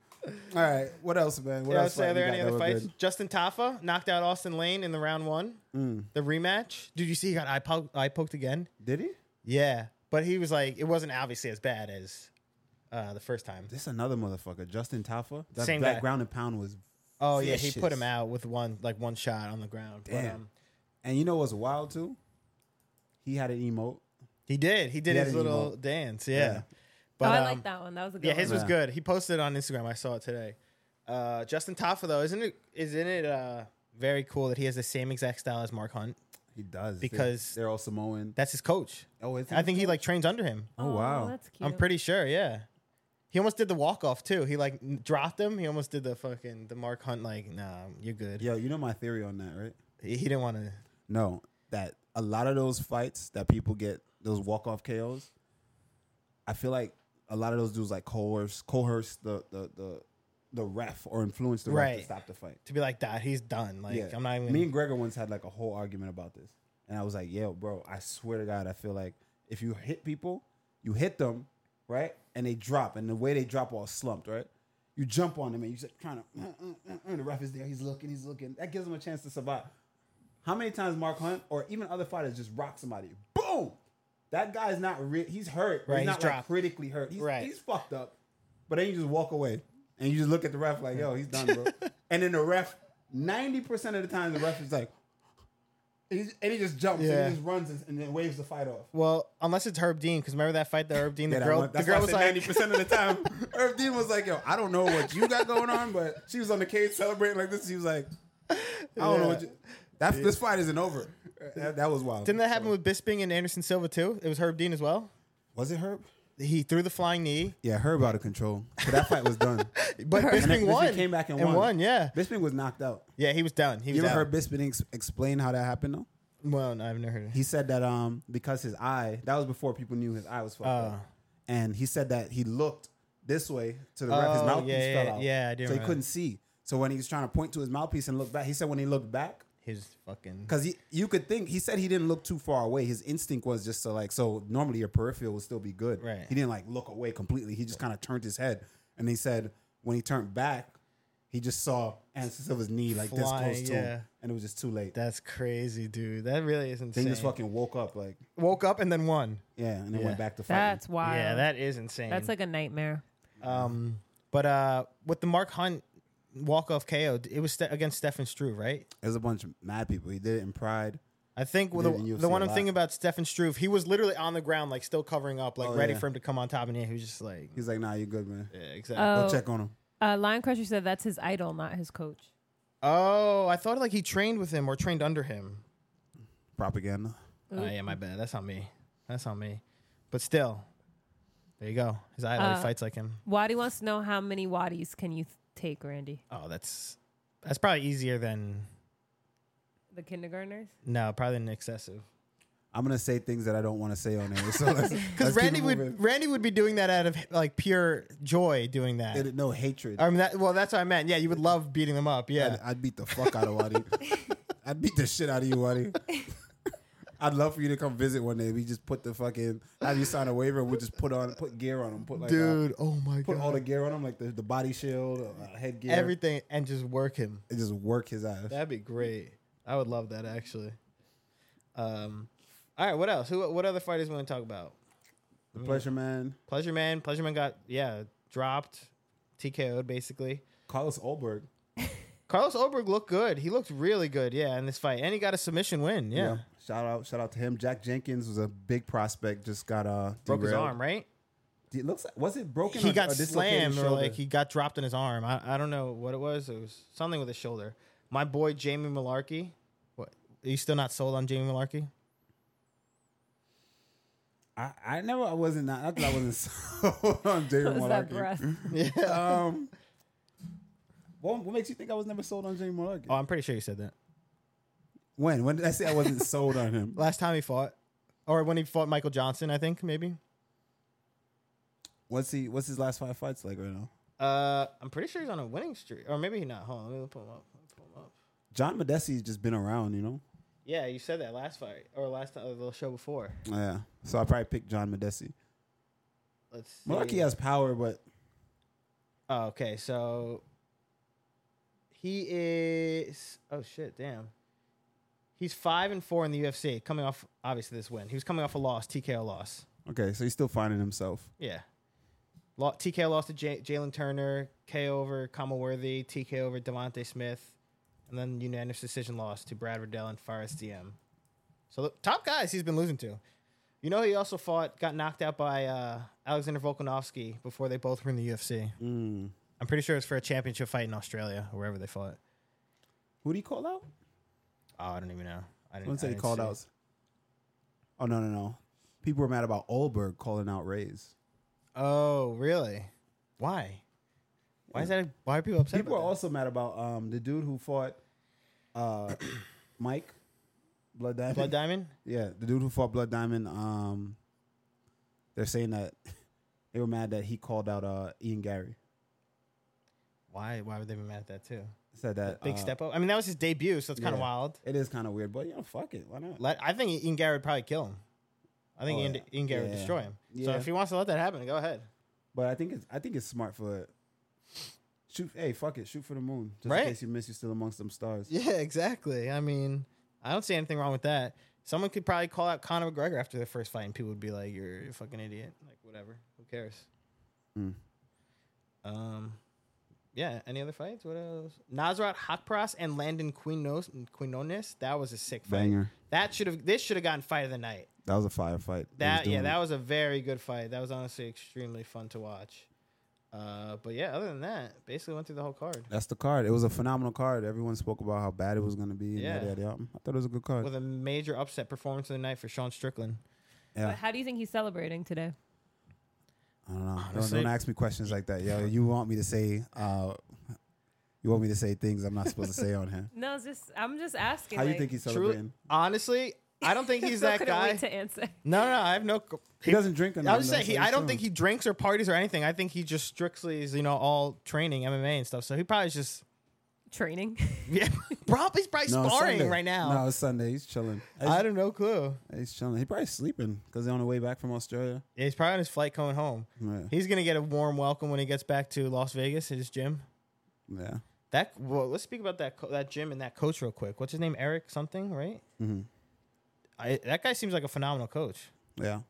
[SPEAKER 3] All right, what else, man? What
[SPEAKER 2] Yeah,
[SPEAKER 3] else?
[SPEAKER 2] so are
[SPEAKER 3] like,
[SPEAKER 2] there
[SPEAKER 3] we
[SPEAKER 2] any
[SPEAKER 3] got that
[SPEAKER 2] other
[SPEAKER 3] were
[SPEAKER 2] fights?
[SPEAKER 3] good?
[SPEAKER 2] Justin Taffa knocked out Austin Lane in the round one. The rematch. Did you see he got eye, po- eye poked again?
[SPEAKER 3] Did he?
[SPEAKER 2] Yeah, but he was like, it wasn't obviously as bad as uh, the first time.
[SPEAKER 3] This another motherfucker, Justin Tafa. That
[SPEAKER 2] Same
[SPEAKER 3] black
[SPEAKER 2] guy.
[SPEAKER 3] ground and pound was.
[SPEAKER 2] Oh yeah, he put
[SPEAKER 3] vicious.
[SPEAKER 2] him out with one like one shot on the ground. But,
[SPEAKER 3] Damn.
[SPEAKER 2] um,
[SPEAKER 3] and you know what's wild too? He had an emote.
[SPEAKER 2] he did. He did
[SPEAKER 3] He had
[SPEAKER 2] his
[SPEAKER 3] an
[SPEAKER 2] little
[SPEAKER 3] emote.
[SPEAKER 2] dance. Yeah.
[SPEAKER 3] Yeah.
[SPEAKER 2] But
[SPEAKER 4] oh, I
[SPEAKER 2] um,
[SPEAKER 4] like that one. That was a good
[SPEAKER 2] Yeah,
[SPEAKER 4] one.
[SPEAKER 2] his was
[SPEAKER 3] Yeah.
[SPEAKER 2] good. He posted it on Instagram. I saw it today. Uh, Justin Toffa though, isn't it? Isn't it uh, very cool that he has the same exact style as Mark Hunt?
[SPEAKER 3] He does They-
[SPEAKER 2] Because-
[SPEAKER 3] they're, all Samoan.
[SPEAKER 2] That's his coach.
[SPEAKER 3] Oh, is he?
[SPEAKER 2] I think he like trains under him.
[SPEAKER 3] Oh, wow.
[SPEAKER 4] that's cute.
[SPEAKER 2] I'm pretty sure. Yeah, he almost did the walk off too. He like n- dropped him. He almost did the fucking the Mark Hunt like, nah, you're good.
[SPEAKER 3] Yo, you know my theory on that, right?
[SPEAKER 2] He, he didn't want to.
[SPEAKER 3] No, that a lot of those fights that people get those walk off KOs. I feel like a lot of those dudes like coerce coerce the the the, the ref or influence the ref to
[SPEAKER 2] Right.
[SPEAKER 3] stop the fight.
[SPEAKER 2] To be like that, he's done. Like I'm not even.
[SPEAKER 3] Me and Gregor once had like a whole argument about this, and I was like, "Yo, bro, I swear to God, I feel like if you hit people, you hit them, right, and they drop, and the way they drop all slumped, right." You jump on them and you just trying to. Uh, uh, uh, uh, the ref is there. He's looking. He's looking. That gives him a chance to survive. How many times Mark Hunt or even other fighters just rock somebody? Boom. That guy's not. Re- he's hurt. but
[SPEAKER 2] Right,
[SPEAKER 3] He's
[SPEAKER 2] he's
[SPEAKER 3] not like
[SPEAKER 2] dropped.
[SPEAKER 3] critically hurt. He's,
[SPEAKER 2] Right.
[SPEAKER 3] he's fucked up. But then you just walk away and you just look at the ref like, yo, he's done, bro. and then the ref, 90% of the time, the ref is like, and he, and he just jumps
[SPEAKER 2] Yeah.
[SPEAKER 3] and he just runs and, and then waves the fight off.
[SPEAKER 2] well, unless it's Herb Dean, because remember that fight, the Herb Dean, the
[SPEAKER 3] Yeah, that
[SPEAKER 2] girl,
[SPEAKER 3] one-
[SPEAKER 2] the
[SPEAKER 3] that's
[SPEAKER 2] girl
[SPEAKER 3] why
[SPEAKER 2] was
[SPEAKER 3] I said
[SPEAKER 2] like,
[SPEAKER 3] 90% of the time. Irv Dean was like, yo, I don't know what you got going on, but she was on the cage celebrating like this. She was like, I don't know what you. That's, This fight isn't over. That, that was wild.
[SPEAKER 2] didn't that happen with Bisping and Anderson Silva too? It was Herb Dean as well.
[SPEAKER 3] Was it Herb?
[SPEAKER 2] He threw the flying knee,
[SPEAKER 3] Yeah, Herb out of control. But that fight was done.
[SPEAKER 2] but
[SPEAKER 3] And then
[SPEAKER 2] Bisping won.
[SPEAKER 3] came back and,
[SPEAKER 2] won. Yeah,
[SPEAKER 3] Bisping was knocked out.
[SPEAKER 2] yeah, he was down. He was
[SPEAKER 3] You ever
[SPEAKER 2] down.
[SPEAKER 3] heard Bisping ex- explain how that happened though?
[SPEAKER 2] Well, no, I've never heard. Of
[SPEAKER 3] He said that um because his eye that was before people knew his eye was fucked
[SPEAKER 2] Oh.
[SPEAKER 3] up, and he said that he looked this way to the ref, his
[SPEAKER 2] Oh,
[SPEAKER 3] mouthpiece
[SPEAKER 2] yeah,
[SPEAKER 3] fell
[SPEAKER 2] yeah,
[SPEAKER 3] out,
[SPEAKER 2] yeah, I do
[SPEAKER 3] so he
[SPEAKER 2] remember.
[SPEAKER 3] couldn't see. So when he was trying to point to his mouthpiece and look back, he said when he looked back,
[SPEAKER 2] his fucking.
[SPEAKER 3] because you could think he said he didn't look too far away. His instinct was just to like so normally your peripheral would still be good.
[SPEAKER 2] Right.
[SPEAKER 3] He didn't like look away completely. He just kind of turned his head, and he said when he turned back, he just saw Anderson Silva's knee like
[SPEAKER 2] Flying,
[SPEAKER 3] this close to
[SPEAKER 2] yeah.
[SPEAKER 3] him, and it was just too late.
[SPEAKER 2] That's crazy, dude. That really is
[SPEAKER 3] then
[SPEAKER 2] insane.
[SPEAKER 3] he just fucking woke up like
[SPEAKER 2] woke up and then won.
[SPEAKER 3] yeah, and then
[SPEAKER 2] Yeah.
[SPEAKER 3] went back to fighting.
[SPEAKER 4] That's wild.
[SPEAKER 2] Yeah, that is insane.
[SPEAKER 4] that's like a nightmare.
[SPEAKER 2] um, but uh, with the Mark Hunt walk off KO, it was ste- against Stefan Struve, right?
[SPEAKER 3] There's a bunch of mad people. He did it in Pride.
[SPEAKER 2] I think
[SPEAKER 3] did it in
[SPEAKER 2] the,
[SPEAKER 3] UFC
[SPEAKER 2] the one
[SPEAKER 3] a
[SPEAKER 2] I'm
[SPEAKER 3] lot.
[SPEAKER 2] thinking about, Stefan Struve, he was literally on the ground, like still covering up, like
[SPEAKER 3] Oh,
[SPEAKER 2] ready
[SPEAKER 3] yeah.
[SPEAKER 2] for him to come on top, and yeah, he was just like,
[SPEAKER 3] He's like, nah, you good, man.
[SPEAKER 2] yeah, exactly.
[SPEAKER 4] Oh,
[SPEAKER 3] Go check on him.
[SPEAKER 4] uh, Lion Crusher said that's his idol, not his coach.
[SPEAKER 2] oh, I thought like he trained with him or trained under him.
[SPEAKER 3] Propaganda.
[SPEAKER 2] Oh yeah, my bad. That's on me. That's on me. But still, there you go. His idol he
[SPEAKER 4] Uh,
[SPEAKER 2] fights like him.
[SPEAKER 4] Waddy wants to know how many waddies can you th- take, Randy?
[SPEAKER 2] Oh, that's that's probably easier than
[SPEAKER 4] The kindergartners.
[SPEAKER 2] no, probably than excessive.
[SPEAKER 3] I'm gonna say things that I don't want to say on air. So because
[SPEAKER 2] Because Randy would Randy would be doing that out of like pure joy, doing that.
[SPEAKER 3] no hatred.
[SPEAKER 2] I mean, that, well, that's what I meant. Yeah, you would love beating them up. Yeah,
[SPEAKER 3] I'd, I'd beat the fuck out of Wadi. I'd beat the shit out of you, Wadi. I'd love for you to come visit one day. We just put the fucking have you sign a waiver. and We'll just put on put gear on him. Put like uh,
[SPEAKER 2] dude. oh my
[SPEAKER 3] put
[SPEAKER 2] god,
[SPEAKER 3] all the gear on him, like the, the body shield, uh, headgear, everything.
[SPEAKER 2] everything, and just work him.
[SPEAKER 3] And just work his ass.
[SPEAKER 2] That'd be great. I would love that actually. Um, all right, what else? Who? What other fighters want to talk about?
[SPEAKER 3] the pleasure man,
[SPEAKER 2] Pleasure Man. Pleasure Man got yeah dropped, TKO'd basically.
[SPEAKER 3] Carlos Olberg.
[SPEAKER 2] Carlos Oberg looked good. He looked really good. Yeah, in this fight, and he got a submission win. Yeah,
[SPEAKER 3] Shout out, shout out to him. Jack Jenkins was a big prospect. Just got uh
[SPEAKER 2] broke his
[SPEAKER 3] derailed.
[SPEAKER 2] arm, right?
[SPEAKER 3] It looks like was it broken?
[SPEAKER 2] he
[SPEAKER 3] or-
[SPEAKER 2] got
[SPEAKER 3] or dislocated
[SPEAKER 2] slammed or
[SPEAKER 3] shoulder?
[SPEAKER 2] like he got dropped in his arm. I, I don't know what it was. It was something with his shoulder. My boy Jamie Malarkey. What? Are you still not sold on Jamie Malarkey?
[SPEAKER 3] I, I never. I wasn't. Not, not that I wasn't. sold on Jamie
[SPEAKER 4] What was that
[SPEAKER 3] Malarkey.
[SPEAKER 4] breath?
[SPEAKER 2] Mm-hmm. Yeah.
[SPEAKER 3] Um, what, what makes you think I was never sold on Jamie Malarkey?
[SPEAKER 2] Oh, I'm pretty sure you said that
[SPEAKER 3] Uh, when? When did I say I wasn't sold on him?
[SPEAKER 2] last time he fought, or when he fought Michael Johnson. I think maybe.
[SPEAKER 3] What's he? What's his last five fights like right now?
[SPEAKER 2] Uh, I'm pretty sure he's on a winning streak, or maybe he not. Hold on, let me pull him up. Let me pull him up.
[SPEAKER 3] John Medesi's just been around, you know.
[SPEAKER 2] Yeah, you said that last fight or last uh, little show before.
[SPEAKER 3] Yeah. So I probably picked John Medesi.
[SPEAKER 2] Let's. See.
[SPEAKER 3] Malarkey has power, but
[SPEAKER 2] Oh, okay, so he is. Oh shit! Damn, he's five and four in the UFC, coming off obviously this win. He was coming off a loss, TKO loss.
[SPEAKER 3] okay. So he's still finding himself.
[SPEAKER 2] Yeah, Lo- TKO lost to J- Jalen Turner, KO over Kamal Worthy, TKO over Devontae Smith, and then unanimous decision loss to Brad Riddell and Faris DM. So the top guys he's been losing to. You know, he also fought, got knocked out by uh, Alexander Volkanovski before they both were in the UFC.
[SPEAKER 3] Mm.
[SPEAKER 2] I'm pretty sure it's for a championship fight in Australia or wherever they fought.
[SPEAKER 3] Who do you call out?
[SPEAKER 2] Oh, I don't even know. I didn't.
[SPEAKER 3] Someone
[SPEAKER 2] I
[SPEAKER 3] said he
[SPEAKER 2] didn't
[SPEAKER 3] called
[SPEAKER 2] see.
[SPEAKER 3] out. Oh no no no! People were mad about Olberg calling out Rays.
[SPEAKER 2] Oh, really? Why? Why is that? Why are people upset?
[SPEAKER 3] People are
[SPEAKER 2] about that?
[SPEAKER 3] also mad about um the dude who fought uh Mike Blood Diamond.
[SPEAKER 2] Blood Diamond.
[SPEAKER 3] yeah, the dude who fought Blood Diamond. Um, they're saying that they were mad that he called out uh Ian Gary.
[SPEAKER 2] Why? Why would they be mad at that too?
[SPEAKER 3] Said that
[SPEAKER 2] Big
[SPEAKER 3] uh,
[SPEAKER 2] step up. I mean, that was his debut, so it's kind of
[SPEAKER 3] yeah.
[SPEAKER 2] wild.
[SPEAKER 3] It is kind of weird, but you know, fuck it. Why not?
[SPEAKER 2] Let, I think Ian Garrett would probably kill him. I think
[SPEAKER 3] Oh,
[SPEAKER 2] Ian,
[SPEAKER 3] yeah.
[SPEAKER 2] Ian Garrett would
[SPEAKER 3] Yeah.
[SPEAKER 2] destroy him. So
[SPEAKER 3] Yeah.
[SPEAKER 2] if he wants to let that happen, go ahead.
[SPEAKER 3] But I think it's I think it's smart for shoot. Hey, fuck it, shoot for the moon. Just
[SPEAKER 2] Right?
[SPEAKER 3] in case you miss, you're still amongst them stars.
[SPEAKER 2] Yeah, exactly. I mean, I don't see anything wrong with that. Someone could probably call out Conor McGregor after their first fight, and people would be like, "You're a fucking idiot." Like, whatever. Who cares?
[SPEAKER 3] Mm.
[SPEAKER 2] Um, yeah. Any other fights? What else? Nasrat Hakpras and Landon Quinones. Quinones. That was a sick fight.
[SPEAKER 3] Banger.
[SPEAKER 2] That should have. This should have gotten fight of the night.
[SPEAKER 3] That was a fire fight. They was
[SPEAKER 2] That yeah.
[SPEAKER 3] doing
[SPEAKER 2] That
[SPEAKER 3] it.
[SPEAKER 2] was a very good fight. That was honestly extremely fun to watch. Uh, but yeah. Other than that, basically went through the whole card.
[SPEAKER 3] That's the card. It was a phenomenal card. Everyone spoke about how bad it was going to be. and
[SPEAKER 2] Yeah.
[SPEAKER 3] yada, yada, yada. I thought it was a good card.
[SPEAKER 2] With a major upset performance of the night for Sean Strickland.
[SPEAKER 3] Yeah.
[SPEAKER 4] But how do you think he's celebrating today?
[SPEAKER 3] I don't know. Don't,
[SPEAKER 2] Honestly-
[SPEAKER 3] don't ask me questions like that, yo. You want me to say, uh, you want me to say things I'm not supposed to say on him.
[SPEAKER 4] No, it's just I'm just asking.
[SPEAKER 3] How you
[SPEAKER 4] like-
[SPEAKER 3] think he's
[SPEAKER 2] Truly-
[SPEAKER 3] celebrating?
[SPEAKER 2] honestly, I don't think he's
[SPEAKER 4] So
[SPEAKER 2] that
[SPEAKER 4] couldn't
[SPEAKER 2] guy.
[SPEAKER 4] Wait to answer.
[SPEAKER 2] no, no, no, I have no.
[SPEAKER 3] He doesn't drink or
[SPEAKER 2] I
[SPEAKER 3] nothing,
[SPEAKER 2] was
[SPEAKER 3] though,
[SPEAKER 2] saying he.
[SPEAKER 3] so he's
[SPEAKER 2] I don't
[SPEAKER 3] chilling.
[SPEAKER 2] think he drinks or parties or anything. I think he just strictly is you know all training MMA and stuff. So he probably is just
[SPEAKER 4] Training.
[SPEAKER 2] yeah. probably he's probably
[SPEAKER 3] No, it's
[SPEAKER 2] sparring
[SPEAKER 3] Sunday.
[SPEAKER 2] right
[SPEAKER 3] No,
[SPEAKER 2] now.
[SPEAKER 3] it's Sunday. He's chilling.
[SPEAKER 2] I don't know clue.
[SPEAKER 3] He's chilling. He probably sleeping because they're on the way back from Australia.
[SPEAKER 2] Yeah, he's probably on his flight coming home.
[SPEAKER 3] Yeah.
[SPEAKER 2] He's gonna get a warm welcome when he gets back to Las Vegas, his gym.
[SPEAKER 3] yeah.
[SPEAKER 2] That well, let's speak about that co- that gym and that coach real quick. What's his name? Eric something, right?
[SPEAKER 3] Mm-hmm.
[SPEAKER 2] I, that guy seems like a phenomenal coach.
[SPEAKER 3] Yeah.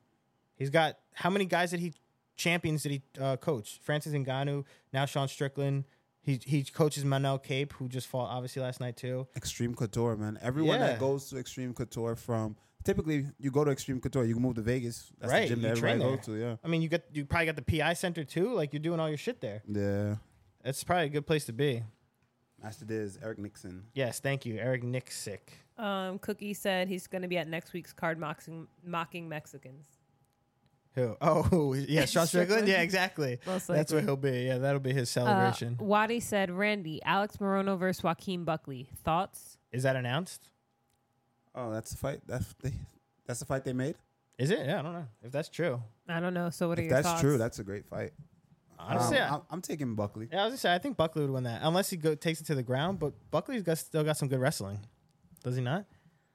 [SPEAKER 2] He's got how many guys did he champions did he uh, coach? Francis Ngannou, now Sean Strickland. He he coaches Manel Cape, who just fought obviously last night too.
[SPEAKER 3] Extreme Couture, man. Everyone
[SPEAKER 2] Yeah.
[SPEAKER 3] that goes to Extreme Couture from typically you go to Extreme Couture, you can move to Vegas. That's
[SPEAKER 2] Right,
[SPEAKER 3] the gym
[SPEAKER 2] you
[SPEAKER 3] that
[SPEAKER 2] train
[SPEAKER 3] everybody goes to. Yeah.
[SPEAKER 2] I mean, you got you probably got the PI center too. Like you're doing all your shit there.
[SPEAKER 3] Yeah.
[SPEAKER 2] That's probably a good place to be.
[SPEAKER 3] Master Diz, Eric Nixon.
[SPEAKER 2] Yes, thank you, Eric Nixick.
[SPEAKER 4] Um, Cookie said he's going to be at next week's card mocking, mocking Mexicans.
[SPEAKER 2] Who? Oh, yeah, Sean Strickland.
[SPEAKER 4] Strickland.
[SPEAKER 2] Yeah, exactly.
[SPEAKER 4] Most
[SPEAKER 2] That's
[SPEAKER 4] likely.
[SPEAKER 2] what he'll be. Yeah, that'll be his
[SPEAKER 4] Uh,
[SPEAKER 2] celebration.
[SPEAKER 4] Wadi said, Randy, Alex Morono versus Joaquin Buckley. Thoughts?
[SPEAKER 2] Is that announced?
[SPEAKER 3] Oh, that's the fight. That's the, that's the fight they made.
[SPEAKER 2] Is it? Yeah, I don't know if that's true.
[SPEAKER 4] I don't know. So what are
[SPEAKER 3] If
[SPEAKER 4] your
[SPEAKER 3] that's
[SPEAKER 4] thoughts?
[SPEAKER 3] true. That's a great fight.
[SPEAKER 2] Honestly,
[SPEAKER 3] Um,
[SPEAKER 2] I-
[SPEAKER 3] I'm, I'm taking Buckley.
[SPEAKER 2] Yeah, I was gonna say I think Buckley would win that unless he go, takes it to the ground. But Buckley's got still got some good wrestling, does he not?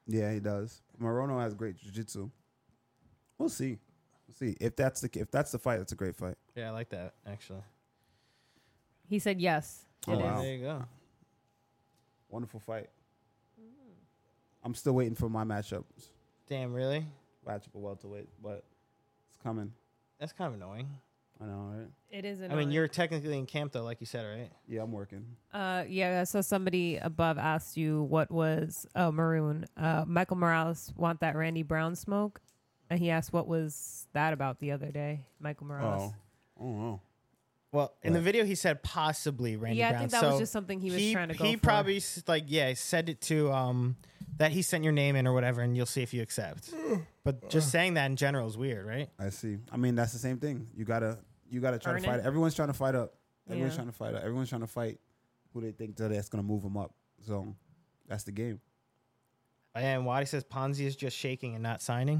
[SPEAKER 3] Yeah, he does. Morono has great jiu-jitsu. We'll see. We'll see if that's the if that's the fight. It's a great fight.
[SPEAKER 2] Yeah, I like that actually.
[SPEAKER 4] he said yes.
[SPEAKER 3] Oh,
[SPEAKER 4] It is.
[SPEAKER 3] wow.
[SPEAKER 2] There you go.
[SPEAKER 3] Wonderful fight.
[SPEAKER 4] Mm.
[SPEAKER 3] I'm still waiting for my matchup.
[SPEAKER 2] Damn, really?
[SPEAKER 3] Matchup of welterweight, but it's coming.
[SPEAKER 2] That's kind of annoying.
[SPEAKER 3] I know, right?
[SPEAKER 4] It is.
[SPEAKER 2] I mean,
[SPEAKER 4] annoying.
[SPEAKER 2] you're technically in camp though, like you said, right?
[SPEAKER 3] Yeah, I'm working.
[SPEAKER 4] Uh, yeah. So somebody above asked you what was oh maroon. Uh, Michael Morales want that Randy Brown smoke, and he asked what was that about the other day. Michael Morales.
[SPEAKER 3] Oh, no.
[SPEAKER 2] Well, in the
[SPEAKER 3] Right.
[SPEAKER 2] video, he said possibly Randy
[SPEAKER 4] yeah,
[SPEAKER 2] Brown.
[SPEAKER 4] I think that
[SPEAKER 2] so
[SPEAKER 4] was just something he was trying to go.
[SPEAKER 2] He
[SPEAKER 4] for.
[SPEAKER 2] probably s- like yeah said it to um that he sent your name in or whatever, and you'll see if you accept. but just saying that in general is weird, right?
[SPEAKER 3] I see. I mean, that's the same thing. You gotta, you gotta try
[SPEAKER 4] Earn
[SPEAKER 3] to fight.
[SPEAKER 4] it.
[SPEAKER 3] It. Everyone's trying to fight up. Everyone's
[SPEAKER 4] Yeah.
[SPEAKER 3] trying to fight up. Everyone's trying to fight who they think that that's gonna move them up. So that's the game.
[SPEAKER 2] And Wadi says Ponzi is just shaking and not signing.